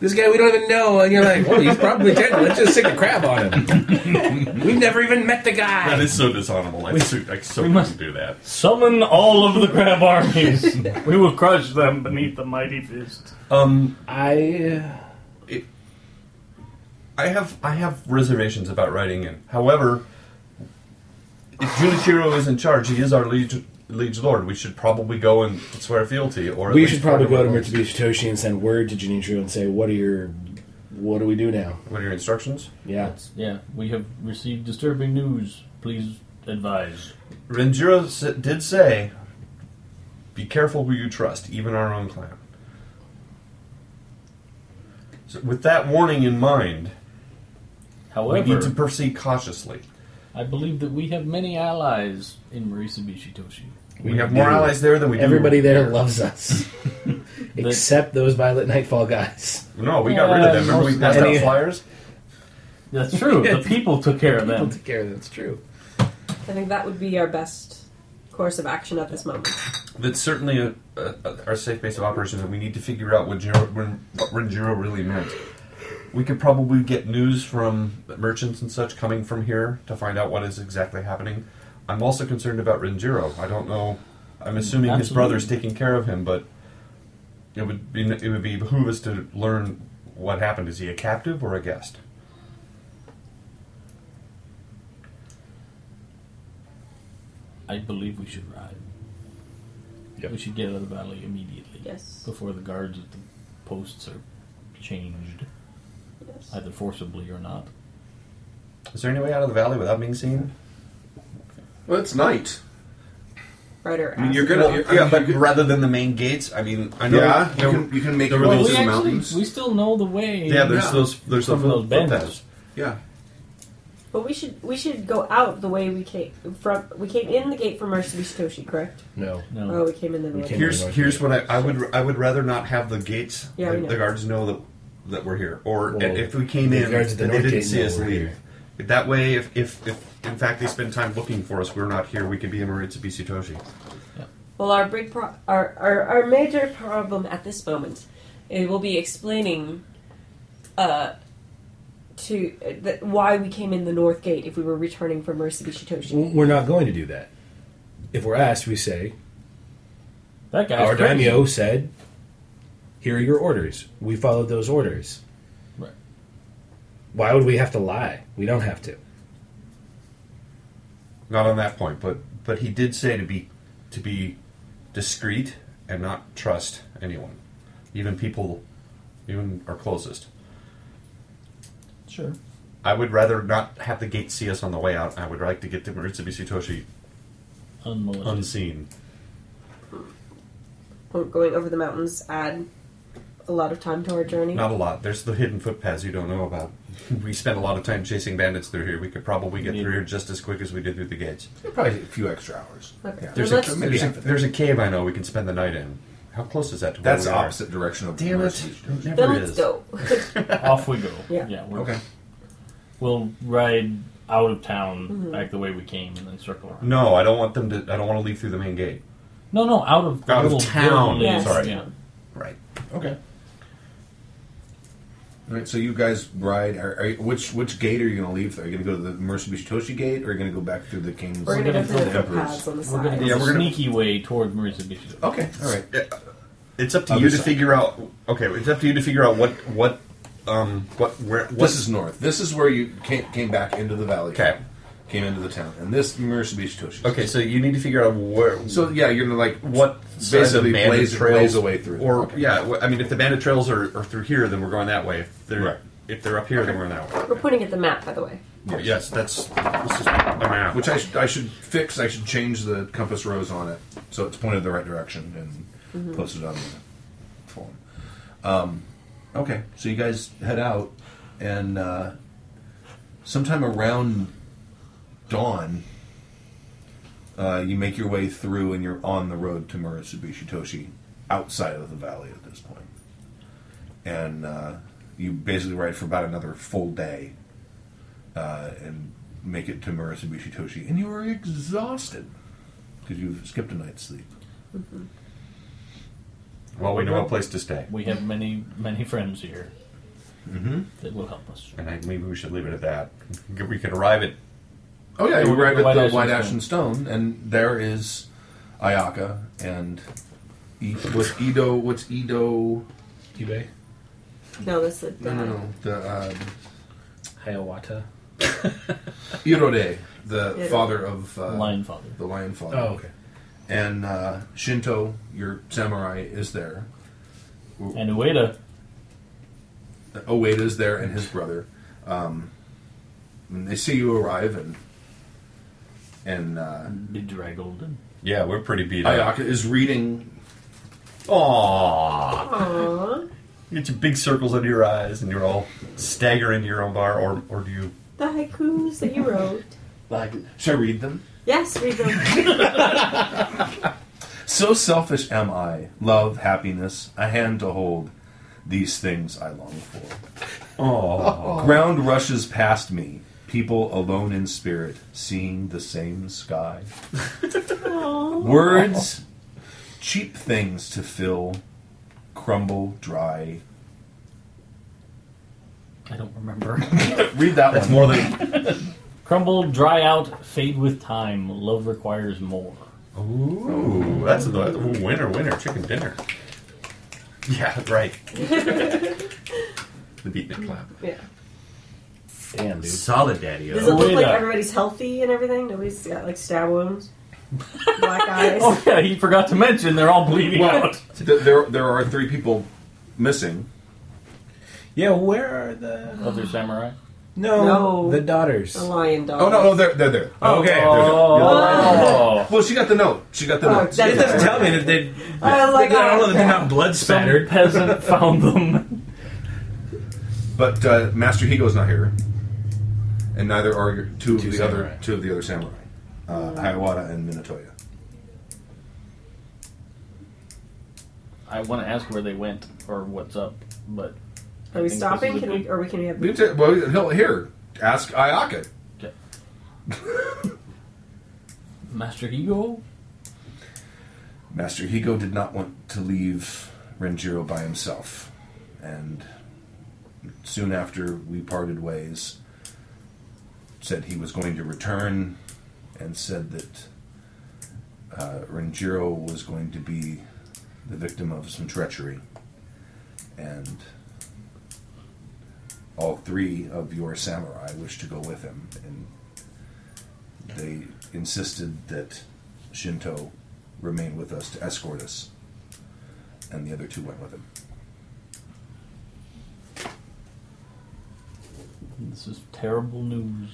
[SPEAKER 2] This guy we don't even know, and you're like, well, he's probably dead. Let's just stick a crab on him. We've never even met the
[SPEAKER 3] That
[SPEAKER 2] guy.
[SPEAKER 3] is so dishonorable. I, so, I so
[SPEAKER 4] we must-
[SPEAKER 3] couldn't do that.
[SPEAKER 4] Summon all of the crab armies. we will crush them beneath the mighty fist.
[SPEAKER 3] Um,
[SPEAKER 2] I
[SPEAKER 3] I have I have reservations about writing in. However, if Junichiro is in charge, he is our liege, liege lord. We should probably go and swear fealty. Or at
[SPEAKER 2] we
[SPEAKER 3] least
[SPEAKER 2] should probably
[SPEAKER 3] part
[SPEAKER 2] go
[SPEAKER 3] of
[SPEAKER 2] to
[SPEAKER 3] our-
[SPEAKER 2] Mitsubishi Toshi and send word to Junichiro and say, what are your, what do we do now?
[SPEAKER 3] What are your instructions?
[SPEAKER 2] Yeah,
[SPEAKER 4] Yeah, we have received disturbing news. Please advise.
[SPEAKER 3] Renjiro s- did say, "Be careful who you trust, even our own clan." So with that warning in mind,
[SPEAKER 4] However,
[SPEAKER 3] we need to proceed cautiously.
[SPEAKER 4] I believe that we have many allies in Marisabishitoshi. Toshi.
[SPEAKER 3] We, have more allies there than we do.
[SPEAKER 2] everybody there loves us, except those Violet Nightfall guys.
[SPEAKER 3] No, we got rid of them. Remember, we passed out
[SPEAKER 2] Any-
[SPEAKER 3] flyers.
[SPEAKER 4] That's true. the people took care of them.
[SPEAKER 2] Take care of them. It's true.
[SPEAKER 5] I think that would be our best course of action at this moment.
[SPEAKER 3] That's certainly a, a, a, our safe base of operations, and we need to figure out what, Jiro, when, what Renjiro really meant. We could probably get news from merchants and such coming from here to find out what is exactly happening. I'm also concerned about Renjiro. I don't know. I'm assuming his
[SPEAKER 4] Absolutely.
[SPEAKER 3] brother's taking care of him, but it would be it would be behoove us to learn what happened. Is he a captive or a guest?
[SPEAKER 4] I believe we should ride.
[SPEAKER 3] Yep.
[SPEAKER 4] We should get out of the valley immediately.
[SPEAKER 5] Yes.
[SPEAKER 4] Before the guards at the posts are changed,
[SPEAKER 5] Yes.
[SPEAKER 4] either forcibly or not.
[SPEAKER 3] Is there any way out of the valley without being seen?
[SPEAKER 17] Well, it's night.
[SPEAKER 5] Right or
[SPEAKER 17] I mean,
[SPEAKER 5] ass.
[SPEAKER 17] you're gonna. you're- I mean, you could-
[SPEAKER 3] rather than the main gates, I mean, I
[SPEAKER 17] yeah, you
[SPEAKER 3] there-
[SPEAKER 17] can, you can make
[SPEAKER 3] there
[SPEAKER 17] your
[SPEAKER 3] were
[SPEAKER 17] way
[SPEAKER 3] those-
[SPEAKER 17] through
[SPEAKER 4] we
[SPEAKER 17] the
[SPEAKER 4] actually
[SPEAKER 17] mountains.
[SPEAKER 4] we still know the way.
[SPEAKER 3] yeah, there's
[SPEAKER 17] Yeah.
[SPEAKER 3] those there's
[SPEAKER 4] From those
[SPEAKER 3] those
[SPEAKER 4] bandits.
[SPEAKER 3] footpaths.
[SPEAKER 17] yeah,
[SPEAKER 5] But we should we should go out the way we came from. We came in the gate from Marusabishitoshi, correct?
[SPEAKER 2] No.
[SPEAKER 4] No.
[SPEAKER 5] Oh, we came in the
[SPEAKER 2] We
[SPEAKER 5] north.
[SPEAKER 2] came-
[SPEAKER 3] Here's here's what I, I would I would rather not have the gates
[SPEAKER 5] Yeah,
[SPEAKER 3] the,
[SPEAKER 5] we know.
[SPEAKER 3] the guards know that that we're here or
[SPEAKER 2] Well,
[SPEAKER 3] if we came
[SPEAKER 2] the
[SPEAKER 3] in
[SPEAKER 2] guards at the
[SPEAKER 3] and they
[SPEAKER 2] north
[SPEAKER 3] didn't
[SPEAKER 2] gate
[SPEAKER 3] see
[SPEAKER 2] know
[SPEAKER 3] us
[SPEAKER 2] we're
[SPEAKER 3] leave.
[SPEAKER 2] here.
[SPEAKER 3] That way, if, if if in fact they spend time looking for us, we're not here. We could be in Maritsubi Toshi.
[SPEAKER 5] Well, our big pro- our, our our major problem at this moment, it will be explaining, uh, to uh, th- why we came in the north gate if we were returning from Marusabishitoshi.
[SPEAKER 2] W- We're not going to do that. If we're asked, we say,
[SPEAKER 4] that guy's
[SPEAKER 2] Our
[SPEAKER 4] crazy.
[SPEAKER 2] daimyo said, "Here are your orders. We followed those orders."
[SPEAKER 4] Right.
[SPEAKER 2] Why would we have to lie? We don't have to.
[SPEAKER 3] Not on that point, but but he did say to be to be discreet and not trust anyone, even people, even our closest.
[SPEAKER 4] Sure.
[SPEAKER 3] I would rather not have the gate see us on the way out. I would like to get to Maritsubi Toshi
[SPEAKER 4] Unmolested.
[SPEAKER 3] unseen.
[SPEAKER 5] Won't Going over the mountains add a lot of time to our journey.
[SPEAKER 3] Not a lot. There's the hidden footpaths you don't know about. We spent a lot of time chasing bandits through here. We could probably get through here just as quick as we did through the gates.
[SPEAKER 1] Probably a few extra hours.
[SPEAKER 5] Okay.
[SPEAKER 1] Yeah.
[SPEAKER 5] Well,
[SPEAKER 3] There's a,
[SPEAKER 5] let's-
[SPEAKER 3] there's, a, there's a cave I know we can spend the night in. How close is that to where
[SPEAKER 1] That's
[SPEAKER 3] we
[SPEAKER 1] the
[SPEAKER 3] are?
[SPEAKER 1] opposite direction of
[SPEAKER 3] Damn it!
[SPEAKER 1] Mercy
[SPEAKER 3] It
[SPEAKER 1] Beach.
[SPEAKER 5] then
[SPEAKER 3] never
[SPEAKER 5] let's
[SPEAKER 3] is.
[SPEAKER 5] go.
[SPEAKER 4] Off we go.
[SPEAKER 5] Yeah.
[SPEAKER 4] we're,
[SPEAKER 1] Okay.
[SPEAKER 4] We'll ride out of town
[SPEAKER 5] Mm-hmm.
[SPEAKER 4] back the way we came and then circle around.
[SPEAKER 3] No, I don't want them to. I don't want to leave through the main gate.
[SPEAKER 4] No, no, out of the
[SPEAKER 3] Out of
[SPEAKER 4] little
[SPEAKER 3] town,
[SPEAKER 4] village.
[SPEAKER 3] sorry.
[SPEAKER 4] Yeah.
[SPEAKER 3] Right.
[SPEAKER 1] Okay. All right, so you guys ride. Are, are, you- which which gate are you going to leave? Are you going to go to the Mitsubishi gate, or are you going to go back through the King's?
[SPEAKER 5] We're gonna go through the
[SPEAKER 1] Emperor's?
[SPEAKER 5] footpaths on the
[SPEAKER 4] We're gonna
[SPEAKER 5] side.
[SPEAKER 4] go
[SPEAKER 3] Yeah,
[SPEAKER 4] the
[SPEAKER 3] we're gonna-
[SPEAKER 4] sneaky way toward Marisa Beach.
[SPEAKER 1] Okay, all right.
[SPEAKER 3] It's up to
[SPEAKER 1] Other
[SPEAKER 3] you to
[SPEAKER 1] side.
[SPEAKER 3] figure out. Okay, it's up to you to figure out what what um what where what
[SPEAKER 1] This is north. This is where you came, came back into the valley.
[SPEAKER 3] Okay.
[SPEAKER 1] Came into the town, and this Mitsubishi Toshi.
[SPEAKER 3] Okay, so you need to figure out where.
[SPEAKER 1] So yeah, you're gonna like
[SPEAKER 3] what side of
[SPEAKER 1] basically
[SPEAKER 3] the bandit
[SPEAKER 1] blaze,
[SPEAKER 3] trails
[SPEAKER 1] blaze a way through.
[SPEAKER 3] Or
[SPEAKER 1] Okay.
[SPEAKER 3] yeah, wh- I mean, if the bandit trails are, are through here, then we're going that way. If they're
[SPEAKER 1] Right.
[SPEAKER 3] if they're up here, then we're that way.
[SPEAKER 5] We're pointing at the map, by the way.
[SPEAKER 3] Yes, that's this is a map.
[SPEAKER 1] Which I should I should fix. I should change the compass rose on it so it's pointed the right direction and post it on the form. Um, okay, so you guys head out, and uh, sometime around dawn, uh, you make your way through, and you're on the road to Murasubishi Toshi, outside of the valley at this point. And uh, you basically ride for about another full day uh, and make it to Murasubishi Toshi, and you are exhausted because you've skipped a night's sleep.
[SPEAKER 3] well, we know a place to stay,
[SPEAKER 4] We have many, many friends here that will help us.
[SPEAKER 3] and I, maybe we should leave it at that. We could arrive at
[SPEAKER 1] Oh yeah, you
[SPEAKER 4] we're
[SPEAKER 1] arrive
[SPEAKER 4] at the
[SPEAKER 1] at
[SPEAKER 4] White
[SPEAKER 1] the
[SPEAKER 4] Ash
[SPEAKER 1] White Ash
[SPEAKER 4] and
[SPEAKER 1] and Stone, and there is Ayaka and I- what's Ido? What's Ido?
[SPEAKER 2] Ibe,
[SPEAKER 5] No, that's the.
[SPEAKER 1] No, no, no. The um,
[SPEAKER 2] Hiawatha.
[SPEAKER 1] Irode, the
[SPEAKER 5] Iro.
[SPEAKER 1] father of uh,
[SPEAKER 4] Lion Father.
[SPEAKER 1] the Lion Father.
[SPEAKER 2] Oh, okay.
[SPEAKER 1] And uh, Shinto, your samurai, is there.
[SPEAKER 4] And Ueda.
[SPEAKER 1] Oeda's is there, and his brother. Um, and they see you arrive, and and uh,
[SPEAKER 4] bedraggled and
[SPEAKER 3] yeah, we're pretty beat up.
[SPEAKER 1] Ayaka is reading
[SPEAKER 3] Aww,
[SPEAKER 5] Aww,
[SPEAKER 3] you get your big circles under your eyes, and you're all staggering to your own bar, or or do you?
[SPEAKER 5] the haikus that you wrote.
[SPEAKER 1] Like, should I read them?
[SPEAKER 5] Yes, read them.
[SPEAKER 1] So selfish am I. Love, happiness, a hand to hold. These things I long for.
[SPEAKER 3] Oh,
[SPEAKER 1] Ground rushes past me. People alone in spirit, seeing the same sky.
[SPEAKER 5] Aww.
[SPEAKER 1] Words, cheap things to fill, crumble dry.
[SPEAKER 4] I don't remember.
[SPEAKER 1] Read that
[SPEAKER 3] that's
[SPEAKER 1] one.
[SPEAKER 3] more than
[SPEAKER 4] Crumble, dry out, fade with time. Love requires more.
[SPEAKER 3] Ooh, that's a that's a winner, winner, chicken dinner. Yeah, right. the beatnik clap.
[SPEAKER 5] Yeah.
[SPEAKER 2] Damn, dude.
[SPEAKER 3] Solid daddy.
[SPEAKER 5] Does it look
[SPEAKER 4] Wait
[SPEAKER 5] like
[SPEAKER 4] up.
[SPEAKER 5] everybody's healthy and everything? Nobody's got like stab wounds, black eyes.
[SPEAKER 4] Oh yeah, he forgot to mention they're all bleeding out.
[SPEAKER 1] Th- there, there are three people missing.
[SPEAKER 2] Yeah, where are the
[SPEAKER 4] Other samurai.
[SPEAKER 2] no,
[SPEAKER 5] No.
[SPEAKER 2] the daughters?
[SPEAKER 5] The lion dog.
[SPEAKER 1] Oh no, no, they're they're there.
[SPEAKER 2] Okay,
[SPEAKER 4] Oh,
[SPEAKER 1] Well, she got the note. She got the
[SPEAKER 5] Oh,
[SPEAKER 1] note.
[SPEAKER 5] that's-
[SPEAKER 2] it doesn't tell me that they.
[SPEAKER 5] I was like,
[SPEAKER 2] I don't know that they're
[SPEAKER 5] oh,
[SPEAKER 2] not blood
[SPEAKER 4] some
[SPEAKER 2] spattered.
[SPEAKER 4] peasant found them.
[SPEAKER 1] But uh, Master Higo's not here, and neither are your- two of
[SPEAKER 2] Two
[SPEAKER 1] the
[SPEAKER 2] samurai.
[SPEAKER 1] other two of the other samurai.
[SPEAKER 7] Uh, Hiawatha and Minatoya.
[SPEAKER 4] I want to ask where they went or what's up, but
[SPEAKER 5] Are
[SPEAKER 4] I
[SPEAKER 5] we
[SPEAKER 4] think
[SPEAKER 5] stopping?
[SPEAKER 4] this is a
[SPEAKER 5] Can we? Or we can we have?
[SPEAKER 1] You ta- Well, he'll- here, ask Ayaka.
[SPEAKER 4] Master Higo?
[SPEAKER 7] Master Higo did not want to leave Renjiro by himself, and soon after we parted ways, said he was going to return, and said that uh, Renjiro was going to be the victim of some treachery, and all three of your samurai wished to go with him, and they insisted that Shinto remain with us to escort us. And the other two went with him.
[SPEAKER 4] This is terrible news.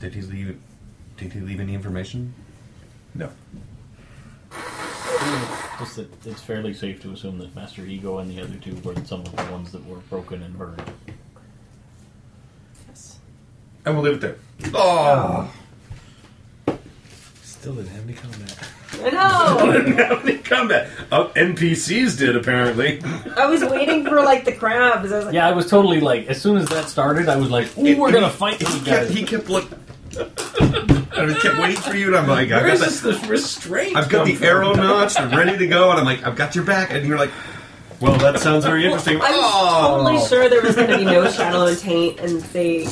[SPEAKER 3] Did he leave? Did he leave any information?
[SPEAKER 7] No.
[SPEAKER 4] Just that it's fairly safe to assume that Master Ego and the other two were some of the ones that were broken and burned.
[SPEAKER 1] And we'll leave it there.
[SPEAKER 2] Ah. Still didn't have any combat.
[SPEAKER 5] I know.
[SPEAKER 1] Combat.
[SPEAKER 3] Oh,
[SPEAKER 1] Uh, NPCs did apparently.
[SPEAKER 5] I was waiting for like the crabs. I was like,
[SPEAKER 4] Yeah, I was totally like, as soon as that started, I was like, ooh, we're gonna fight these guys.
[SPEAKER 3] he kept look. I just kept waiting for you, and I'm like,
[SPEAKER 2] Where
[SPEAKER 3] I've
[SPEAKER 2] is
[SPEAKER 3] got,
[SPEAKER 2] this,
[SPEAKER 3] the,
[SPEAKER 2] this restraint?
[SPEAKER 3] I've got the arrow notched and ready to go, and I'm like, I've got your back, and you're like, well, that sounds very interesting. Ah.
[SPEAKER 5] I was totally sure there was going to be no shadow and taint, and they.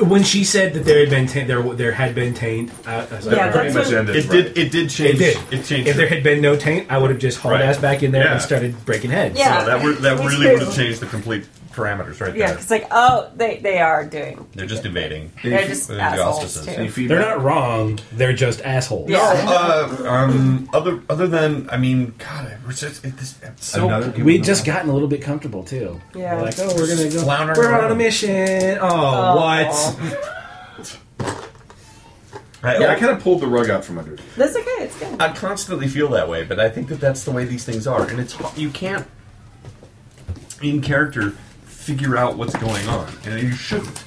[SPEAKER 2] When she said that there had been taint, there there had been taint, I, I was like,
[SPEAKER 5] Yeah,
[SPEAKER 2] all right.
[SPEAKER 5] that's what.
[SPEAKER 3] It did. It did
[SPEAKER 2] it
[SPEAKER 3] change.
[SPEAKER 2] did.
[SPEAKER 3] changed.
[SPEAKER 2] if there had been no taint, I would have just hauled
[SPEAKER 3] Right.
[SPEAKER 2] ass back in there
[SPEAKER 3] Yeah.
[SPEAKER 2] and started breaking heads.
[SPEAKER 5] Yeah,
[SPEAKER 3] So that were, that
[SPEAKER 5] me
[SPEAKER 3] really
[SPEAKER 5] too.
[SPEAKER 3] would have changed the complete parameters right
[SPEAKER 9] Yeah,
[SPEAKER 3] there.
[SPEAKER 9] because like, oh, they they are doing.
[SPEAKER 3] They're just evading.
[SPEAKER 9] They're just
[SPEAKER 3] Within the
[SPEAKER 9] assholes
[SPEAKER 3] auspices.
[SPEAKER 9] too.
[SPEAKER 7] Any
[SPEAKER 2] They're
[SPEAKER 7] feedback?
[SPEAKER 2] not wrong. They're just assholes.
[SPEAKER 9] Yeah.
[SPEAKER 3] Uh, um, other other than I mean, God, it was just it, this it's so
[SPEAKER 7] Another
[SPEAKER 2] We
[SPEAKER 7] given
[SPEAKER 2] would just gotten a little bit comfortable too.
[SPEAKER 5] Yeah.
[SPEAKER 2] We're like, oh, we're gonna go.
[SPEAKER 3] Flounder
[SPEAKER 2] we're on a
[SPEAKER 3] around.
[SPEAKER 2] mission. Oh, what?
[SPEAKER 3] I,
[SPEAKER 1] Yeah, I kind of pulled the rug out from under. it.
[SPEAKER 5] That's okay. It's good.
[SPEAKER 3] I constantly feel that way, but I think that that's the way these things are, and it's h- you can't in character figure out what's going on, and you shouldn't.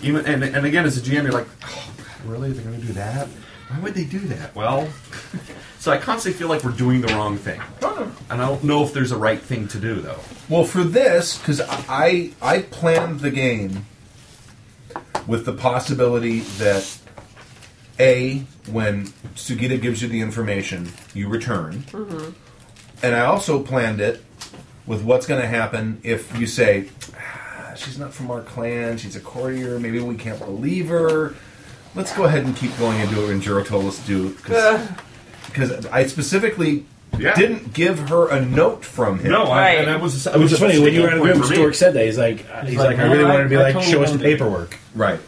[SPEAKER 3] Even and, and again, as a GM, you're like, oh, God, really? They're going to do that? Why would they do that? Well, so I constantly feel like we're doing the wrong thing, and I don't know if there's a right thing to do though.
[SPEAKER 1] Well, for this, because I I planned the game with the possibility that a when Sugita gives you the information, you return, and I also planned it with what's going to happen if you say "Ah, she's not from our clan, she's a courtier, maybe we can't believe her. Let's go ahead and keep going into it. And Juro told us to do because I specifically.
[SPEAKER 3] Yeah.
[SPEAKER 1] Didn't give her a note from him.
[SPEAKER 3] No, I,
[SPEAKER 9] Right.
[SPEAKER 3] and I was. I
[SPEAKER 2] It was
[SPEAKER 3] was
[SPEAKER 2] just
[SPEAKER 3] a
[SPEAKER 2] funny when you were at
[SPEAKER 3] sticking
[SPEAKER 2] room.
[SPEAKER 3] point for me.
[SPEAKER 2] Stork said that he's like, uh, he's, like,
[SPEAKER 4] like,
[SPEAKER 2] I really
[SPEAKER 4] no,
[SPEAKER 2] wanted to be
[SPEAKER 4] I- I
[SPEAKER 2] like,
[SPEAKER 4] totally
[SPEAKER 2] show us the
[SPEAKER 4] wanted to-
[SPEAKER 2] paperwork.
[SPEAKER 1] Right.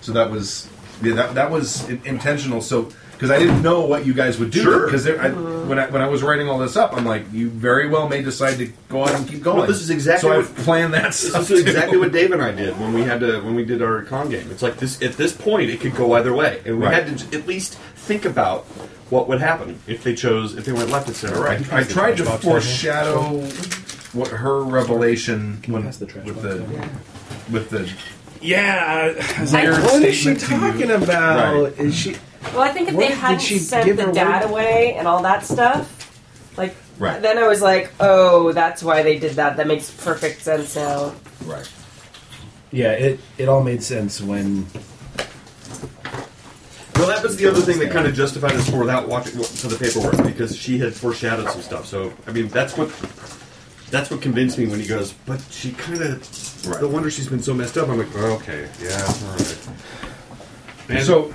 [SPEAKER 1] So that was yeah, that that was in- intentional. So because I didn't know what you guys would do
[SPEAKER 3] Sure.
[SPEAKER 1] because I when I when I was writing all this up, I'm like, you very well may decide to go on and keep going.
[SPEAKER 3] this is exactly
[SPEAKER 1] so
[SPEAKER 3] what-
[SPEAKER 1] I've planned that stuff.
[SPEAKER 3] This is
[SPEAKER 1] too.
[SPEAKER 3] exactly what Dave and I did when we had to when we did our con game. It's like this at this point it could go either way, and we
[SPEAKER 1] Right.
[SPEAKER 3] had to j- at least think about what would happen if they chose if they went left instead of right.
[SPEAKER 1] I, I tried to foreshadow what her revelation when
[SPEAKER 2] pass the trash
[SPEAKER 1] with
[SPEAKER 2] box
[SPEAKER 1] the
[SPEAKER 2] over?
[SPEAKER 1] with the
[SPEAKER 2] Yeah, uh, I was like,
[SPEAKER 1] Weird
[SPEAKER 2] what is she
[SPEAKER 1] statement to you.
[SPEAKER 2] talking about?
[SPEAKER 1] Right.
[SPEAKER 2] Is she?
[SPEAKER 5] Well, I think if
[SPEAKER 2] What
[SPEAKER 5] they
[SPEAKER 2] did
[SPEAKER 5] hadn't
[SPEAKER 2] she
[SPEAKER 5] sent
[SPEAKER 2] give
[SPEAKER 5] the
[SPEAKER 2] her
[SPEAKER 5] dad
[SPEAKER 2] word?
[SPEAKER 5] away and all that stuff, like
[SPEAKER 1] Right.
[SPEAKER 5] then I was like, oh, that's why they did that. That makes perfect sense now.
[SPEAKER 1] right.
[SPEAKER 2] Yeah, it it all made sense when.
[SPEAKER 3] Well, that was the other thing that kind of justified us for without watching for the paperwork because she had foreshadowed some stuff. So I mean, that's what
[SPEAKER 8] That's what convinced me when he goes, but she kind of. No wonder she's been so messed up. I'm like, oh,
[SPEAKER 6] Okay, yeah, all right.
[SPEAKER 1] So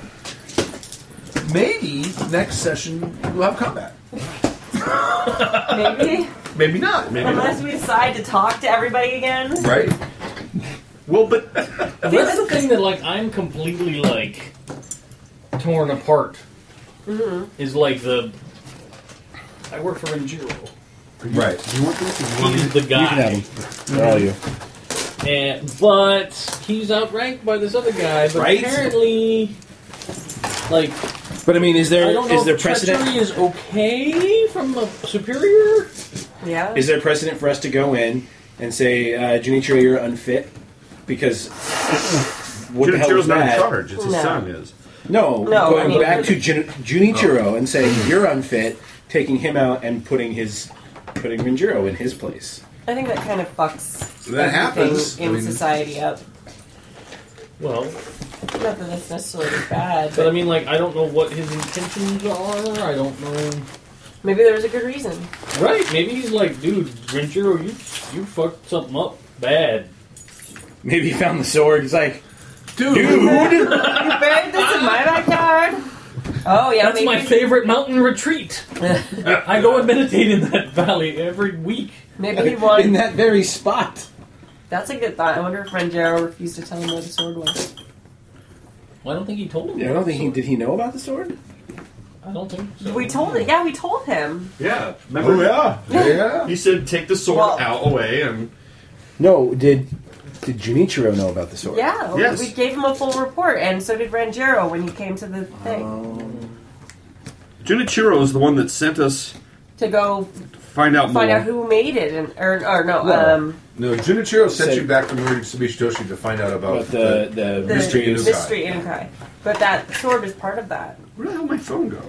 [SPEAKER 1] maybe next session we'll have combat.
[SPEAKER 5] Maybe.
[SPEAKER 1] Maybe not. Maybe
[SPEAKER 5] Unless we decide to talk to everybody again.
[SPEAKER 1] right.
[SPEAKER 8] well, but
[SPEAKER 4] That's the thing that like I'm completely like torn apart.
[SPEAKER 3] Mm-hmm.
[SPEAKER 4] Is like the I work for Renjiro.
[SPEAKER 1] Right.
[SPEAKER 8] you want this?
[SPEAKER 4] He's the guy.
[SPEAKER 7] All you.
[SPEAKER 4] And, but he's outranked by this other guy. But
[SPEAKER 1] Right?
[SPEAKER 4] apparently, like
[SPEAKER 2] But I mean, is
[SPEAKER 4] I
[SPEAKER 2] there
[SPEAKER 4] don't know
[SPEAKER 2] is
[SPEAKER 4] if
[SPEAKER 2] there precedent?
[SPEAKER 4] treachery is okay from a superior.
[SPEAKER 5] Yeah.
[SPEAKER 2] Is there precedent for us to go in and say, uh, Junichiro, you're unfit because what the hell was
[SPEAKER 3] Junichiro's not in
[SPEAKER 2] that?
[SPEAKER 3] charge. It's his
[SPEAKER 5] No.
[SPEAKER 3] son is.
[SPEAKER 2] No,
[SPEAKER 5] No,
[SPEAKER 2] going
[SPEAKER 5] I mean-
[SPEAKER 2] back to Jun- Junichiro and saying you're unfit, taking him out and putting his putting Renjiro in his place.
[SPEAKER 5] I think that kind of fucks
[SPEAKER 6] That
[SPEAKER 5] everything
[SPEAKER 6] happens.
[SPEAKER 5] in
[SPEAKER 6] I mean-
[SPEAKER 5] society up.
[SPEAKER 4] Well,
[SPEAKER 5] Not that that's necessarily bad,
[SPEAKER 4] but I
[SPEAKER 5] but
[SPEAKER 4] mean, like I don't know what his intentions are. I don't know.
[SPEAKER 5] maybe there was a good reason.
[SPEAKER 4] Right? Maybe he's like, dude, Renjiro, you you fucked something up bad.
[SPEAKER 2] Maybe he found the sword. He's like,
[SPEAKER 1] Dude,
[SPEAKER 5] You buried this in my backyard. Oh yeah,
[SPEAKER 4] That's
[SPEAKER 5] maybe.
[SPEAKER 4] my favorite mountain retreat. I go and meditate in that valley every week.
[SPEAKER 5] Maybe he
[SPEAKER 2] in
[SPEAKER 5] won.
[SPEAKER 2] that very spot.
[SPEAKER 5] That's a good thought. I wonder if Renjaro refused to tell him where the sword was.
[SPEAKER 4] Well, I don't think he told him.
[SPEAKER 2] I don't think he did. He know about the sword.
[SPEAKER 4] I don't think so.
[SPEAKER 5] We told it. Yeah, we told him.
[SPEAKER 3] Yeah.
[SPEAKER 4] Oh,
[SPEAKER 2] Oh,
[SPEAKER 3] Remember?
[SPEAKER 7] yeah.
[SPEAKER 3] He said, take the sword
[SPEAKER 5] Well-
[SPEAKER 3] out away and.
[SPEAKER 2] No, did did Junichiro know about the sword?
[SPEAKER 5] Yeah, we-
[SPEAKER 3] Yes.
[SPEAKER 5] we gave him a full report, and so did Ranjero when he came to the thing
[SPEAKER 3] Junichiro is the one that sent us
[SPEAKER 5] to go
[SPEAKER 3] to find out
[SPEAKER 5] find
[SPEAKER 3] more.
[SPEAKER 5] out who made it, and or, or no,
[SPEAKER 2] No.
[SPEAKER 5] um,
[SPEAKER 6] No, Junichiro sent
[SPEAKER 2] Say-
[SPEAKER 6] you back to Murishitoshi to find out about
[SPEAKER 3] uh,
[SPEAKER 2] But the the,
[SPEAKER 5] the
[SPEAKER 6] Mystery
[SPEAKER 5] mystery,
[SPEAKER 6] Inukai.
[SPEAKER 5] Inukai. But that sword was part of that,
[SPEAKER 3] Where the hell did my phone go?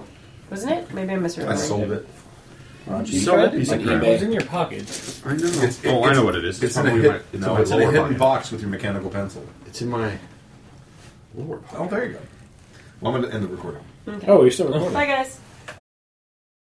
[SPEAKER 5] wasn't it? Maybe I'm misremembering.
[SPEAKER 6] I sold it.
[SPEAKER 3] You saw that piece of
[SPEAKER 2] on
[SPEAKER 3] crap.
[SPEAKER 4] It was
[SPEAKER 2] eBay.
[SPEAKER 4] in your pocket.
[SPEAKER 3] I know.
[SPEAKER 6] It's-
[SPEAKER 3] oh, I
[SPEAKER 6] it's-
[SPEAKER 3] know what it is.
[SPEAKER 6] It's in a,
[SPEAKER 3] probably
[SPEAKER 6] hid,
[SPEAKER 3] my-
[SPEAKER 6] it's
[SPEAKER 3] no,
[SPEAKER 6] a- it's in a
[SPEAKER 3] lower
[SPEAKER 6] hidden
[SPEAKER 3] pocket.
[SPEAKER 6] box with your mechanical pencil.
[SPEAKER 3] It's in my lower pocket.
[SPEAKER 6] Oh, there you go. Well, I'm going to end the recording.
[SPEAKER 2] Oh, you're still recording.
[SPEAKER 5] Bye guys.